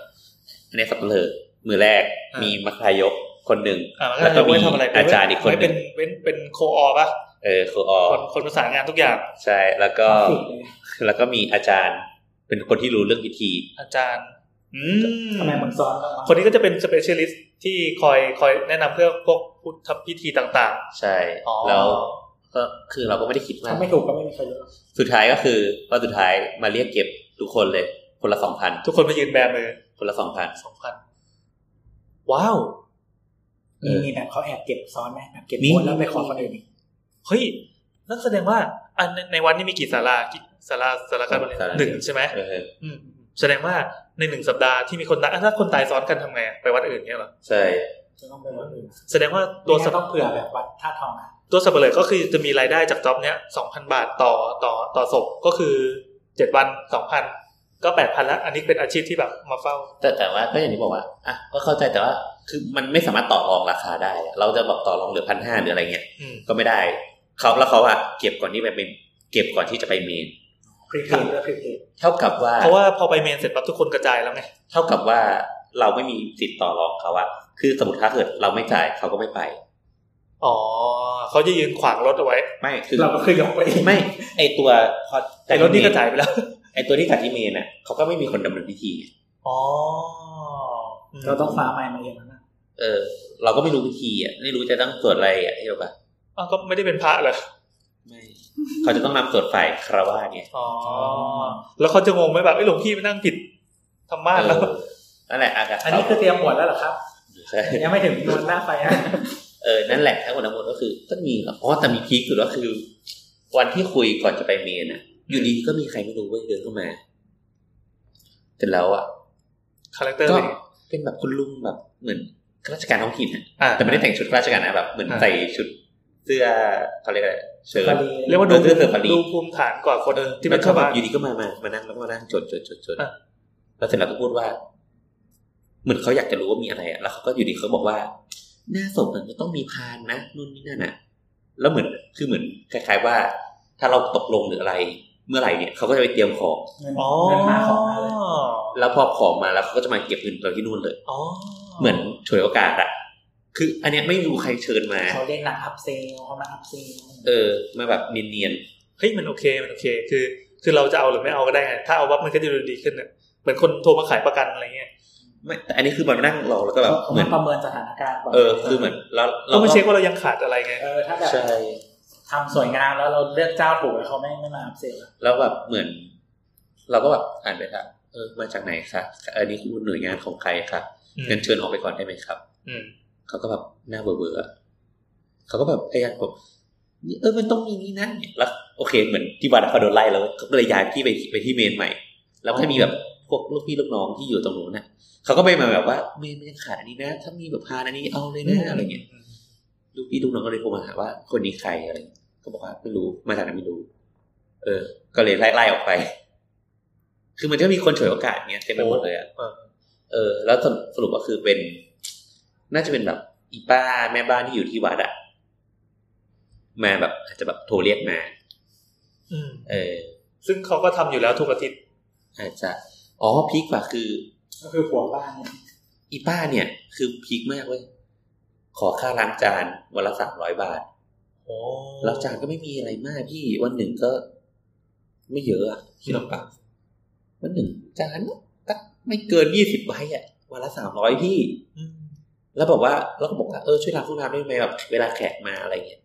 อันนี้สับเลยมือแรก
อ่ามี
มีมัคคายกคนหนึ่ง
อ่า
แล้วก็มี
ไทำะไ
อาจารย์อีกคนหนึ่ง
ไว้เป็นเว้นเป็นโคออป่ะ
เออครูออ
คนคนประสานงานทุกอย่าง
ใช่แล้วก็
สิบเลยนะ
แล้วก็มีอาจารย์ เป็นคนที่รู้เรื่องพิธี
อาจารย์ อืม
ทำไมมึงซ้อนบ้างวะ
คนนี้ก็จะเป็นสเปเชียลิสต์ที่คอยคอยแนะนำเรื่องพวกพุทธพิธีต่าง
ใช่
อ๋อ
แล้วก็คือเราก็ไม่ได้คิดมาก
ถ้าไม่ถูกก็ไม่มีใครรู้
สุดท้ายก็คือว่าสุดท้ายมาเรียกเก็บทุกคนเลย คนละสองพัน
ๆ ทุกคนไปยืนแบมือ
คนละสองพัน
สองพันว้าว
มีมีแบบเขาแอบเก็บซ้อนไหมแบบเก็บ
มี
หมดแล้วไปขอคนอื่นอีก
เฮ้ยนั่นแสดงว่าอันในในวันนี้มีกี่สารากี่สาราสาราการประเรียน
สารา
หนึ่งใช่ไหม
เออ
อืมแสดงว่าในหนึ่งสัปดาห์ที่มีคนตายอ่ะถ้าคนตายซ้อนกันทำไงอ่ะไปวัดอื่นเนี่ยเหรอ
ใช่
จะต้องไปวัดอื่น
แสดงว่าตัวสับ
ต้องเผื่อแบบวัดท่าทองอะ
ตัวสับเปลือก็คือจะมีรายได้จากจ็อบเนี้ยสองพันบาทต่อต่อต่อศพก็คือเจ็ดวันสองพันก็แปดพันละอันนี้เป็นอาชีพที่แบบมาเฝ้า
แต่แต่ว่าก็อย่างที่บอกว่าอ่ะก็เข้าใจแต่ว่าคือมันไม่สามารถต่อรองราคาได้อะเราจะแบบต่อรองเหลือพันห้าหรืออะไรเงี้ย
อืม
ก็ไม่ได้เขาแล้วเขาอะเก็บก่อนที่ไปเป็นเก็บก่อนที่จะไปเมน
พรีเพดด้วยพรีเพด
เท่ากับว่า
เพราะว่าพอไปเมนเสร็จปั๊บทุกคนกระจายแล้วไง
เท่ากับว่าเราไม่มีสิทธิ์ต่อรองเขาอะคือสมมติถ้าเกิดเราไม่จ่ายเขาก็ไม่ไป
อ๋อเขาจะยืนขวางรถเอาไว้
ไม่คือ
เราก็คือยกไปเอง
ไม่ไอตัวพอ
แต่รถนี่กระจายไปแล้ว
ไอตัวที่จัดที่เมนอะเขาก็ไม่มีคนดำเนินพิธีไง
อ๋อม
เราต้องฟ้าไม้มาเองแล้วนะ
เออ เราก็ไม่รู้พิธีอะไม่รู้จะต้องสวดอะไรอะที่เราปะ
อ้าวก็ไม่ได้เป็นพระเหรอ
ไม่เขาจะต้องนำสวดฝ่ายคารวะเนี่ย
อ๋อแล้วเขาจะงงไหมแบบไอ้ยหลวงพี่ไปนั่งผิดธรรมะแล้ว
เออนั่นแหละอากัศ
อันนี้คือเตรียมหมวดแล้วเหรอครับ
ใช่
ยังไม่ถึงโยนหน้าไฟนะ
เออ นั่นแหละทั้งหมดทั้งมวลก็คือต้องมีหรอกอ๋อแต่มีพีคสุดก็คือ วันที่คุยก่อนจะไปเมนอ่ะ อยู่ดีก็มีใครไม่รู้เว้ยเดินเข้ามาเสร็จแล้วอ่ะ
คาแรคเตอร์
ก็
เป็นยังไง
เป็นแบบคุณลุงแบบเหมือนข้าราชการท้องถิ่นอะ
อ่ะ
แต่ไม่ได้แต่งชุดข้าราชการนะแบบเหมือน
อ่า
ใส่ชุดเสื้อเขาเรียกอะไรเชิ้ต
เรียกว่าดู
เรื่องเสือปารี
ดูภูมิฐานกว่าคนที่เป็น
แล้วก็
ชาว
แบบ
บ้าน
อยู่ดีก็มามามานั่งแล้วก็มานั่งจดจดจดจด
อ่ะ
แล้วเสร็จแล้วก็พูดว่า เหมือนเขาอยากจะรู้ว่ามีอะไรอะแล้วเขาก็อยู่ดีเขาบอกว่า หน้าศพมันจะต้องมีพานนะนู่นนี่นั่นน่ะ แล้วเหมือนคือเหมือนคล้าย ๆว่า ถ้าเราตกลงหรืออะไร เมื่อไหร่เนี่ยเขาก็จะไปเตรียมของ
เงิน
อ๋อ
เงินมาของมาเลย
แล้วพอของมาแล้วเขาก็จะมาเก็บเงินเราที่นู่นเลย
อ๋อ
เหมือนฉวยโอกาสอะคือ อันเนี้ยไม่รู้ใครเชิญมา
เขาเรียกหนังอัพเซลเขามาอัพเซล
เออ มาแบบเนียน
เฮ้ยมันโอเคมันโอเค คือ คือเราจะเอาหรือไม่เอาก็ได้ไงถ้าเอาวับมันก็จะดูดีขึ้นเนี่ยเหมือนคนโทรมาขายประกันอะไรเงี้ย
ไม่แต่อันนี้คือมันนั่งรอแล้วก็แบบเหมือน
ประเมินสถานการณ์ก่อน
เออคือเหมือนแล้ว
ต้อ
เรา
ง
ก็
มาเช็คว่าเรายังขาดอะไรไง
เออถ้าแบบ
ใช่
ทำสวยงามแล้วเราเลือกเจ้าถูกแล้วเขาไม่ไม่มาอัพเซลอะ
แล้วแบบเหมือน เราก็แบบอ่านไปค่ะเออมาจากไหนคะอันนี้คือหน่วยงานของใครคะ
อืม
งั้นเชิญออกไปก่อนได้ไหมครับ
อืม
เขาก็แบบหน้าเบื่อเบื่อๆเขาก็แบบพยายามบอกเออมันต้องมีนี่นะเนี่ยแล้วโอเคเหมือนที่วัดอะเขาโดนไล่แล้วเขาก็เลยย้ายที่ไปที่ไปที่เมนใหม่ แล้วก็มีแบบพวกลูกพี่ลูกน้องที่อยู่ตรงนู้นน่ะเขาก็ไปมาแบบว่าเมนมันยังขาดอันนี้นะ ถ้ามีแบบพานอันนี้เอาเลยนะอะไรเงี้ยลูกพี่ลูกน้องก็เลยโทรมาหาว่า คนนี้ใครอะไรเงี้ยก็บอกว่าไม่รู้มาจากไหนไม่รู้ เออ ก็เลยไล่ไล่ออกไป คือมันก็มีคนฉวยโอกาสเงี้ยเต็มไปหมดเลยอะ
เออ
เออแล้วสรุปสรุปก็คือเป็น น่าจะเป็นแบบ อีป้าแม่บ้านที่อยู่ที่วัดอะมาแบบอาจจะแบบโทรเรียกมา
อืม
เออ
ซึ่งเขาก็ทำอยู่แล้วทุกอาทิตย์
อาจจะ อ๋อพีคกว่าคือ
ก็คือผัวบ้านเนี่ย
อีป้าเนี่ย คือพีคมากเว้ยขอค่าล้างจานวันละสามร้อยบาท
โอ้
แล้วจานก็ไม่มีอะไรมากพี่วันหนึ่งก็ ไม่เยอะอะคิดออกปะวันหนึ่งจานตักไม่เกินยี่สิบใบอะวันละสามร้อยพี่
อืม
แล้วบอกว่าแล้วก็บอกว่าเออช่วยล้างห้องน้ำได้ไหมแบบเวลาแขกมาอะไรเงี้ย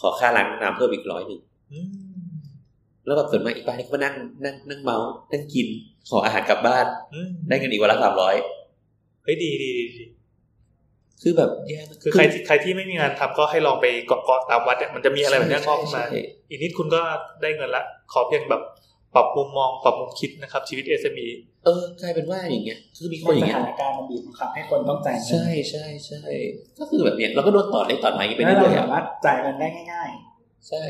ขอค่าล้างน้ำเพิ่มอีกร้อยหนึ่ง
อืม
แล้วแบบส่วนมากอีกบ้านนี่ก็มานั่งนั่งนั่งเมาส์นั่งกิน ขออาหารกลับบ้าน
อืม
ได้เงินอีกวันละสามร้อย
เฮ้ยดีดีดีดี
คือแบบแย่มาก
คือใครที่ใครที่ไม่มีงานทำก็ให้ลองไปเกาะเกาะตามวัดเนี่ยมันจะมีอะไรแบบเนี้ยงอกขึ้นมา
ใช่ใช่
อีกนิดคุณก็ได้เงินละ ขอเพียงแบบปรับมุมมอง ปรับมุมคิดนะครับ ชีวิต SME
เออกลายเป็นว่าอย่างเงี้ย คือมีคนอย่า
ส
งเงี้ย
ถานการณ์มันบีบบังคับให้คนต้องจ่ายเงิ
ใช่ใช่ใช่ก็คือแบบเนี้ยเราก็โดนต่อเล็กต่อน้อยไป
แล้วเรา
เรื่อยๆ
สา
อะ
มารถจ่ายเงินได้ง่าย
ใช่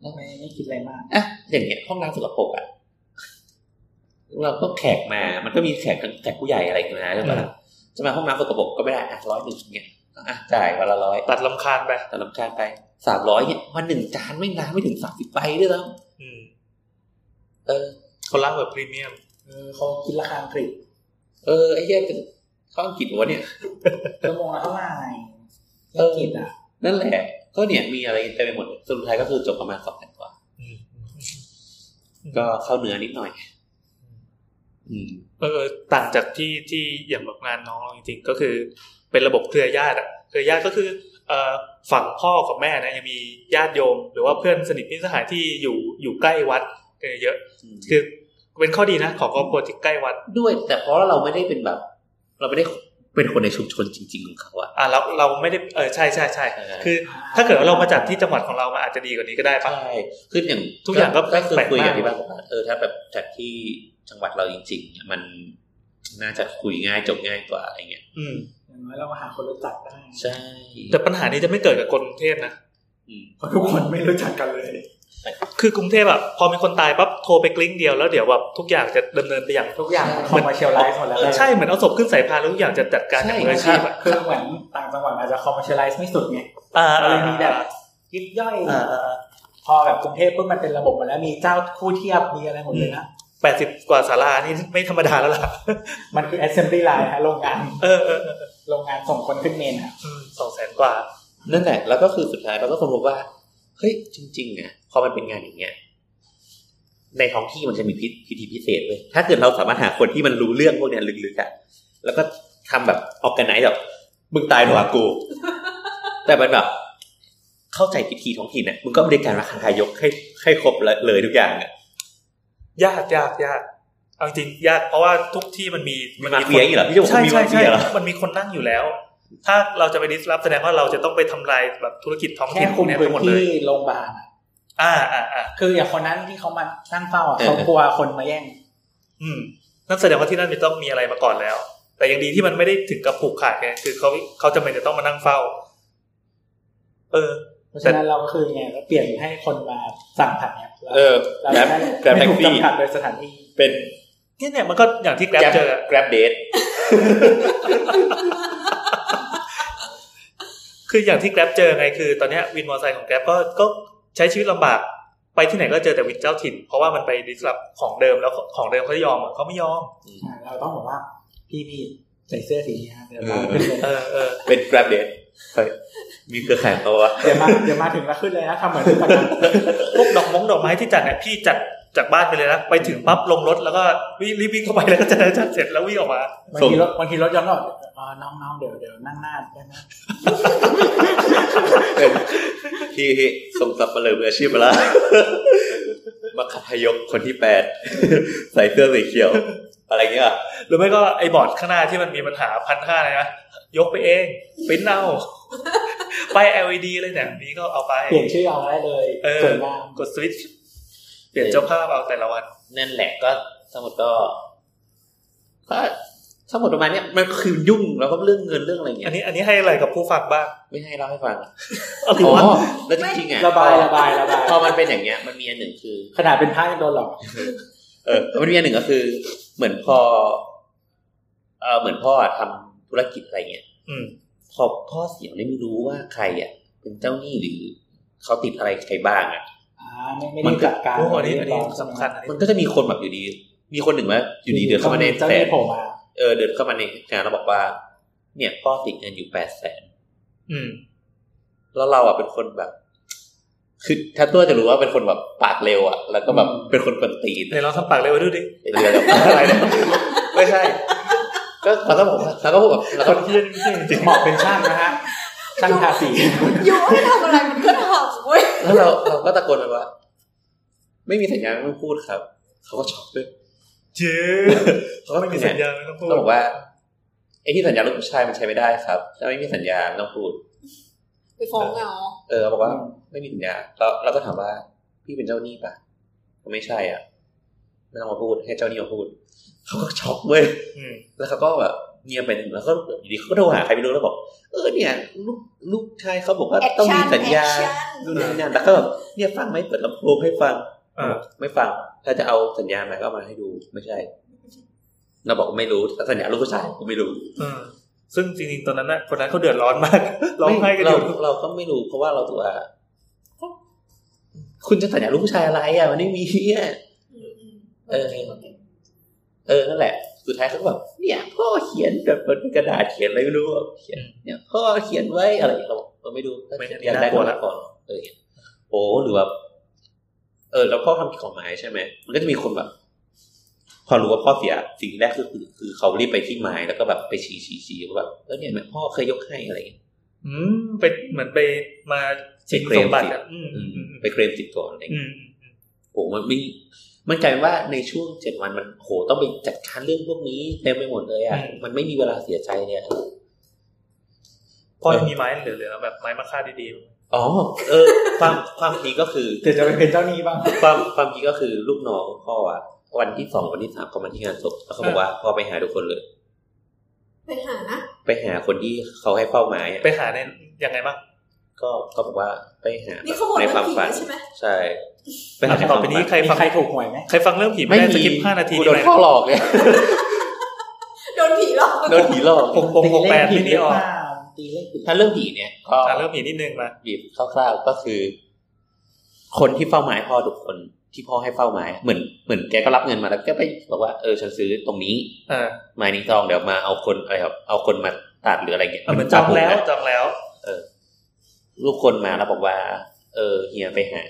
แล้
ๆ
ว
ไม่ไม่คิดอะไรมาก
อ่ะอย่างเงี้ยห้องน้ำสกปรกอ่ะเราก็แขกมามันก็มีแขกทั้งแขกผู้ใหญ่อะไรกันมาใช่ปะล่ะจะมาห้องน้ำสกปรกก็ไม่ได้อ่ะร้อยหนึ่งอย่างเงี้ยอ่ะจ่ายวันละร้อย
ตัดลำคาญไป
แต่ลำคาญไปสามร้อยเนี่ยวันหนึ่งจานไม่น้ำไม่ถึงสามสิบใบด้วยแล้ว
อืม
เออ
เขาล้างแบบพรีเมียม
เออเขาคิดราคาอังกฤษ
เออไอ้เหี้ยเป็นข้าวอังกฤษวะเนี่ย
ชั่วโมงละเท่าไหร่
เออ
อังกฤษอ่ะ
นั่นแหละ ก็เนี่ยมีอะไรเต็มไปหมดเลยสุดท้ายก็คือจบประมาณสองพันกว่า
อืม
ก็เข้าเนื้อนิดหน่อย อืม
เออต่างจากที่ที่อย่างแบบงานน้องจริงๆ ก็คือเป็นระบบเครือญาติอะเครือญาติก็คือเอ่อฝั่งพ่อกับแม่นะยังมีญาติโยม หรือว่าเพื่อนสนิทมิตรสหายที่อยู่อยู่ใกล้วัดเออเยอะ คือเป็นข้อดีนะของครอบครัวที่ใกล้วัด
ด้วยแต่เพราะว่าเราไม่ได้เป็นแบบ เราไม่ได้เป็นคนในชุมชนจริง ๆ ของเขาอะ
อ่ะเราเราไม่ได้เออใช่ใช่ใช่
เออ
คือ ถ้าเกิดว่าเรามาจัดที่จังหวัดของเรามันอาจจะดีกว่านี้ก็ได้ปะ
ใช่คืออย่าง
ทุกอย่างก็
ก็คือ
แปลก
คุยกั
มา
บ
ก
ที่บ้านบอกว่าเออถ้าแบบจัดที่จังหวัดเราจริง ๆ เนี่ยมันน่าจะคุยง่ายจบง่ายกว่าอะไรเงี้ย
อืม
อย่างน้อยเรามาหาคนรู้จักได้
ใช่
แต่ปัญหานี้จะไม่เกิดกับคนกรุงเทพนะ
อืม
เพราะทุกคนไม่รู้จักกันเลย
คือกรุงเทพแบบพอมีคนตายปั๊บโทรไปกลิ้งเดียวแล้วเดี๋ยวแบบทุกอย่างจะดำเนินไปอย่าง
ทุกอย่าง
ใช่
คอมเมอร์เชียลไลซ์หมดแล้วเลย
ใช่เหมือนเอาศพขึ้นสายพานแล้วทุกอย่างจะจัดการอย่างมืออาชีพอะ
คือเหมือนต่างจังหวัดอาจจะคอมเมอร์เชียลไลซ์ไม่สุดไง
อ่า
มันเลยมี
มี
แบบยิบย่อย พอแบบกรุงเทพปุ๊บมันเป็นระบบหมดแล้วมีเจ้าคู่เทียบมีอะไรหมดเลยนะ
แปดสิบกว่าสารานี่ ไม่ธรรมดาแล้วล่ะ
มันคือ assembly line ฮะโรงงาน
เออเออเออ
โรงงานส่งคนขึ้นเมนอะ
สองแสนกว่า
นั่นแหละ แล้วก็คือสุดท้ายเราก็คนพบว่า เฮ้ย จริงๆอ่ะพอมันเป็นงานอย่างเงี้ย ในท้องที่มันจะมีพิธพิธีพิเศษเลย ถ้าเกิดเราสามารถหาคนที่มันรู้เรื่องพวกเนี้ยลึกๆอ่ะ แล้วก็ทำแบบออกกันไหนแบบมึงตายหนูอะกู แต่มันแบบ เข้าใจพิธีท้องถิ่นอ่ะมึงก็บริการราคายกให้ให้ครบเลยทุกอย่างอ่ะ
ยากยากยากเอาจริงยากเพราะว่าทุกที่มันมี
มันมาเฟียอย่างงี้เหรอพี่จะบอก
ใช่
ว่ามี
ใช่ใช่
มาเฟียเหรอ
มันมีคนนั่งอยู่แล้ว ถ้าเราจะไปดิสรับแสดงว่าเราจะต้องไปทำลายแบบธุรกิจท้อง
แค่
ถิ่นพ
คุ
วก
ม
เนี้ย
พื้
ทั้
น
งหมดเล
ที่
ย
โรงพยาบาลอะ
อ่าอ่าอ่า
คืออย่างคนนั้นที่เขามานั่งเฝ้าอะเขากลัวคนมาแย่ง
อืมนั่นแสดงว่าที่นั่นมันต้องมีอะไรมาก่อนแล้ว แต่ยังดีที่มันไม่ได้ถึงกับผูกขาดไงคือเขาเขาจำเป็นจะต้องมานั่งเฝ้า เออ
เพราะฉะนั้นเราก็คือไงก็เปลี่ยนให้คนมาสั่งผัดแอป
เออ
เรา
แก
จะได้
ร็บแกร็บ
ไม่
แท็ก
ถูก
ซี่
จำกัดโดยสถานที่
เป็น
เนี่ยเนี่ยมันก็อย่างที่แกร็บ
แกร็บ
เจออะ
แกร็บเดท
คืออย่างที่แกร็บเจอไงคือ ตอนเนี้ยวินมอเตอร์ไซค์ของแกร็บก็ก็ใช้ชีวิตลำบาก ไปที่ไหนก็เจอแต่วินเจ้าถิ่น เพราะว่ามันไปดิสรับของเดิมแล้วของเดิมเขาจะยอมเหรอเขาไม่ยอม
อ่าเราต้องบอกว่าพี่พี่ใส่เสื้อสีนี้นะเดี๋ยวเราขึ้นเลย
เออเออ
เป็นแกร็บเดทเฮ้ยมีเครือข่ายเขาวะ
เดี๋ยวมาเดี๋ยวมาถึงแล้วขึ้นเลยนะทำเหมือนทุกคนนะ
พวกดอกมงดอกไม้ที่จัดเนี่ยพี่จัด จากบ้านไปเลยนะ ไปถึงปั๊บลงรถแล้วก็วิ่งรีบวิ่งเข้าไปแล้วก็จะ ได้จัดเสร็จแล้ววิ่งออกมา
บางทีรถบางทีรถย้อนก็เออน้องๆเดี๋ยวเดี๋ยวนั่งหน้าได้ไหม
เป็นที่ส่งสับเปลือมืออาชีพมาแล้ว มาขับพยกคนที่แปด ใส่เสื้อสีเขียว อะไรเงี้ย
หรือไม่ก็ไอ้บอร์ดข้างหน้าที่มันมีปัญหาพันห้าเลยนะยกไปเองปริ้นเอาไป LED เลยเนี่ยนี้ก็เอาไป
เปลี่ยนชื่อเอาได้เลย
เออ
สวยงาม
กดสวิตช์เปลี่ยนเจ้าภาพเอาแต่ละวัน
นั่นแหละก็ทั้งหมดก็ก็ทั้งหมดประมาณเนี้ยมันก็คือยุ่งแล้วก็เรื่องเงินเรื่องอะไรเงี้
อั
ย
นนี้อันนี้ให้อะไรกับผู้ฟังบ้าง
ไม่ให้เล่าให้ฟัง
อะไร
อ๋อ
วะ
แล้วจริงๆอ่ะ
ระบายระบายระบาย
พอมันเป็นอย่างเงี้ยมันมีอันหนึ่งคือ
ขนาดเป็นพระยังโดนหลอก
เออมันมีอันหนึ่งก็คือ เหมือนพอเออเหมือนพ่ออะทำธุรกิจอะไรเงี้ย
อืม
พอพ่อเสียเนี่ยไม่รู้ว่าใครอ่ะ เป็นเจ้าหนี้หรือเขาติดอะไรใครบ้างอ่ะ
อ่าไม่ไม่
มัน
ได้
ก็
จัดการ
โอ้โหอันนี้อันนี้
เรียบร้ย
สำคัญอันนี้
มันก็จะมีคนแบบอยู่ดี มีคนหนึ่งว่าอยู่ดีเดินเข้ามาใน
จ้
แส
ห
น
โผล่มา
เออเดินเข้ามาในงานแล้วบอกว่า เนี่ยพ่อติดเงินอยู่แปดแสน
อืม
แล้วเราอ่ะเป็นคนแบบ คือถ้าตัวจะรู้ว่าเป็นคนแบบปากเร็วอ่ะ แล้วก็แบบเป็นคนกวนตีน
เดี๋ยวลองทำปากเร็วดูดิ
ไอ้เรือแบบ
อะไรเนี่ยไม่ใช่
ก็เขาก็บอกว่าแล้วก็พูดแบบแล้ว
ค
ก็
นที่เล่นไม่ใช่จริง
เหมาะเป็นช่างนะฮะช่างทาสี
อยู่ให้ทำอะไรมันก็ทำเว้ย
แล้วเราเราก็ตะโกนไปว่า ไม่มีสัญญาณไม่ต้องพูดครับเขาก็ช็อกด้วย
ๆจื้อ
เขาก็
ไม่มี
เนี่ย
สัญญาณไม่ต้องพูด
ก็บอกว่าไอ้ที่สัญญาลูกผู้ชายมันใช้ไม่ได้ครับถ้าไม่มีสัญญาไม่ต้องพูด
ไปฟ้องเงา
เออเขาบอกว่าไม่มีสัญญาแล้วเราก็ถามว่าพี่เป็นเจ้าหนี้ปะก็ไม่ใช่อ่ะไม่ต้องมาพูดให้เจ้าหนี้มาพูดเขาก็ช็อกเว้ย
อืม
แล้วเขาก็แบบเงียบไปแล้วก็อยู่ดีเขาก็โทรหาใครไม่รู้แล้วบอกเออเนี่ยลูกลูกชายเขาบอกว่า
แอค
ต้อง
ชั่
มี
น
สัญ
แอ
ญา
คชั่น
ดูนนนั่นแล้วก็แบบเนี่ยฟังไหมเปิดลำโพงให้ฟัง
อ่า
ไม่ฟัง ถ้าจะเอาสัญญามาก็เอามาให้ดูไม่ใช่ เราบอกไม่รู้แต่สัญญาลูกผู้ชายกูไม่รู้
อืมซึ่งจริงๆตอนนั้นน่ะคนนั้นเขาเดือดร้อนมากร้องไห้กันอยู่
เราเราก็ไม่รู้เพราะว่าเราตัวาคุณจะสัญญาลูกผู้ชายอะไรอ่ะมันไม่มีอ่ะ
อืมอืม
เออ เออนั่นแหละ สุดท้ายเขาก็แบบเนี่ยพ่อเขียนแบบบนกระดาษเขียนอะไรไม่รู้อะเขียน เนี่ยพ่อเขียนไว้อะไรเราบอกเราไม่ดู
ไม่ได้
อยากได้
น่ากลัว
ละ
ละ
ก่อนเออโอ้หรือแบบเออ แล้วพ่อทำผิดกฎหมายใช่ไหมมันก็จะมีคนแบบพอรู้ว่าพ่อเสียสิ่งแรกคือคือคือเขารีบไปที่ไม้แล้วก็แบบไปชี้ชี้ชี้ว่าแบบเออเนี่ยแม่พ่อเคยยกให้อะไรอย่างเงี้ย
อืมเป็นเหมือนไปมาชิง
ไปเคล
ส
ม
มบัติ
สิ
อ่ะอืม
อื
อืม
ม
อืม
ไปเคลมสิทธิ์ก่อนอะไรอย่างเงี้ย
อืมอืม
โหมันมีมันกลายเป็นว่าในช่วงเจ็ดวันมันโหต้องไปจัดการเรื่องพวกนี้เต็มไปหมดเลยอ่ะ
อืม
มันไม่มีเวลาเสียใจเนี่ย
พ่อยังมีไม้เหลือๆแบบไม้มะค่าดีๆ
อ๋อเออ ความความพีคก็คือ
เดี๋ยวจะไปเป็นเจ้าหนี้บ้าง
ความความพีคก็คือลูกน้องพ่ออ่ะวันที่สองวันที่สามเขามาที่งานศพแล้วเขาบอกว่าพ่อไปหาทุกคนเลย
ไปหา
ไปหาคนที่เขาให้เป้าหมายอะ
ไปหาเนี่ยยังไงบ้าง
ก็เขาบอกว่าไปหา
นี่เขาหมด
ใน
เรื่
ค
อ
วา
ง
ม
ผี
ฝัน
แล้วใช่ไหม
ใช่ไปหาในค
ต่อ
วาม
ไป
ฝัน
นี้ใครฟัง
ใครถูกหวยไหม
ใครฟังเรื่องผีไม่ได้สกิปห้านาที
กูโดนพ่อหลอกเนี่ย
โดนผีหลอก
โดนผีหลอก
หกหกหกแปดไม่
ตีเลขผิ
นี่ออก
หรือเปล่าตีเลขผิด
ถ้าเรื่องผีเนี่ยก็
อ่ะเรื่องผีนิดนึงมา
บีบคร่าวๆก็คือ คนที่เฝ้าหมายพ่อทุกคนที่พ่อให้เฝ้าหมายเหมือนเหมือนแกก็รับเงินมาแล้วแกไปบอกว่าเออฉันซื้อตรงนี้
เออ
หมายนี้จองเดี๋ยวมาเอาคนอะไรครับเอาคนมาตัดหรืออะไรเงี้ย
เอาเหมือนจองแล้ว
ตัดผมนะ
จองแล้ว
ลูกคนมาแล้วบอกว่า เออเฮียไปหา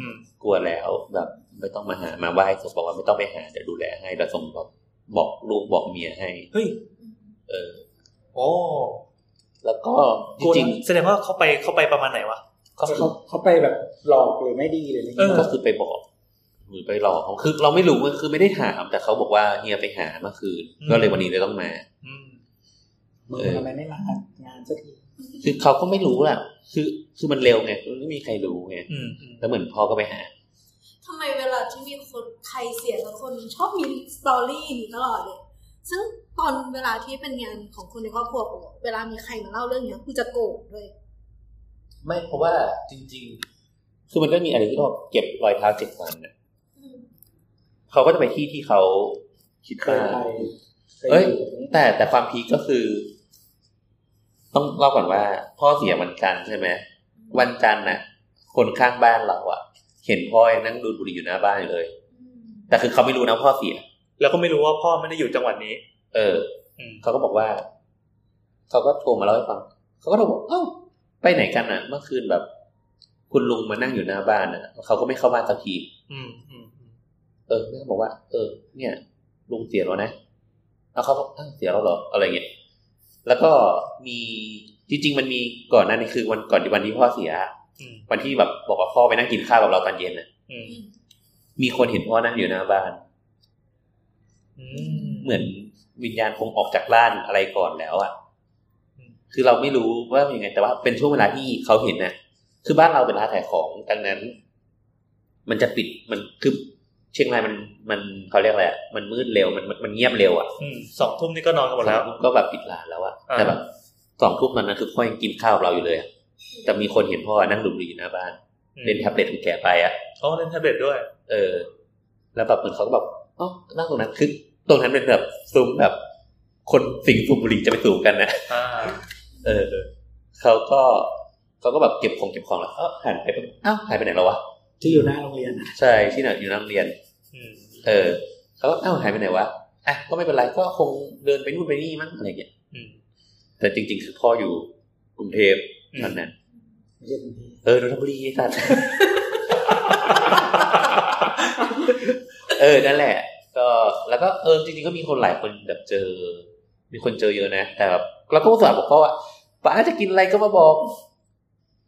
อืม
กลัวแล้วแบบไม่ต้องมาหามาไหว้ศพบอกว่าไม่ต้องไปหาเดี๋ยวดูแลให้แล้วส่งบอกบอกลูกบอกเมียให้
เฮ้ย
เออ
โอ้
แล้วก็จ
จริ
ริ
ง
ง
แสดงว่าเขาไปเขาไปประมาณไหนวะ
ๆก็คือ
เขาเขาไปแบบหลอกหรือไม่ดีหรืออะไร
เอ
เงี้
อ
ก็
ย
คือไปบอกหรือไปหลอกเขาคือเราไม่รู้มันคือไม่ได้ถาม แต่เขาบอกว่าเฮียไปหาเมื่อคืน
อืม
ก็เลยวันนี้เลยต้องมา
อืม
มึง
เออ
ทำไมไม่มางานสักที
คือเขาก็ไม่รู้แหละคือคือมันเร็วไงมันไม่มีใครรู้ไง
อืมอืม
แล้วเหมือนพ่อก็ไปหา
ทำไมเวลาที่มีคนใครเสียแล้วคนชอบมีสตอรี่นี้ตลอดเลย ซึ่งตอนเวลาที่เป็นงานของคนในครอบครัวกูอะเวลามีใครมาเล่าเรื่องเนี้ยกูจะโกรธเลย
ไม่เพราะว่าจริง ๆ คือมันก็มีอะไรที่เราเก็บรอยเท้าเจ็ดวันน่ะ
อืม
เขาก็จะไปที่ที่เขาคิด
เค
ว่า
ยไปค
เอ้ย
อแบบนี้
แต่แต่ความพีคก็คือ ต้องเล่าก่อนว่า พ่อเสียวันจันทร์ใช่ไหมวันจันทร์น่ะ คนข้างบ้านเราอะเห็นพ่อนั่งดูดบุหรี่อยู่หน้าบ้านอยู่เลย แต่คือเขาไม่รู้นะพ่อเสีย
แล้วก็ไม่รู้ว่าพ่อไม่ได้อยู่จังหวัดนี้
เออ
อืม
เขาก็บอกว่า เขาก็โทรมาเล่าให้ฟัง เขาก็โทรบอกเอ้าไปไหนกันอ่ะ เมื่อคืนแบบ คุณลุงมานั่งอยู่หน้าบ้านอ่ะ เขาก็ไม่เข้าบ้านสักที
อืมอืมอืม
เออแม่ก็บอกว่า เออ เนี่ยลุงเสียแล้วนะแล้วเขาบอกอ้าวเสียแล้วเหรออะไรเงี้ยแล้วก็มีจริง ๆ มันมีก่อนหนั้านนี่คือวันก่อนที่วันที่พ่อเสีย
อืม
วันที่แบบบอกว่าพ่อไปนั่งกินข้าวกับเราตอนเย็นน่ะ
อืม
มีคนเห็นพ่อนั่งอยู่หน้าบ้าน
อืม
เหมือนวิญญาณคงออกจากร่างอะไรก่อนแล้วอะ่ะ
อืม
คือเราไม่รู้ว่าเป็นยังไง แต่ว่าเป็นช่วงเวลาที่เขาเห็นน่ะ คือบ้านเราเป็นร้านขายของดังนั้น มันจะปิดมันคือเชียงรายมันมันเขาเรียกอะไรอะมันมืดเร็วมันมันมันเงียบเร็วอะ่ะ
อืมสองทุ่มนี่ก็นอนกันหมดแล้ว
สองทุ่มก็แบบปิดร้านแล้วอะ
อ่า
แต่แบบสองทุ่มตอนนั้นคือพ่อยังกินข้าวกับเราอยู่เลยอะแต่มีคนเห็นพ่อนั่งดูดบุหรีอยู่หน้าบ้านเล่นแท็บเล็ตของแกไปอ่ะ
เขาเล่นแท็บเล็ตด้วย
เออ แล้วแบบเหมือนเขาก็แบบอ๋อนั่งตรงนั้นคือตรงนั้นเป็นแบบซุ้มแบบ คนสิงสูบบุหรี่จะไปสูบกันนะ
อ่า
เออ เขาก็เขาก็แบบเก็บของเก็บของแล้วเออหันไปปุ๊บอ้าวหายไปไหนแล้ววะ
ที่อยู่หน้าโรงเรียนอะ
ใช่ที่ไหนอยู่นั่งเรียน
อืม
เออ เขาก็อ้าวหายไปไหนวะ อ่ะก็ไม่เป็นไรก็คงเดินไปนู่นไปนี่มั้งอะไรอย่างเงี้ย
อืม
แต่จริง ๆ คือพ่ออยู่กรุงเทพตอนนั้น
ไม่ใช่กรุงเทพ
เออนนทบุรีไอ้สัตว์ เออ นั่นแหละ ก็แล้วก็เออจริงๆก็มีคนหลายคนแบบเจอ มีคนเจอเยอะนะ แต่แบบเราก็อุตส่าห์บอกเขาว่าป้าจะกินอะไรก็มาบอก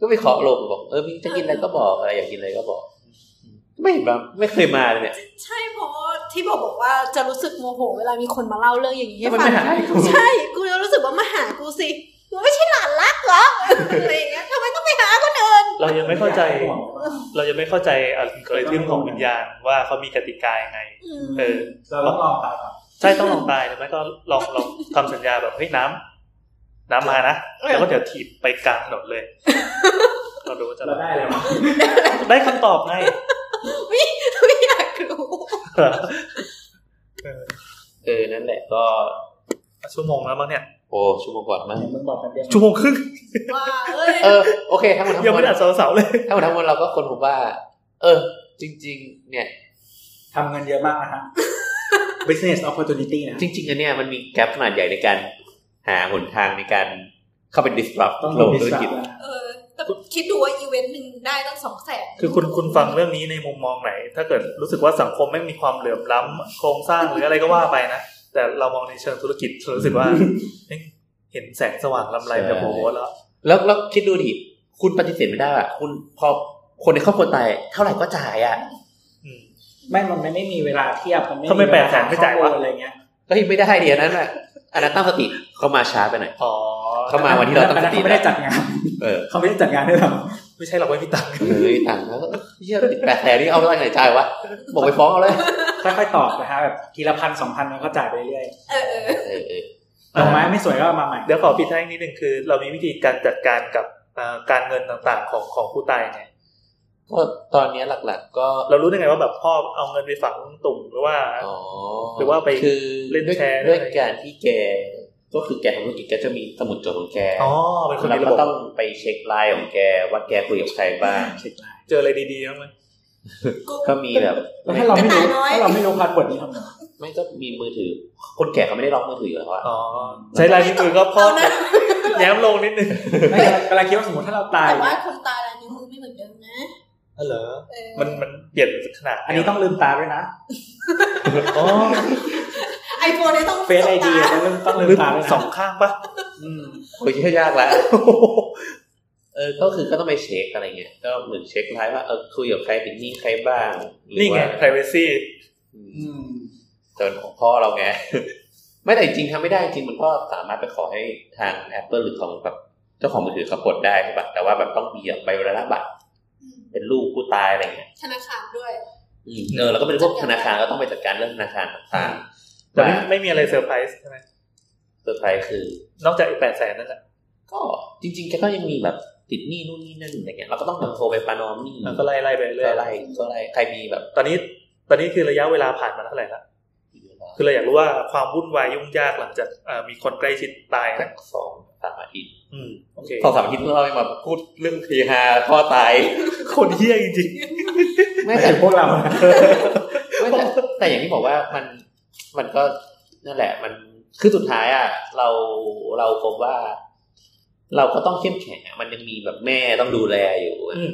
ก็ไปขอลงบอก เออมีจะกินอะไรก็บอกอะไรอยากกินอะไรก็บอก ไม่เห็นมาไม่เคยมาเลยเนี่ย
ใช่เพราะว่าที่บอกบอกว่าจะรู้สึกโมโห เวลามีคนมาเล่าเรื่องอย่างนี้ให้
มัน
ฟั
ไม่
ง
หาให้กู
ใช่กูจะรู้สึกว่ามาหากูสิมึงไม่ใช่หลานรักเหรออะไรอย่างเงี้ยทำไมต้องไปหาคนอื่น
เรายังไม่เข้าใจ
ห่วง
เรายังไม่เข้าใจอัลกอริทึมของวิญญาณว่าเขามีกติกายังไง
อืม
เออ
เราต้องลองตายก่อน
ใช่ต้องลองตายหรือไม่ก็ลองลองทำสัญญาแบบเฮ้ยน้ำน้ำมานะ แล้วก็เดี๋ยวถีบไปกลางถนนเลย เราดูว่าจะ
เราได้อะไรมา
ได้คำตอบไง
ไม่อยากรู้
เหรอ
เออนั่นแหละ ก็
ชั่วโมงแล้วมั้งเนี่ย
โอ้ชั่วโมงกว่ามั้ง
เดี๋ยวมึงบอกกันเดียว
ชั่วโมงครึ่ง
ว่าเอ้ย
เออโอเคทั้งหมดทั้ง
ยัง
มว
ไม่
ล
ได้อัดเสาเสาร์เลย
ทั้งหมดทั้งมวลเราก็คนพบว่า เออ จริง ๆ เนี่ย
ทำเงินเยอะมากนะฮะ business opportunity นะ
จริงๆอันเนี้ยมันมีแกลบขนาดใหญ่ในการหาหนทางในการเข้าไป disrupt
ต้อง
โลก
ดิส
ธุร
รั
กิจ
แล้วนะ
เออแต่คิดดูว่าอีเวนต์หนึ่งได้ตั้งสองแสน
คือคุณคุณฟังเรื่องนี้ในมุมมองไหน ถ้าเกิดรู้สึกว่าสังคมไม่มีความเหลื่อมล้ำโครงสร้างหรืออะไรก็ว่าไปนะ แต่เรามองในเชิงธุรกิจเรารู้สึกว่าเอ๊ะเห็นแสงสว่างลำไรแบบโอ้โหแล้ว
แล้วแล้วคิดดูดิ คุณปฏิเสธไม่ได้อะคุณพอคนในครอบครัวตายเท่าไหร่ก็จ่ายอ่ะ
อืม
ไม่มันไม่ได้มีเวลาเทียบ มันไม่
ทำไม
เวล
แปดแสนไม่จ่ายวะ
ข้อมูลอะไรเงี้ย
ก็ยังไม่ได้เดียวนั้นอ่ะอันนั้นตั้งสติเขามาช้าไปหน่อย
อ๋อ
เข้ามาวันที่เราตั้งสติ
เขาไม่ได้จัดงาน
เออ
เขาไม่ได้จัดงานด้วยหรอ
ไม่ใช่หรอกไม่ มีตังค์
เฮ้ยตังค์แล้วเหี้ยติดแปดแสนนี่เอาเท่าไหร่จ่ายวะ บอกไปฟ้องเอาเลย
ค่อยๆตอบนะฮะแบบทีละพันสองพันแล้วก็จ่ายไปเรื่อย
เออเออ
เออเออ
ดอกไม้ไม่สวยก็เอามาใหม่
เดี๋ยวขอปิดท้ายนิดนึงคือ เรามีวิธีการจัดการกับเอ่อการเงินต่างๆของของผู้ตายไง
ก็ตอนเนี้ยหลักๆ ก็
เรารู้ได้ไงว่าแบบพ่อเอาเงินไปฝังตุ่มหรือว่า
อ๋อ
หรือว่าไป
คือ
เล่นแชร์
ด้วยด้วยการที่แก ก็คือแกทำธุรกิจแกจะมีสมุดจดของแก
อ๋อเป็นคน
เรา
มีระบ
ก็
บ
ต้องไปเช็คไลน์ของแกว่าแกคุยกับใครบ้าง
เช็คไลน์
เจออะไรดีๆบ้างไหม
กู
ก็มีแบบ
แล้วถ้าเราไม่รู้
กระต่ายน้อย
ถ้าเราไม่รู้พาสเวิร์ดนี้ทำไง
ไม่ก็มีมือถือ คนแก่เขาไม่ได้ล็อกมือถืออยู่แล้วอะ
อ๋อใช้ลายนิ้วมือก็พ่อ
เอานะ
แย้มลงนิดนึง
ไม่กำลังคิดว่าสมมติถ้าเราตาย
แต่ว่าคนตายลายนิ้วมือไม่เหมือนเดิมนะ
อ๋อเหรอ
เออ
มันมันเปลี่ยนขนาด
อันนี้ต้องลืมตาด้วยนะ
อ๋อ
ไอโฟนเนี่ยต้อง
เฟซไอดี
ตา
ต้องลืมต้องลืม
ลืม
ตาด้วยนะ
สองข้างปะ
อืม
โอ้ยเชื่อยากแล้วเออ ก็คือก็ต้องไปเช็คอะไรเงี้ย ก็เหมือนเช็คไลน์ว่าเออคุยกับใครเป็นหนี้ใครบ้างหรือ
นี่ไง
ว่า
privacy
อืม
อืม
แต่เป็นของพ่อเราไง ไม่แต่จริงๆทำไม่ได้จริงมันก็สามารถไปขอให้ทาง Apple หรือของแบบเจ้าของมือถือเขากดได้ใช่ปะแต่ว่าแบบต้องมีแบบใบระบัตร
อืม
เป็นลูกผู้ตายอะไรเงี้ย
ธนาคารด้วย
อืมเออแล้วก็เป็นพวกธนาคารก็ต้องไปจัดการเรื่องธนาคารต่างๆ
แต่ไม่
ว่า
ไม่มีอะไรเซอร์ไพรส์ใช่ไหม
เซอร์ไพรส์คือน
อกจากไอ้แปดแสนนั่นแหละ
ก็จริงๆแกก็ยังมีแบบติดหนี้นู่นนี่นั่นอะไรเงี้ยเราก็ต้องแบบโทรไปประนอมหนี้
แล้วก็ไล่ไล่ไปเรื่อย
ก็ไล่ก็ไล่ใครมีแบบ
ตอนนี้ตอนนี้คือระยะเวลาผ่านมาเท่าไหร่ละคือเราอยากรู้ว่าความวุ่นวายยุ่งยากหลังจากเอ่อมีคนใกล้ชิดตาย
สั
นะ
กสองสามอาทิตย์
อืมโอเค
สองสามอาทิตย์เราไปมาพูดเรื่องเฮฮาพ่อตาย
คนเฮี้ยจริง
ไม่
ไม่
แต่
แต่พวกเรานะ
ไม่แต่แต่อย่างที่บอกว่ามันมันก็นั่นแหละ มันคือสุดท้ายอ่ะเราเราพบว่า เราก็ต้องเข้มแข็งอะมันยังมีแบบแม่ต้องดูแลอยู่อะ
ๆอืม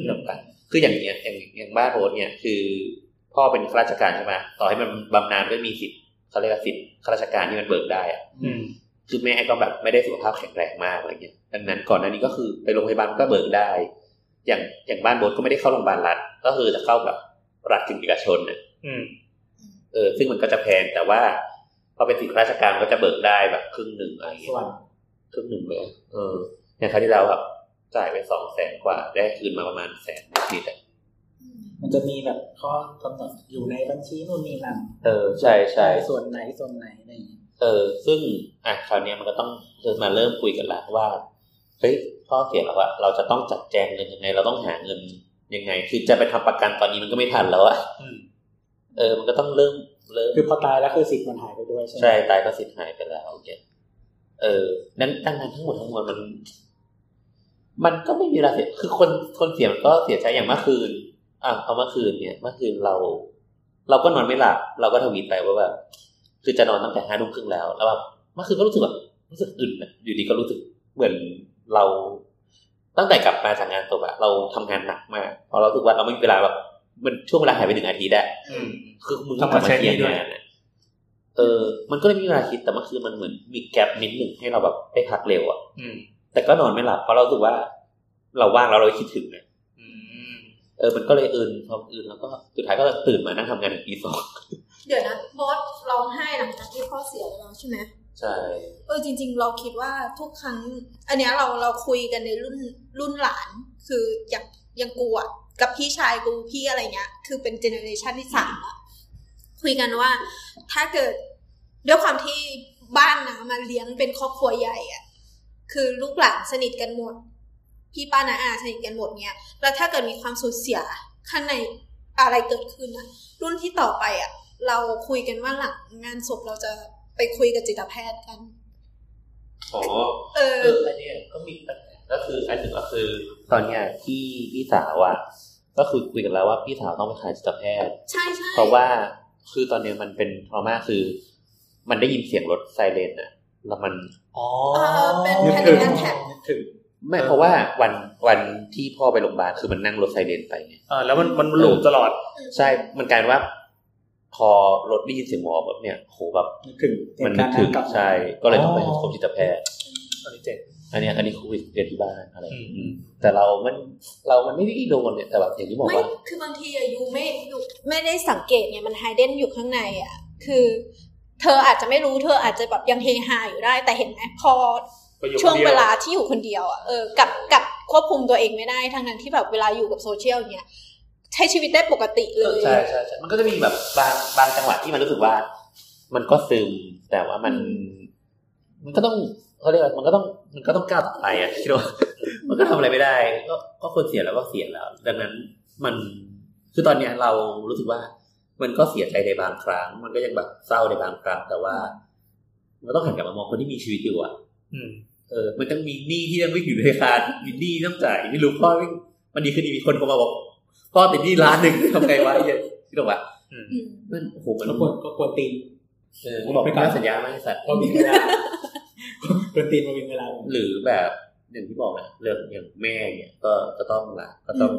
คืออย่างเนี้ยอย่างอย่างบ้านโรสเนี่ยคือ พ่อเป็นข้าราชการใช่ไหมต่อให้มันบำนาญก็มีสิทธิ์เขาเรียกว่าสิทธิ์ข้าราชการที่มันเบิกได้อะ
อืม
คือแม่ก็แบบไม่ได้สุขภาพแข็งแรงมากอะไรเงี้ยดังนั้นก่อนหน้านี้ก็คือไปโรงพยาบาลก็เบิกได้ อย่างอย่างบ้านโบทก็ไม่ได้เข้าโรงพยาบาลรัฐก็คือจะเข้าแบบรัฐกับเอกชนน่ะ
อืม
เออซึ่งมันก็จะแพงแต่ว่าพอเป็นสิทธิราชการมันก็จะเบิกได้แบบครึ่งหนึ่งอะไรเงี้
ส่
ย
วน
ครึ่งหนึ่งเลยอะเอออย่างคราวที่เราแบบจ่ายไปสองแสนกว่า ได้คืนมาประมาณแสนนิดๆอะ
มันจะมีแบบข้อกำหนดอยู่ในบัญชีนู่นนี่นั่น
เออใช่ใช่
ส่วนไหนส่วนไหนอะไรอย่างเงี้ย
เออ ซึ่งอ่ะคราวเนี้ยมันก็ต้องมาเริ่มคุยกันละว่าเฮ้ยข้อเสียเราอะเราจะต้องจัดแจงเงินยังไง เราต้องหาเงินยังไง คือจะไปทำประกันตอนนี้มันก็ไม่ทันแล้วอะ
อืม
เออ มันก็ต้องเริ่มเริ่ม
คือพอตายแล้วคือสิทธิ์มันหายไปด้วยใช่ไหม
ใช่ตายก็สิทธิ์หายไปแล้วโอเคเออนั้นดังนั้นทั้งหมดทั้งมวลมัน มันก็ไม่มีเวลาเสียคือคนคนเสียมันก็เสียใจอย่างเมื่อคืน อ่ะเอาเมื่อคืนเนี่ยเมื่อคืนเรา เราก็นอนไม่หลับเราก็ทวีตไปว่าแบบคือจะนอนตั้งแต่ห้าทุ่มครึ่งแล้วแล้วแบบเมื่อคืนก็รู้สึกแบบรู้สึกอึนอะอยู่ดีก็รู้สึกเหมือนเรา ตั้งแต่กลับมาจากงานตัวอะเราทำงานหนักมากเพราะเรารู้สึกว่าเราไม่มีเวลาแบบมันช่วงเวลาหายไปหนึ่งอาทิตย์อะ
อืม
คือมึง
ต้องมา
ต้อง
ใช้หนี้
เคลีร์
ด้วย
งานอะเออ มันก็เลยไมมีเวลาคิดแต่เมื่อคืนมันเหมือนมีแกลบนิดหนึ่งให้เราแบบได้พักเร็วอะ
อืม
แต่ก็นอนไม่หลับเพราะเรารู้สึกว่า เราว่างแล้วเราคิดถึงอะ
อืม
เออ มันก็เลยอื่นพออื่นแล้วก็สุดท้ายก็ตื่นมานั่งทำงานถึงตีสอง
เดี๋ยวนะบอสร้องไห้หลังจากที่พ่อเสียไปแล้วใช่ไหม
ใช่
เออจริง ๆ เราคิดว่าทุกครั้ง อันเนี้ยเราเราคุยกันในรุ่นรุ่นหลาน คืออย่างอย่างกูอะกับพี่ชายกูพี่อะไรเงี้ย คือเป็นเจเนอเรชันที่สามอะคุยกันว่า ถ้าเกิดด้วยความที่บ้านนะมาเลี้ยงเป็นครอบครัวใหญ่อะคือลูกหลานสนิทกันหมด พี่ป้านาอาสนิทกันหมดเนี้ยแล้วถ้าเกิดมีความสูญเสียข้างในอะไรเกิดขึ้นอะรุ่นที่ต่อไปอะเราคุยกันว่าหลังงานศพเราจะไปคุยกับจิตแพทย์กัน
อ๋อ
เอ
เอ
อ
ออันเนี้ยก็มีปัญหาก็คืออันหนึ่งก็คือ ตอนเนี้ยที่พี่สาวอะก็คือคุยกันแล้วว่าพี่สาวต้องไปหาจิตแพทย์
ใช่ใช่
เพราะว่าคือตอนเนี้ยมันเป็นทรมาคือ มันได้ยินเสียงรถไซเรนอะแล้วมัน
อ๋อ
เออเป็น
นึก
แพนิคแอน
ถึง
แท็ก
นึกถึง
ไม่เพราะว่าวันวันที่พ่อไปโรงพยาบาลคือมันนั่งรถไซเรนไปไง
เออแล้วมันมันหลูบตลอด
ใช่ มันกลายเป็นว่า พอรถได้ยินเสียงหมอแบบเนี่ยโหแบบ
นึกถึง
มัน
เห
นึก
ตุารณ์
ถึง
กลับมา
ใช่ ก็เลยต้องไป
อ๋อ
พบจิตแพทย์
อันนี้เจ๋ง
อันเนี้ยอันนี้คุยเรียนที่บ้านอะไร
อืม
อืมแต่เรามันเรามันไม่ได้โดนเนี่ยแต่แบบอย่างที่บอก
ไม่
ว่า
คือบางทีอะยูไม่อยู่ไม่ได้สังเกตไงมันไฮเดนอยู่ข้างในอะคือ เธออาจจะไม่รู้เธออาจจะแบบยังเฮฮาอยู่ได้ แต่เห็นไหมพอ
ประโยค
ช่วง
เดีย
เว
ว
ลาที่อยู่คนเดียวอะเออกับกับควบคุมตัวเองไม่ได้ทั้งนั้นที่แบบเวลาอยู่กับโซเชียลอย่างเงี้ยใช้ชีวิตได้ปกติเลย
ใช่ใช่ใช่มันก็จะมีแบบบางบางจังหวะที่มันรู้สึกว่า มันก็ซึมแต่ว่ามัน มันก็ต้องเขาเรียกว่ามันก็ต้องมันก็ต้องก้าวต่อไปอ่ะคิดว่า มันก็ทำอะไรไม่ได้ ก็ก็คนเสียแล้วก็เสียแล้ว ดังนั้นมันคือตอนเนี้ยเรารู้สึกว่า มันก็เสียใจในบางครั้ง มันก็ยังแบบเศร้าในบางครั้ง แต่ว่ามันต้องหันกลับมามองคนที่มีชีวิตอยู่อ่ะ
อืม
เออมันต้องมีหนี้ที่ยังไม่อยู่ในธนาคารมีหนี้ที่ต้องจ่ายไม่รู้พ่อไม่มันดีคือดีมีคนโทรมาบอกพ่อติดหนี้ล้านหนึ่ง ทำไงวะไอ้เหี้ยคิดว่า
อืม
มันโอ้โหมัน
ก็ควรก็ควร ตีน
เออบอกไม่กล้าสัญญาไม่ให้สัตว์
พอมีเวลา ดนตรีมาวิงเวลา
หรือแบบอย่างที่บอกนะเรื่องอย่างแม่เนี่ยก็ก็ต้องละก็ต้อง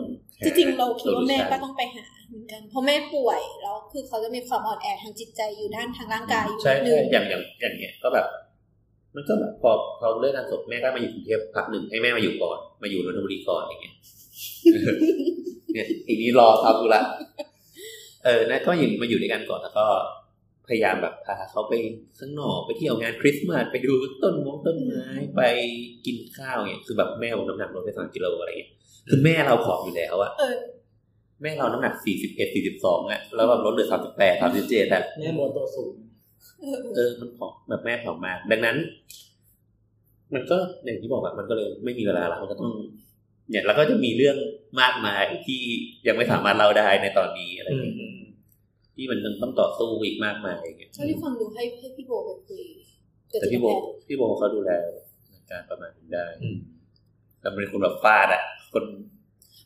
จริงๆเราคิดว่าแม่ก็ต้องไปหาเหมือนกันเพราะแม่ป่วยแล้วคือเขาจะมีความอ่อนแอทางจิตใจอยู่ด้านทางร่างกายอยู่
ใช่
นิด
ใช่
นึง
อย่างอย่างอย่างเนี้ยก็แบบ มันก็แบบพอพอเลิกงานศพแม่ก็มาอยู่กรุงเทพพักหนึ่งให้แม่มาอยู่ก่อน มาอยู่นนทบุรีก่อนอย่าง เงี้ย เนี่ยอีกนี้รอทำดูละเออนะก็อยู่มาอยู่ด้วยกันก่อนแล้วก็ พยายามแบบพาเขาไปข้างนอกไปเที่ยวงานคริสต์มาสไปดูต้นมงต้นไม้ไปกินข้าวเนี่ยคือแบบแม่ผมน้ำหนักลดไปสามกิโลอะไรเงี้ยคือแม่เราผอมอยู่แล้วอะ
เออ
แม่เราน้ำหนัก 41 42อะแล้วแบบลดเหลือ 38 37อะ
แม่โมตัวสูง
เออ
เออ มันผอมแบบแม่ผอมมาก ดังนั้น มันก็อย่างที่บอกอะมันก็เลยไม่มีเวลาละมันก็ต้อง เนี่ยแล้วก็จะมีเรื่องมากมายที่ยังไม่สามารถเล่าได้ในตอนนี้อะไรอ
อื
ย่าง
ม
เงี้ย
อืม
ที่มันยังต้องต่อสู้อีกมากมายอย่างเงี้ย
เท่าที่ฟังดูให้ให้พี่โบไปคุยกับ
แต่
จิ
พี่
ต
โบ
แพทย์
พี่โบเขาดูแลอาการประมาณนี้ได้
อืม
แต่เป็นคนแบบฟาดอะคน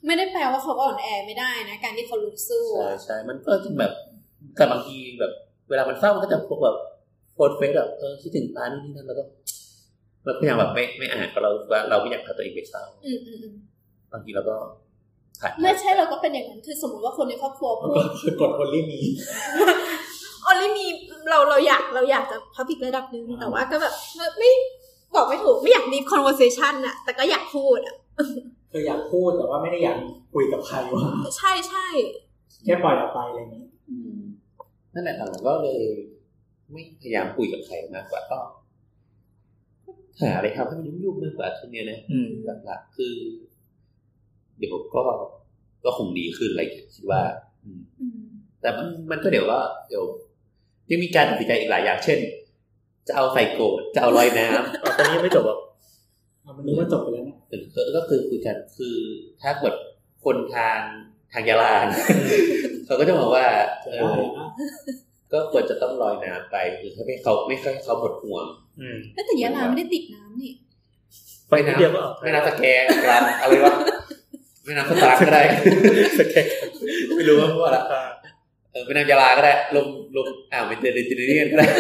ไม่ได้แปลว่าเขาอ่อนแอไม่ได้นะ การที่เขาลุกสู้
ใช่
อะ
ใช่มันก็จะแบบ แต่บางทีแบบ เวลามันเศร้ามันก็จะพวกแบบโพสต์เฟซแบบเออคิดถึงป้านู่นนี่นั่นแล้วก็เราพยายามแบบไม่ไม่อ่านเพราะเราว่าเราไม่อยากพาตัวเองไปเศร้า
อืมอืมอืม
บางทีเราก็ ผ่าน
ไม่ใช่เราก็เป็นอย่างนั้นคือสมมติว่าคนในครอบครัวพูด
กดคนรีบมี
ออลลี่มีเราเราอยากเราอยากจะพับบิกระดับหนึ่งแต่ว่าก็แบบไม่บอกไม่ถูกไม่อยากมี conversation อะแต่ก็อยากพูดอะ
คืออยากพูดแต่ว่าไม่ได้อยากคุยกับใครว่า
ใช่ใช่
แค่ปล่อยออกไปอะไรอย่างนี้
นั่นแหละเราก็เลยไม่พยายามคุยกับใครมากกว่าก็หาอะไรทำให้มันยุ่งๆมากกว่าช่วงเนี้ยนะ
อืม
หลักๆคือ เดี๋ยวก็ก็คงดีขึ้นอะไรอย่างเงี้ยคิดว่าอืม
อืม
แต่มันมันก็เดี๋ยวว่าเดี๋ยวยังมีการตัดสินใจอีกหลายอย่างเช่น จะเอาใส่โกรธจะเอาลอยน้
อ๋อตอนนี้ยังไม่จบหรอก
อ่ะมันนึกว่าจบไปแล้วเนี่ย
ำหรือก็ก็คือคุยกันคือถ้าเกิดคนทางทางยาลาเนยเขาก็จะบอกว่าเอ
ได้
อ
แล้วนะ
ก็ควรจะต้องลอยน้ำไปคือให้เขาไม่ให้เขาหมดห่วง
อืม
แล้วแต่ยะลาไม่ได้ติดน้ำนี่
ไปน้ำ
เดียวก็ออก
ไม่น้ำสแกนกลางอะไรวะไม่น้ำสตาร์ก็ได้
สแกน
ไม่รู้ว่าพูดอะไร
อ่า
เออเป็นนางยาลาก็ได้ลงลงอ่าวเมดิเตอร์เรเนียนก็ได้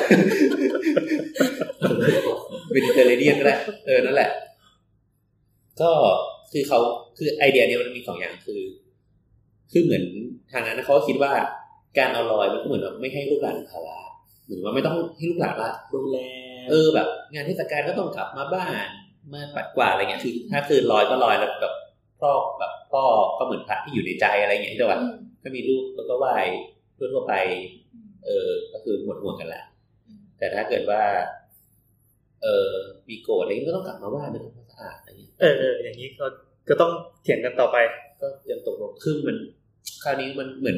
เมดิเตอร์เรเนียนก็ได้ เออนั่นแหละ ก็คือเขาคือไอเดียเนี้ยมันมีสองอย่างคือ คือเหมือนทางนั้นเขาก็คิดว่า การเอาลอยมันก็เหมือนแบบไม่ให้ลูกหลานภาระเหมือนว่าไม่ต้องให้ลูกหลานละ
ดูแล
เออแบบ งานเทศกาลก็ต้องกลับมาบ้านมาปัดกวาดอะไรเงี้ยคือถ้าคือลอยก็ลอยแล้วแบบพ่อแบบพ่อก็เหมือนพระที่อยู่ในใจอะไรเงี้ยที่แบบ
อืม
ก็มีลูกแล้วก็ไหว้ทั่วๆไป เออ ก็คือหมดห่วงกันละ แต่ถ้าเกิดว่า เออมีโกรธอะไรก็ต้องกลับมาว่ามันทำความสะอาดอะไรเงี้ย
เออเอออย่างนี้ก็ก็ต้องเถียงกันต่อไป
ก็ยังตกลงคือมัน คราวนี้มันเหมือน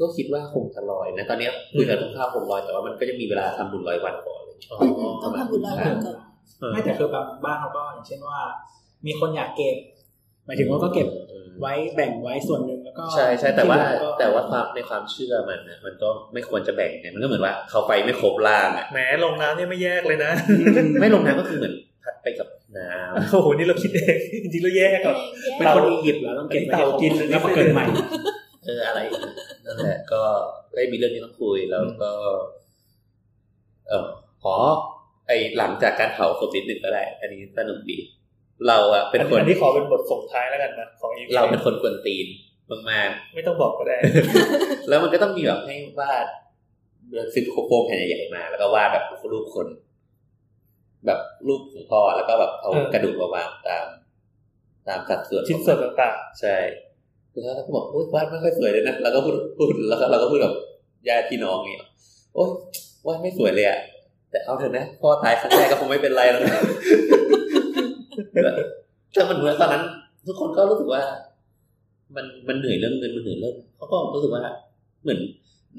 ก็คิดว่าคงจะลอยนะ ตอนเนี้ยคุยกันทุกข้าวคงลอย แต่ว่ามันก็จะมีเวลาทำบุญลอยวันก่อนอะไรเงี้ย
อืมอืมต้องทำบุญร้อยวันก่อน
เออ
ไม่แต่คือบางบ้านเขาก็อย่างเช่นว่า มีคนอยากเก็บ หมายถึงว่าก็เก็บไว้แบ่งไว้ส่วนหนึ่งแล้วก็
ใช่ใช่แต่ว่า
ที่เหลือก็
แต่ว่าความในความเชื่อมันนะมันก็ไม่ควรจะแบ่งไงมันก็เหมือนว่า เขาไปไม่ครบล่างอะ
แหมลงน้ำเนี่ยไม่แยกเลยนะ
ไม่ลงน้ำก็คือเหมือนพัดไปกับน้ำ
โอ้โหนี่เราคิดเอง จริงๆเราแยก
เอ
ก่อน
อแย่
เป็นคนอียิปต์แล้วต้องเก็บไว้ให้ครบ
เต่ากินเลยนะ
แล้วมาเกิดใหม่
เอออะไรอย่างเงี้ยนั่นแหละก็ได้มีเรื่องที่ต้องคุยแล้วก็ เออขอไอหลังจากการเผาศพนิดหนึ่งก็ได้ อันนี้สนุกดี เราอะเป็นคน
อันนี้ขอเป็นบทส่งท้ายแล้วกันนะของอีก
เราเป็นคนกวนตีนมาก
ไม่ต้องบอกก็ได้
ๆแล้วมันก็ต้องมีแบบให้วาดซื้อโคโปมแผ่นใหญ่ๆมา แล้วก็วาดแบบรูปคน แบบรูปของพ่อแล้วก็แบบเอา
เออ
กระดูกมาวางตาม ตามสัดส่วนของ
ชิ้นส่วนต่าง
ใช่แล้วก็บอกโอ๊ยวาดไม่ค่อยสวยเลยนะ แล้วก็พูดพูดแล้วก็เราก็พูดกับญาติพี่น้องเนี่ยโอ๊ยวาดไม่สวยเลยอะแต่เอาเถอะนะพ่อตายครั้งแรกก็คงไม่เป็นไรแล้วนะ แต่มันเหมือนตอนนั้น ทุกคนก็รู้สึกว่า มันมันเหนื่อยเรื่องเงินมันเหนื่อยเรื่องเขาก็รู้สึกว่า เหมือน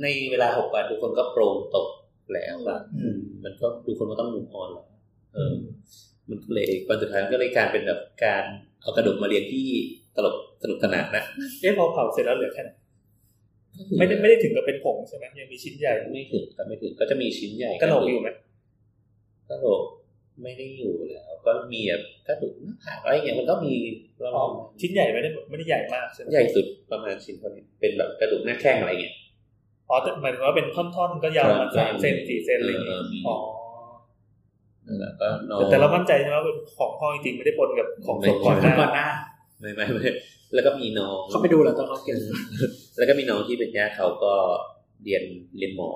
ในเวลาหกวันทุกคนก็โปร่งตกแล้วอะ
ๆอืม
มันก็ทุกคนก็ต้องมุมออนแล้วเออ มันก็เลยวันสุดท้ายมันก็เลยกลารเป็นแบบการเอากระดูกมาเรียนที่ตลกสนุกสนานนะ
เอ๊ะพอเผาเสร็จแล้วเหลือแค่ไหนไม่ได้ไม่ได้ถึงกับเป็นผงใช่ไหมยังมีชิ้นใหญ่
ไม่ถึงก็ไม่ถึงก็จะมีชิ้นใหญ่
กระโหลกอยู่ไหม
กระโหลกไม่ได้อยู่แล้ว ก็มีแบบกระดูกหน้าผากอะไรอย่างเงี้ยมันก็มีรอบ
ชิ้นใหญ่ไม่ได้ไม่ได้ใหญ่มากใช่ไหม
ใหญ่สุดประมาณชิ้นเท่านี้เป็นแบบกระดูกหน้าแข้งอะไรเงี้ย
อ๋อแต่หมายถึงว่าเป็นท่อนๆก็ยาวประมาณสามเซนสี่เซนอะไรอย่างเงี้ย
เออเออมี
อ๋อ
แล้วก็นอน
แต่แต่เรามั่นใจใช่ไหมว่าเป็นของพ่อจริงๆไม่ได้ปนกับของสมก่อนห
ไม่
น้า
ก่อนหน้า
ไม่ไม่ไม่แล้วก็มีน้อง
เขาไปดูแล้วตอนเขาเก็บ
แล้วก็มีน้องที่เป็นญาติเขาก็เรียนเรียนหมอ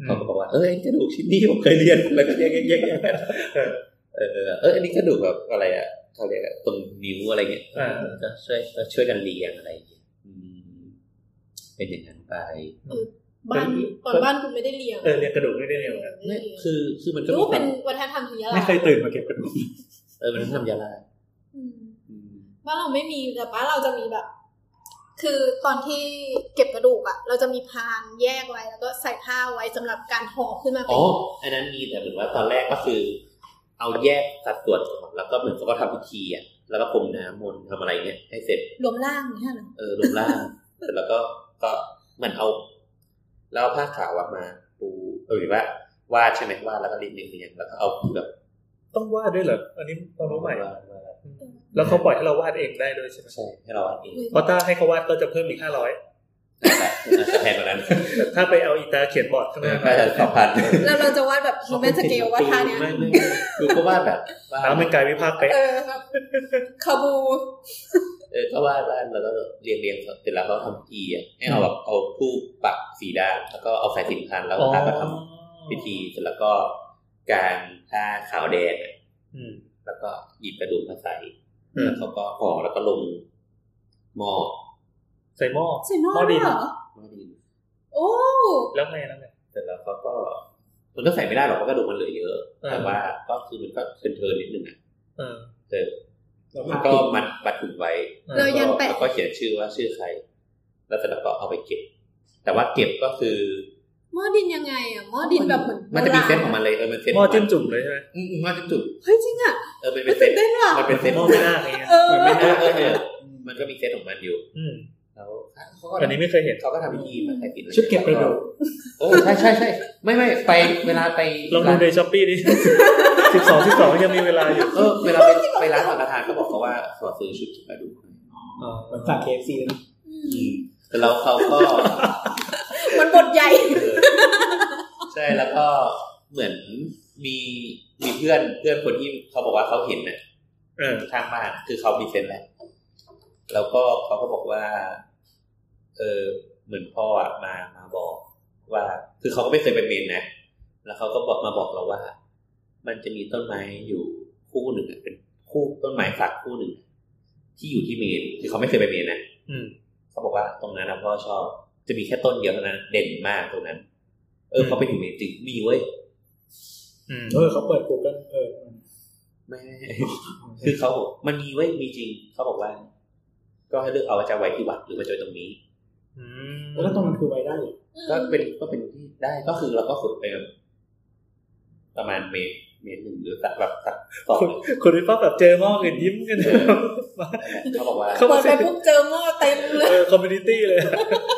อื
เขา
ม
ก็บอกว่าเออไอ้กระดูกชิ้นนี้ผมเคยเรียนแล้วก็แยกแยกแยกแยกกัน
เออ
เออเอออันนี้กระดูกแบบอะไรอ่ะเขาเรียกอะตรงนิ้วอะไรเงี้ย
อ่า
ก็ช่วยก็ช่วยกันเรียงอะไรอย่างเงี้ยอืมเป็นอย่างนั้นไป
บ้านก่อนบ้านคุณไม่ได้เลี้ยง
เออเรียนกระดูกไม่ได้เรียนเหมือนกัน
ไม่
ไม่
ได้เลี้ยง
คือคือมันก็
รู้
มีค
เป็
วาม
นวัฒนธรรมของยะลา
ไม่เคยตื่นมาเก็บกระ ดูก
เออมันต้องทำยาลา
อืม
อืม
บ้านเราไม่มีแต่บ้านเราจะมีแบบ คือตอนที่เก็บกระดูกอะเราจะมีพานแยกไว้แล้วก็ใส่ผ้าไว้สำหรับการห่อขึ้นมาเป็
อ๋
น
ออันนั้นมีแต่เหมือนว่าตอนแรกก็คือ เอาแยกสัดส่วนก่อนแล้วก็เหมือนเขาก็ทำพิธีอ่ะแล้วก็พรมน้ำมนต์ทำอะไรเนี่ยให้เสร็จ
รวมร่างอย่างเนี่ยเหรอ
เออรูปร่าง เสร็จแล้วก็ก็เหมันเอา แล้วเอาผ้าขาวอะมาปูเออหรือว่าวาดใช่ไหมวาดแล้วก็ริบเรียงๆแล้วก็เอาแบบ
ต้องวาดด้วยเหรออันนี้เรารู้ใหม่
วาดวาดวาด
แล้วเขาปล่อยให้เราวาดเองได้ด้วยใช่ไหม
ใช่ให้เราวาดเอง
อุ๊ย
เพราะถ้าให้เขาวาดก็จะเพิ่มอีกห้าร้อย
น่าจะแพงกว่านั้น
ถ้าไปเอาอีตาเขียนบอร์ดข้างหน้า
น่าจะสองพัน
แล้วเราจะวาดแบบฮิวแมนสเกลว่าท่าเนี้ย
ไม่ไม่คือก็วาดแบบวาด
น้ำเป็นกายวิภาคเป๊ะ
เออแบบคาบู
เอ อก็ว่าว่าเราก็เรียงเรียงเสร็จแล้วก็ทำพิธีอะให้เอาแบบเอาทูปปักสีดานแล้วก็เอาสายสิญจนพันแล้วก็พระก็ทำพิธีเสร็จแล้วก็การผ้าขาวแดงอะ
อืม
แล้วก็หยิบกระดูกมาใส่
อืม
แล้วเขาก็ห่อแล้วก็ลงหม้อ
ใส่หม้อ
ใส่นอก
พอดี
ด้วยเหรอ
หม้อดิน
โอ้
แล้วไงแล้วไง
แต่แล้วเขาก็มันก็ใส่ไม่ได้หรอกเพราะกระดูกมันเหลือเยอะ
เออ
แต่ว่าก็คือมันก็เทินเทินๆนิดนึงอ่ะ
เออ
แล้ว
มัน
พา
ก็
ปิด
มัดบัดถุงไว้
เออ
เรายันแปะ
แล้วก็เขียนชื่อว่าชื่อใคร แล้วเสร็จแล้วก็เอาไปเก็บ แต่ว่าเก็บก็คือ
หม้อดินยังไงอ่ะหม้อดินแบบเหมือน
มันจะมีเซต
โบราณ
ของมันเลยเออมันเซต
หม้อจิ้มจุ่มเลยใช่ไหม
อืมอืมหม้อจิ้มจุ่ม
เฮ้ยจริงอ่ะ
เออมันเป็
มัน
นเซ
ตื่
ต
นเต้นว่ะ
มันเป็นเซต
หม้อไม่น่าอะไรเงี้ย
เออ
มันไม่น่าเออเออมันก็มีเซตของมันอยู่
อืม
แล้วเขาก็
อันนี้ไม่เคยเห็น
เขาก็ทำพิธีมาใส่ติด
ชุดเก็บกระดูก
เออใช่ใช่ใช่ไม่ไม่ไปเวลาไป
ลองดูในช้อปปี้ดิสิบสองสิบสองยังมีเวลาอยู่
เออเวลาไปไปร้านสังฆทานก็บอกเขาว่าขอซื้อชุดมาดูหน่อย
อ๋อ
เหมือนสั่งเคฟซี
อื
อื
ม
มแต่เราเขาก็
มันบทใหญ่
เออใช่แล้วก็เหมือนมีมีเพื่อนเพื่อนคนที่เขาบอกว่าเขาเห็นน่ะ
เออ
ทางบ้านคือเขามีเซนส์แหละแล้วก็เขาก็บอกว่า เออเหมือนพ่ออะมามาบอกว่า คือเขาก็ไม่เคยเป็นเมนนะแล้วเขาก็บอกมาบอกเราว่า มันจะมีต้นไม้อยู่คู่หนึ่งอะเป็นคู่ต้นไม้สักคู่หนึ่งอะที่อยู่ที่เมนคือเขาไม่เคยไปเมนนะ
อืม
เขาบอกว่าตรงนั้นนะพ่อชอบ จะมีแค่ต้นเดียวเท่านั้นเด่นมากตรงนั้น เออ
อืม
เขาไปถึงเมจิมีเว้ย
อืม
เออเขาเปิด Google เออ
ไม่ไม่ไม่ คือเขาบอกมันมีเว้ยมีจริง เขาบอกว่า ก็ให้เลือกเอาว่าจะไว้ที่วัดหรือว่าจะไว้ตรงนี้
อืม
แล้วตรงนั้นคือไว้ได้เหรอ
ก็เป็นก็เป็นที่ได้ก็คือเราก็ขุดไปประมาณเมตรเมตรหนึ่งหรือตักแบบตักสอง
คุณพี่ป้าแบบเจอหม้ออื่นยิ้มกัน
เขาบอกว่า
เข้า
เปิ
มา
ดไป
สิ
ปุ๊บเจอหม้อเต็มเลย
เออคอมมูนิตี้เลย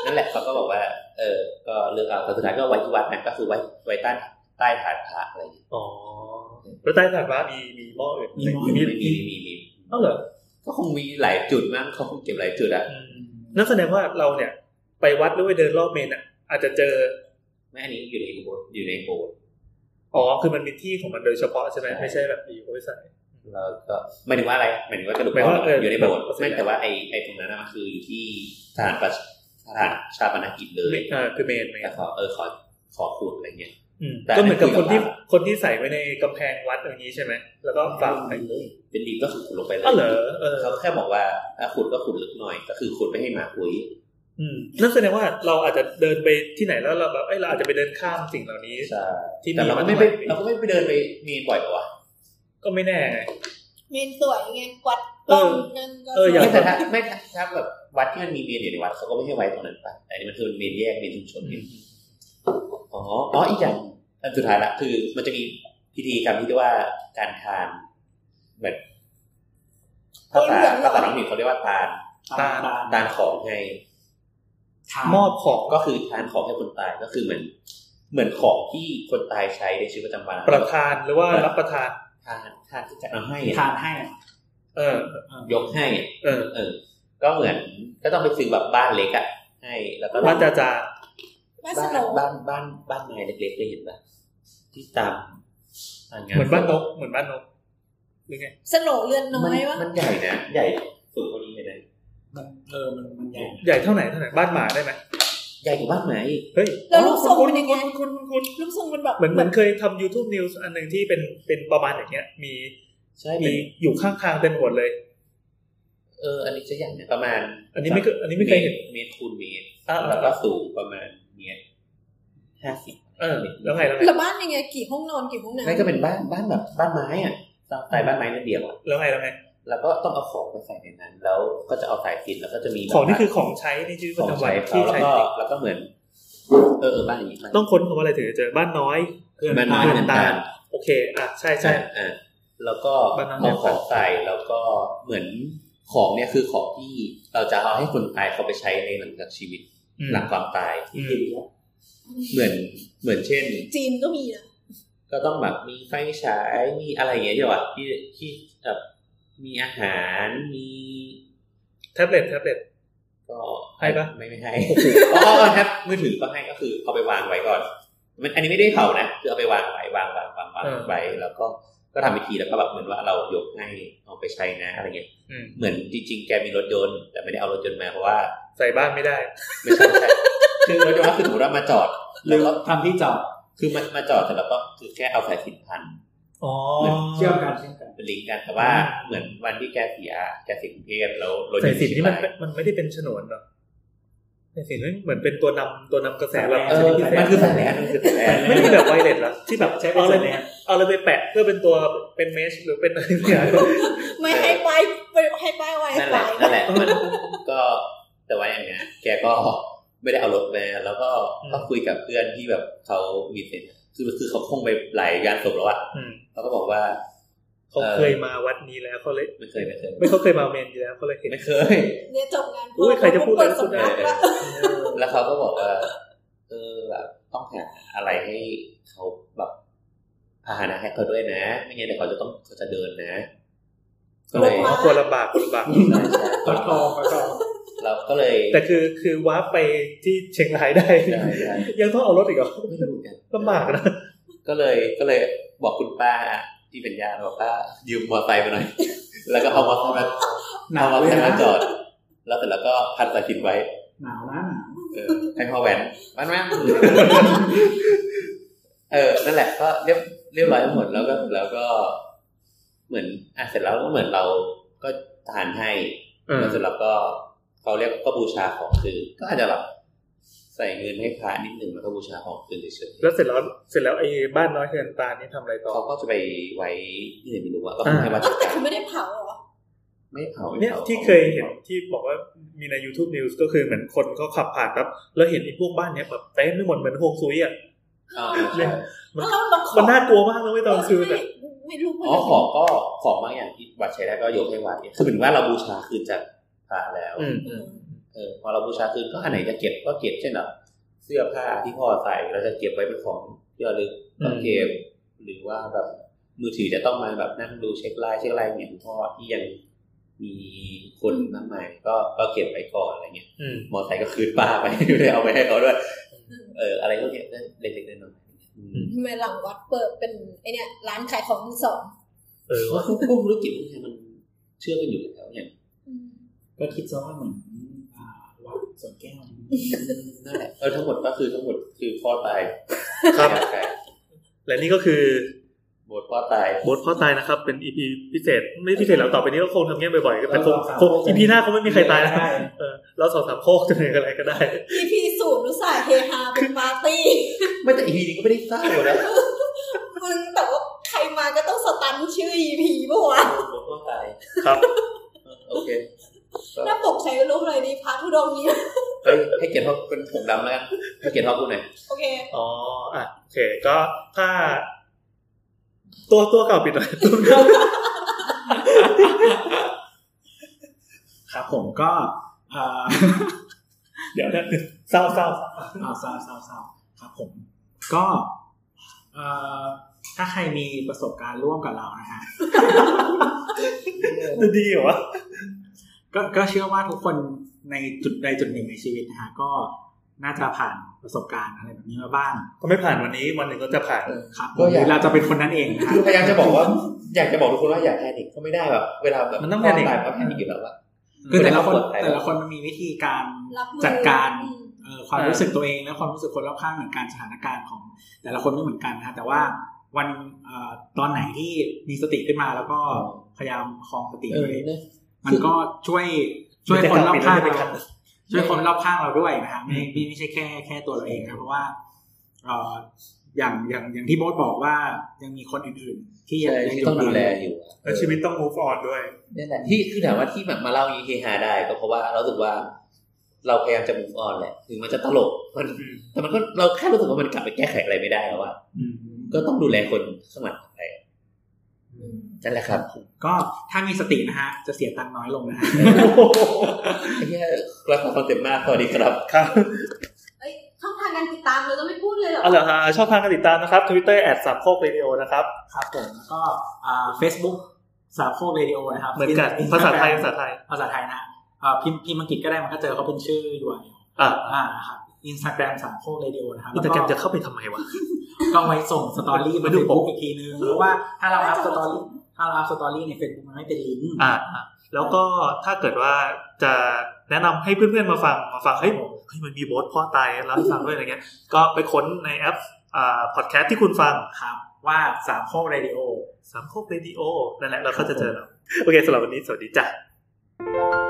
นั่นแหละเขาก็บอกว่า เออ ก็เลือกเอาแต่สุดท้ายก็ไว้ที่วัดนะก็คือไว้ไว้ใต้ใต้ฐานพระอะไรอย่างเงี้ย
อ๋อแล้วใต้ถาดว่ามีมีหม้ออื่น
มี
มี
มี
มี
มีมีมี
เอ้าเหรอ
ก็คงมีหลายจุดมั้งเขาคงเก็บหลายจุดอะ
อืมนั่นแสดงว่าเราเนี่ย ไปวัดหรือไปเดินรอบเมนอ่ะ อาจจะเจอ
ไม่อันนี้อยู่ในอุโบสถอยู่ในโบสถ์
อ๋อ คือมันมีที่ของมันโดยเฉพาะใช่ไหมไม่ใช่แบบอยู่ไม่ใส่
แล้วก็หมายถึงว่าอะไรหมายถึงว่ากระดูก
หมายว่า
อ่อน
เออ
อ
อยู่
ในโบสถ์
เออ
ไม่แต่ว่าไอ้ไอ้ตรงนั้นนะมันคืออยู่ที่สถานประสถานชาปนกิจเลย
เออคือเมนเมน
แต่ขอเออขอขอขูดอะไรเงี้ย
อืม
แต่
ก็เหมือนกับคนที่คนที่ใส่ไว้ในกำแพงวัดอย่างนี้ใช่ไหมแล้วก็ฝังไป
เป็นดินก็คือขุดลงไปเลย
อ้าวเหรอเออ
เขาแค่บอกว่าถ้าขุดก็ขุดลึกหน่อย ก็คือขุดไม่ให้หมาคุย
อืมนั่นแสดงว่าเราอาจจะเดินไปที่ไหนแล้วเราแบบเอ้ยเราอาจจะไปเดินข้ามสิ่งเหล่านี้
ใช่
ที่
แต่เราก็ไม่
มี
ไป
มาทำไม
เราก็ไม่ไปเดินไปมีบ่อยเหรอวะ
ก็ไม่แน่ไง
เมนสวยไงกวัด
เออ
นั่นก็
เอออยาก
ไม่แต่ถ้าไม่ถ้าถ้าแบบวัดที่มันมีเมนอยู่ในวัดเขาก็ไม่ให้ไว้ตรงนั้นปะแต่อันนี้มันคือเมนแยกเมนชุมชนเมน อ๋อ อ๋อ อีกอย่างอันสุดท้ายละคือมันจะมีพิธีกรรมที่เรียกว่าการทานแบบภาษาภาษาน้องหนิงเขาเรียกว่าทาน
ตา
ทานของให้
ทาง
มอบของ
ก็คือทานของให้คนตายก็คือเหมือนเหมือนของที่คนตายใช้ในชีวิตประจำวัน
ประทานหรือว่ารับประทาน
ทานทานที่จะเอาให้
ทานให้อะ
เออ
ยกให้
เออ
เออ ก็เหมือนก็ต้องไปซื้อแบบบ้านเล็กอ่ะให้แล้วก็
บ้านจาจา
แม่ส
บ้าน
โนว์
บ้านบ้านบ้านไม้เล็กๆได้เห็นปะที่ตามตง
เหมือนบ้านนกเหมือนบ้านนกหรือไง
สโนว์เรือนน้อ
มั
ยวะ
มันใหญ่นะใหญ่สูงกว่านี้เลยนะ
มันเออมันมันใหญ่
ใหญ่เท่าไหนเท่าไหนบ้านหมาได้ไหม
ใหญ่กว่าบ้านไหม
เฮ้ย
แล้วรูปทรง
คุณ
เป็นยังไง
คุณคุณคุณ
รูปทรงมันแบบ
เหมือนเหมือนเคยทำ YouTube News อันหนึ่งที่เป็นเป็นประมาณอย่างเงี้ย มี
ใช่
มี
มี
อยู่ข้างทางเต็มหมดเลย
เออ อันนี้จะใหญ่เนี่ยประมาณ
อันนี้ไม่เคยอันนี้ไม่เคยเห็น
เมตรคูณเมตร
อ่า
แล้วก็สูงประมาณเมตรห้าสิบ
เออแล้วไงแล้วไง
แล้วบ้านยังไงกี่ห้องนอนกี่ห้องน้ำ
นั่นก็เป็นบ้านบ้านแบบบ้านไม้อ่ะสร้างสายบ้านไม้นั่นเดียวอ่ะ
แล้วไงแล้วไง
แล้วก็ต้องเอาของไปใส่ในนั้น แล้วก็จะเอาสายสินแล้วก็จะมีแบบ
ของนี่คือของใช้ในชีวิตป
ข
ระ
อง
จำวัน
ใช้เขา
ที่
แล้ว
ใช้จ
ก็
ริง
แล้วก็เหมือน เออเออบ้านอย่างนี้
ต้องค้นคำว่าอะไรถึงจะเจอบ้านน้อย
เกิน
มันน้อยเหมือน
ตา
กั
ม
น
โอเค อ่ะ ใช่
ใช่
ใช่
อ่าแล้วก็
บ้านน้อง
เอาของใส่แล้วก็เหมือนของเนี่ยคือของที่เราจะเอาให้คนตายเขาไปใช้ในหลังจากชีวิต
อืม
หลังความตาย
อืม
ดีแล้ว
เหมือนเหมือนเช่น
จีนก็มีนะ
ก็ต้องแบบมีไฟฉายมีอะไรอย่างเงี้ยเดี๋ยวอะที่ที่แบบมีอาหารมี
แท็บเล็ตแท็บเล็ต
ก็
ให้ปะ
ไม่ไม่ให้อ๋ออ๋อครับมือถือก็ให้ก็คือเอาไปวางไว้ก่อนมันอันนี้ไม่ได้เผานะคือเอาไปวางไว้วางวางวางวางไว้แล้วก็ ก็ทำวิธีแล้วก็แบบเหมือนว่าเรายกให้เอาไปใช้นะอะไรเงี้ย
อืม
เหมือนจริงๆแกมีรถยนต์แต่ไม่ได้เอารถยนต์มาเพราะว่า
ใส่บ้านไม่ได้
ไม่ใช่ไม่ ใช่คือรถยนต์ก็คือสมมติว่ามาจอด
หรื
แล้
อ
วก็
ทำที่จอด
คือมันมาจอดเสร็จแล้วก็คือแค่เอาสายสินพัน
อ๋อ
เชื่อมกันเชื่อมกัน
เป็นลิงก์กันแต่ว่า
อืม
เหมือนวันที่แกเสียแกเสียกรุงเทพแล้วรถ
สายสิน
เชีย
นี่
ง
มัน
ราย
เป็นมันไม่ได้เป็นฉนวนเหรอสายสินมันเหมือนเป็นตัวนำตัวนำกระแสแบบ
เอ
ช
อ
นิดพิเศษ
มันคือสายแลนมันคือสายแลน
ไม่ได้เป็นแบบไวเลสเหรอที่แบบ
ใช้เป็น
เอาอะไร
สายแลน
เอาอะไรไปแปะเพื่อเป็นตัวเป็นเมชหรือเป็นอะไรเนี่ย
ไม่ให้ไปไปให้ไปไว
นั่น
ไป
แหละนั่นแหละมันก็แต่ว่าอย่างเงี้ยแกก็ไม่ได้เอารถมาแล้วก็ก็คุยกับเพื่อนที่แบบเขามีเซนส์คือคือเขาคงไปหลายงานศพแล้วอะ
อืม
เขาก็บอกว่า
เขา
เออ
เคยมาวัดนี้แล้วเขาเลย
ไม่เคยไม่เคย
ไม่เขาเคยมาเมนอยู่แล้วเขาเลยเห็น
ไม่เคย
เนี่ยจบงาน
อุ๊ยใครจะพูด
เปิดสำนักละ
แล้วเขาก็บอกว่า เออแบบต้องหาอะไรให้เขาแบบพาหนะให้เขาด้วยนะ ไม่งั้นเดี๋ยวเขาจะต้องเขาจะเดินนะ ก็เลย
อ๋อคนลำบากคนลำบาก
ใช่ใช่
ปลาทองปลาทอง
เราก็เลย
แต่คือคือวาร์ปไปที่เชียงรายได้
ได้ได้
ยังต้องเอารถอีกเหรอ
ไม่รู้เนี่ย
ลำบากนะ
ก็เลยก็เลยบอกคุณป้าที่เป็นญาติบอกว่ายืมมอเตอร์ไซค์มาห น่อย แล้วก็เอามอเตอร์ไซค์มา
หนา
เอา
ว
มอเตอร์
เล
ไซ
ย
ค์
นะ
มาจอด แล้วเสร็จแล้วก็พันสายสินไว้
หนาวนะ
เออให้พ่อแหวนมันแม่งเออ นั่นแหละ ก็เรียบเรียบร้อยหมดแล้วก็แล้วก็ เหมือนอ่ะเสร็จแล้วก็เหมือนเราก็ทานให้แล้วเสร็จแล้วก็เขาเรียกก็บูชาของคืนก็อาจจะแบบใส่เงินให้พระนิดหนึ่งแล้วก็บูชาของคืนเฉย
แล้วเสร็จแล้วเสร็จแล้วไอ้บ้านน้อยเฮือนตาลนี่ทำอะไร
ๆ
ต่อ
เขาก็จะไปไว้ที่ไหนไม่รู้ว่าก็คงให้มาจัด
แต่
การ
คือไม่ได้เผาเหรอ
ไม่เผาไม่
เนี่ย
เผา
ที่เคยเห็นที่บอกว่ามีใน YouTube News ก็คือเหมือนคนเขาขับผ่านครับ แล้วเห็นไอ้พวกบ้านเนี้ยแบบเต็มไปหมดเหมือนโฮงซุยอ่ะ
อ่าใช่
มัน
แล้วเราขอ
มันน่ากลัวมากเลยเว้ยตอนคืน
ไม่
อ่ะ
ไม่รู้เหมือน
อ๋อ
กัน
ของก็ของบางอย่างที่วัดใช้ได้ก็โยกให้วัดเนี่ยคือเหมือนว่าเราบูชาคืนจากพระแล้ว
อืม
อืม
เออพอเราบูชาคืนก็อันไหนจะเก็บก็เก็บเช่นแบบเสื้อผ้าที่พ่อใส่เราจะเก็บไว้เป็นของที่ระลึกก็เก็บหรือว่าแบบมือถือจะต้องมาแบบนั่งดูเช็คไลน์เช็คไลน์เหมือนพ่อที่ยังมีคนมากมายก็ก็เก็บไว้ก่อนอะไรเงี้ย
อืม
มอไซค์ก็คืนป้าไป ไม่ได้เอาไปให้เขาด้วยเอออะไรพวก็เก็บเล็กๆน้อยๆอืม
ทำไมหลังวัดเปิดเป็นไอเนี่ยร้านขายของมือสอง
เออ
เพราะว่า
ว่ะ
พวกธุรกิจพวกนี้มันเชื่อกันอยู่แล้วอย่าง
ก็คิดซะว่าเหมือนอ่าวัดสวนแก้ว
นั่นแหละ เออทั้งหมดก็คือทั้งหมดคือพ่อตาย
ครับ
ใช่
และนี่ก็คือ
โบสถ์พ่อตาย
บทพ่อตายนะครับ เป็นอีพีพิเศษ ไม่พิเศษแล้วต่อไปนี้ก็คงทำเงี้ยบ่อยๆแต่คงคงอีพีหน้าคงไม่มีใครตายนะ
ได้
เออเราสองสามโคกจะเหนื่อยอะไรก็ได้
พี่พี่สูบรู้สายเฮฮาเป็นปาร์ตี้
ไม่แต่อีพีนี้ก็ไม่ได้เศร้านะ
มึงแต่ว่าใครมาก็ต้องสตันชื่อ EP ปะวะ
โบสถ์พ่อตาย
ครับ
เออโอเค
หน้าปกใช้รูปอะไรดีพระธุดงค์นี้
เฮ้ยให้เกียรติเขาเป็นผมดำแล้วกันให้เกียรติเขาพูดหน่อย
โอเค
อ๋ออ่ะโอเค ก็ถ้า ตัวตัวเก่าปิดหน่อยตัวเก่า
ครับผมก็อ่า
เดี๋ยวนะเศร้าเศร้า
อ่าซาวซาวซาวครับผม ก็เอ่อถ้าใครมีประสบการณ์ร่วมกับเรานะฮะ
จะดีเหรอวะ
ก็ก็เชื่อว่าทุกคนในจุดใดจุดหนึ่งในชีวิตนะฮะก็น่าจะผ่านประสบการณ์อะไรแบบนี้มาบ้าง
ก็ไม่ผ่านวันนี้วันหนึ่งก็จะผ่าน
ครับผมหรือเราจะเป็นคนนั้นเองนะฮะ
คือพยายามจะบอกว่า อยากจะบอกทุกคนว่าอย่าแพนิคก็ไม่ได้แบบเวลาแบบ
มันต้องแพนิค
พ่ตายก็แพนิคอยู่แล้วว่า
คือแต่ละคน
คนในครอบครัว
แต่ละคนมันมีวิธีการ
รับมือ
จัดการ
อืม
เอ่อความรู้สึกตัวเองและความรู้สึกคนรอบข้างเหมือนกันสถานการณ์ของ แต่ละคนไม่เหมือนกันนะฮะแต่ว่าวันเอ่อตอนไหนที่มีสติขึ้นมาแล้วก็พยายามคลองสติ
เออ
ไว้
เนี่ย
มันก็ช่วยช่วยคนรอบข้าง
มันจะกลับไปได้ไหมครับ
เราช่วยคนรอบข้างเราด้วยนะฮะไม่
อืม
ไม่ไม่ใช่แค่แค่ตัวเราเองนะเพราะว่าเอ่ออย่างอย่างอย่างที่โบ๊ทบอกว่ายังมีคนอื่นๆ ที่ยัง
ใช่
ยัง
ที่
ยู่
ต้องดูแล
กับเรา
อยู่
แล้วชีวิตต้อง move on ด้วย
เนี่ยแหละที่คือถามว่าที่แบบมาเล่าอย่างนี้เฮฮาได้ก็เพราะว่าเรารู้สึกว่า เราพยายามจะมุ่งออนแหละถึงมันจะตลกมัน แต่มันก็เราแค่รู้สึกว่ามันกลับไปแก้ไขอะไรไม่ได้แล้วอะ
อืม
ก็ต้องดูแลคนข้างหลังไปนั่นแหละครับ
ก็ถ้ามีสตินะฮะ จะเสียตังค์น้อยลงนะฮะ
ไอ้เหี้ยรักษาคอนเซ็ปต์มากสวัสดีครับ
ครับ
เอ้ยช่องทางการติดตามเราจะไม่พูดเลยเหรอ
เอาเหรอฮะชอบทางการติดตามนะครับ Twitter แอดสามโคกเรดิโอนะครับ
ครับผมแล้วก็เฟซบุ๊กสาวโคเรดิโอนะครับ
เหมือนกัน
ป็
ภาษาไทย
Instagram
ภาษาไทย
ภาษาไทยนะอ่าพิมพ์พิมพ์อังกฤษก็ได้มันก็เจอเขาเป็นชื่อ URL
อ่ะ
อ่านะครับ อินสตาแกรมสามโคกเรดิโอนะครับ
อินสตาแกรมจะเข้าไปทำไมวะ
ก็ไว้ส่งสตอรี่มา
มาดู
ดู
ป
ปุ๊
ก
กอีกทีนึงเพราะว่าถ้าเราอัพสตอรี่ถ้าเราอัพสตอรี่ในเฟซบุ๊กมันไม่เป็นลิงก์
อ่าอ่าแล้วก็ถ้าเกิดว่าจะแนะนำให้เพื่อนๆมาฟังมาฟังเฮ้ยเฮ้ยมันมีโบสพ่อตายแล้วให้ฟังด้วยอะไรเงี้ย ก็ไปค้นในแอปอ่าพอดแคสต์ที่คุณฟัง
ครับว่าสามโคกเรดิโอ
สามโคกเรดิโอนั่นแหละเราก็จะเจอเราโอเคสำหรับวันนี้สวัสดีจ้ะ
บ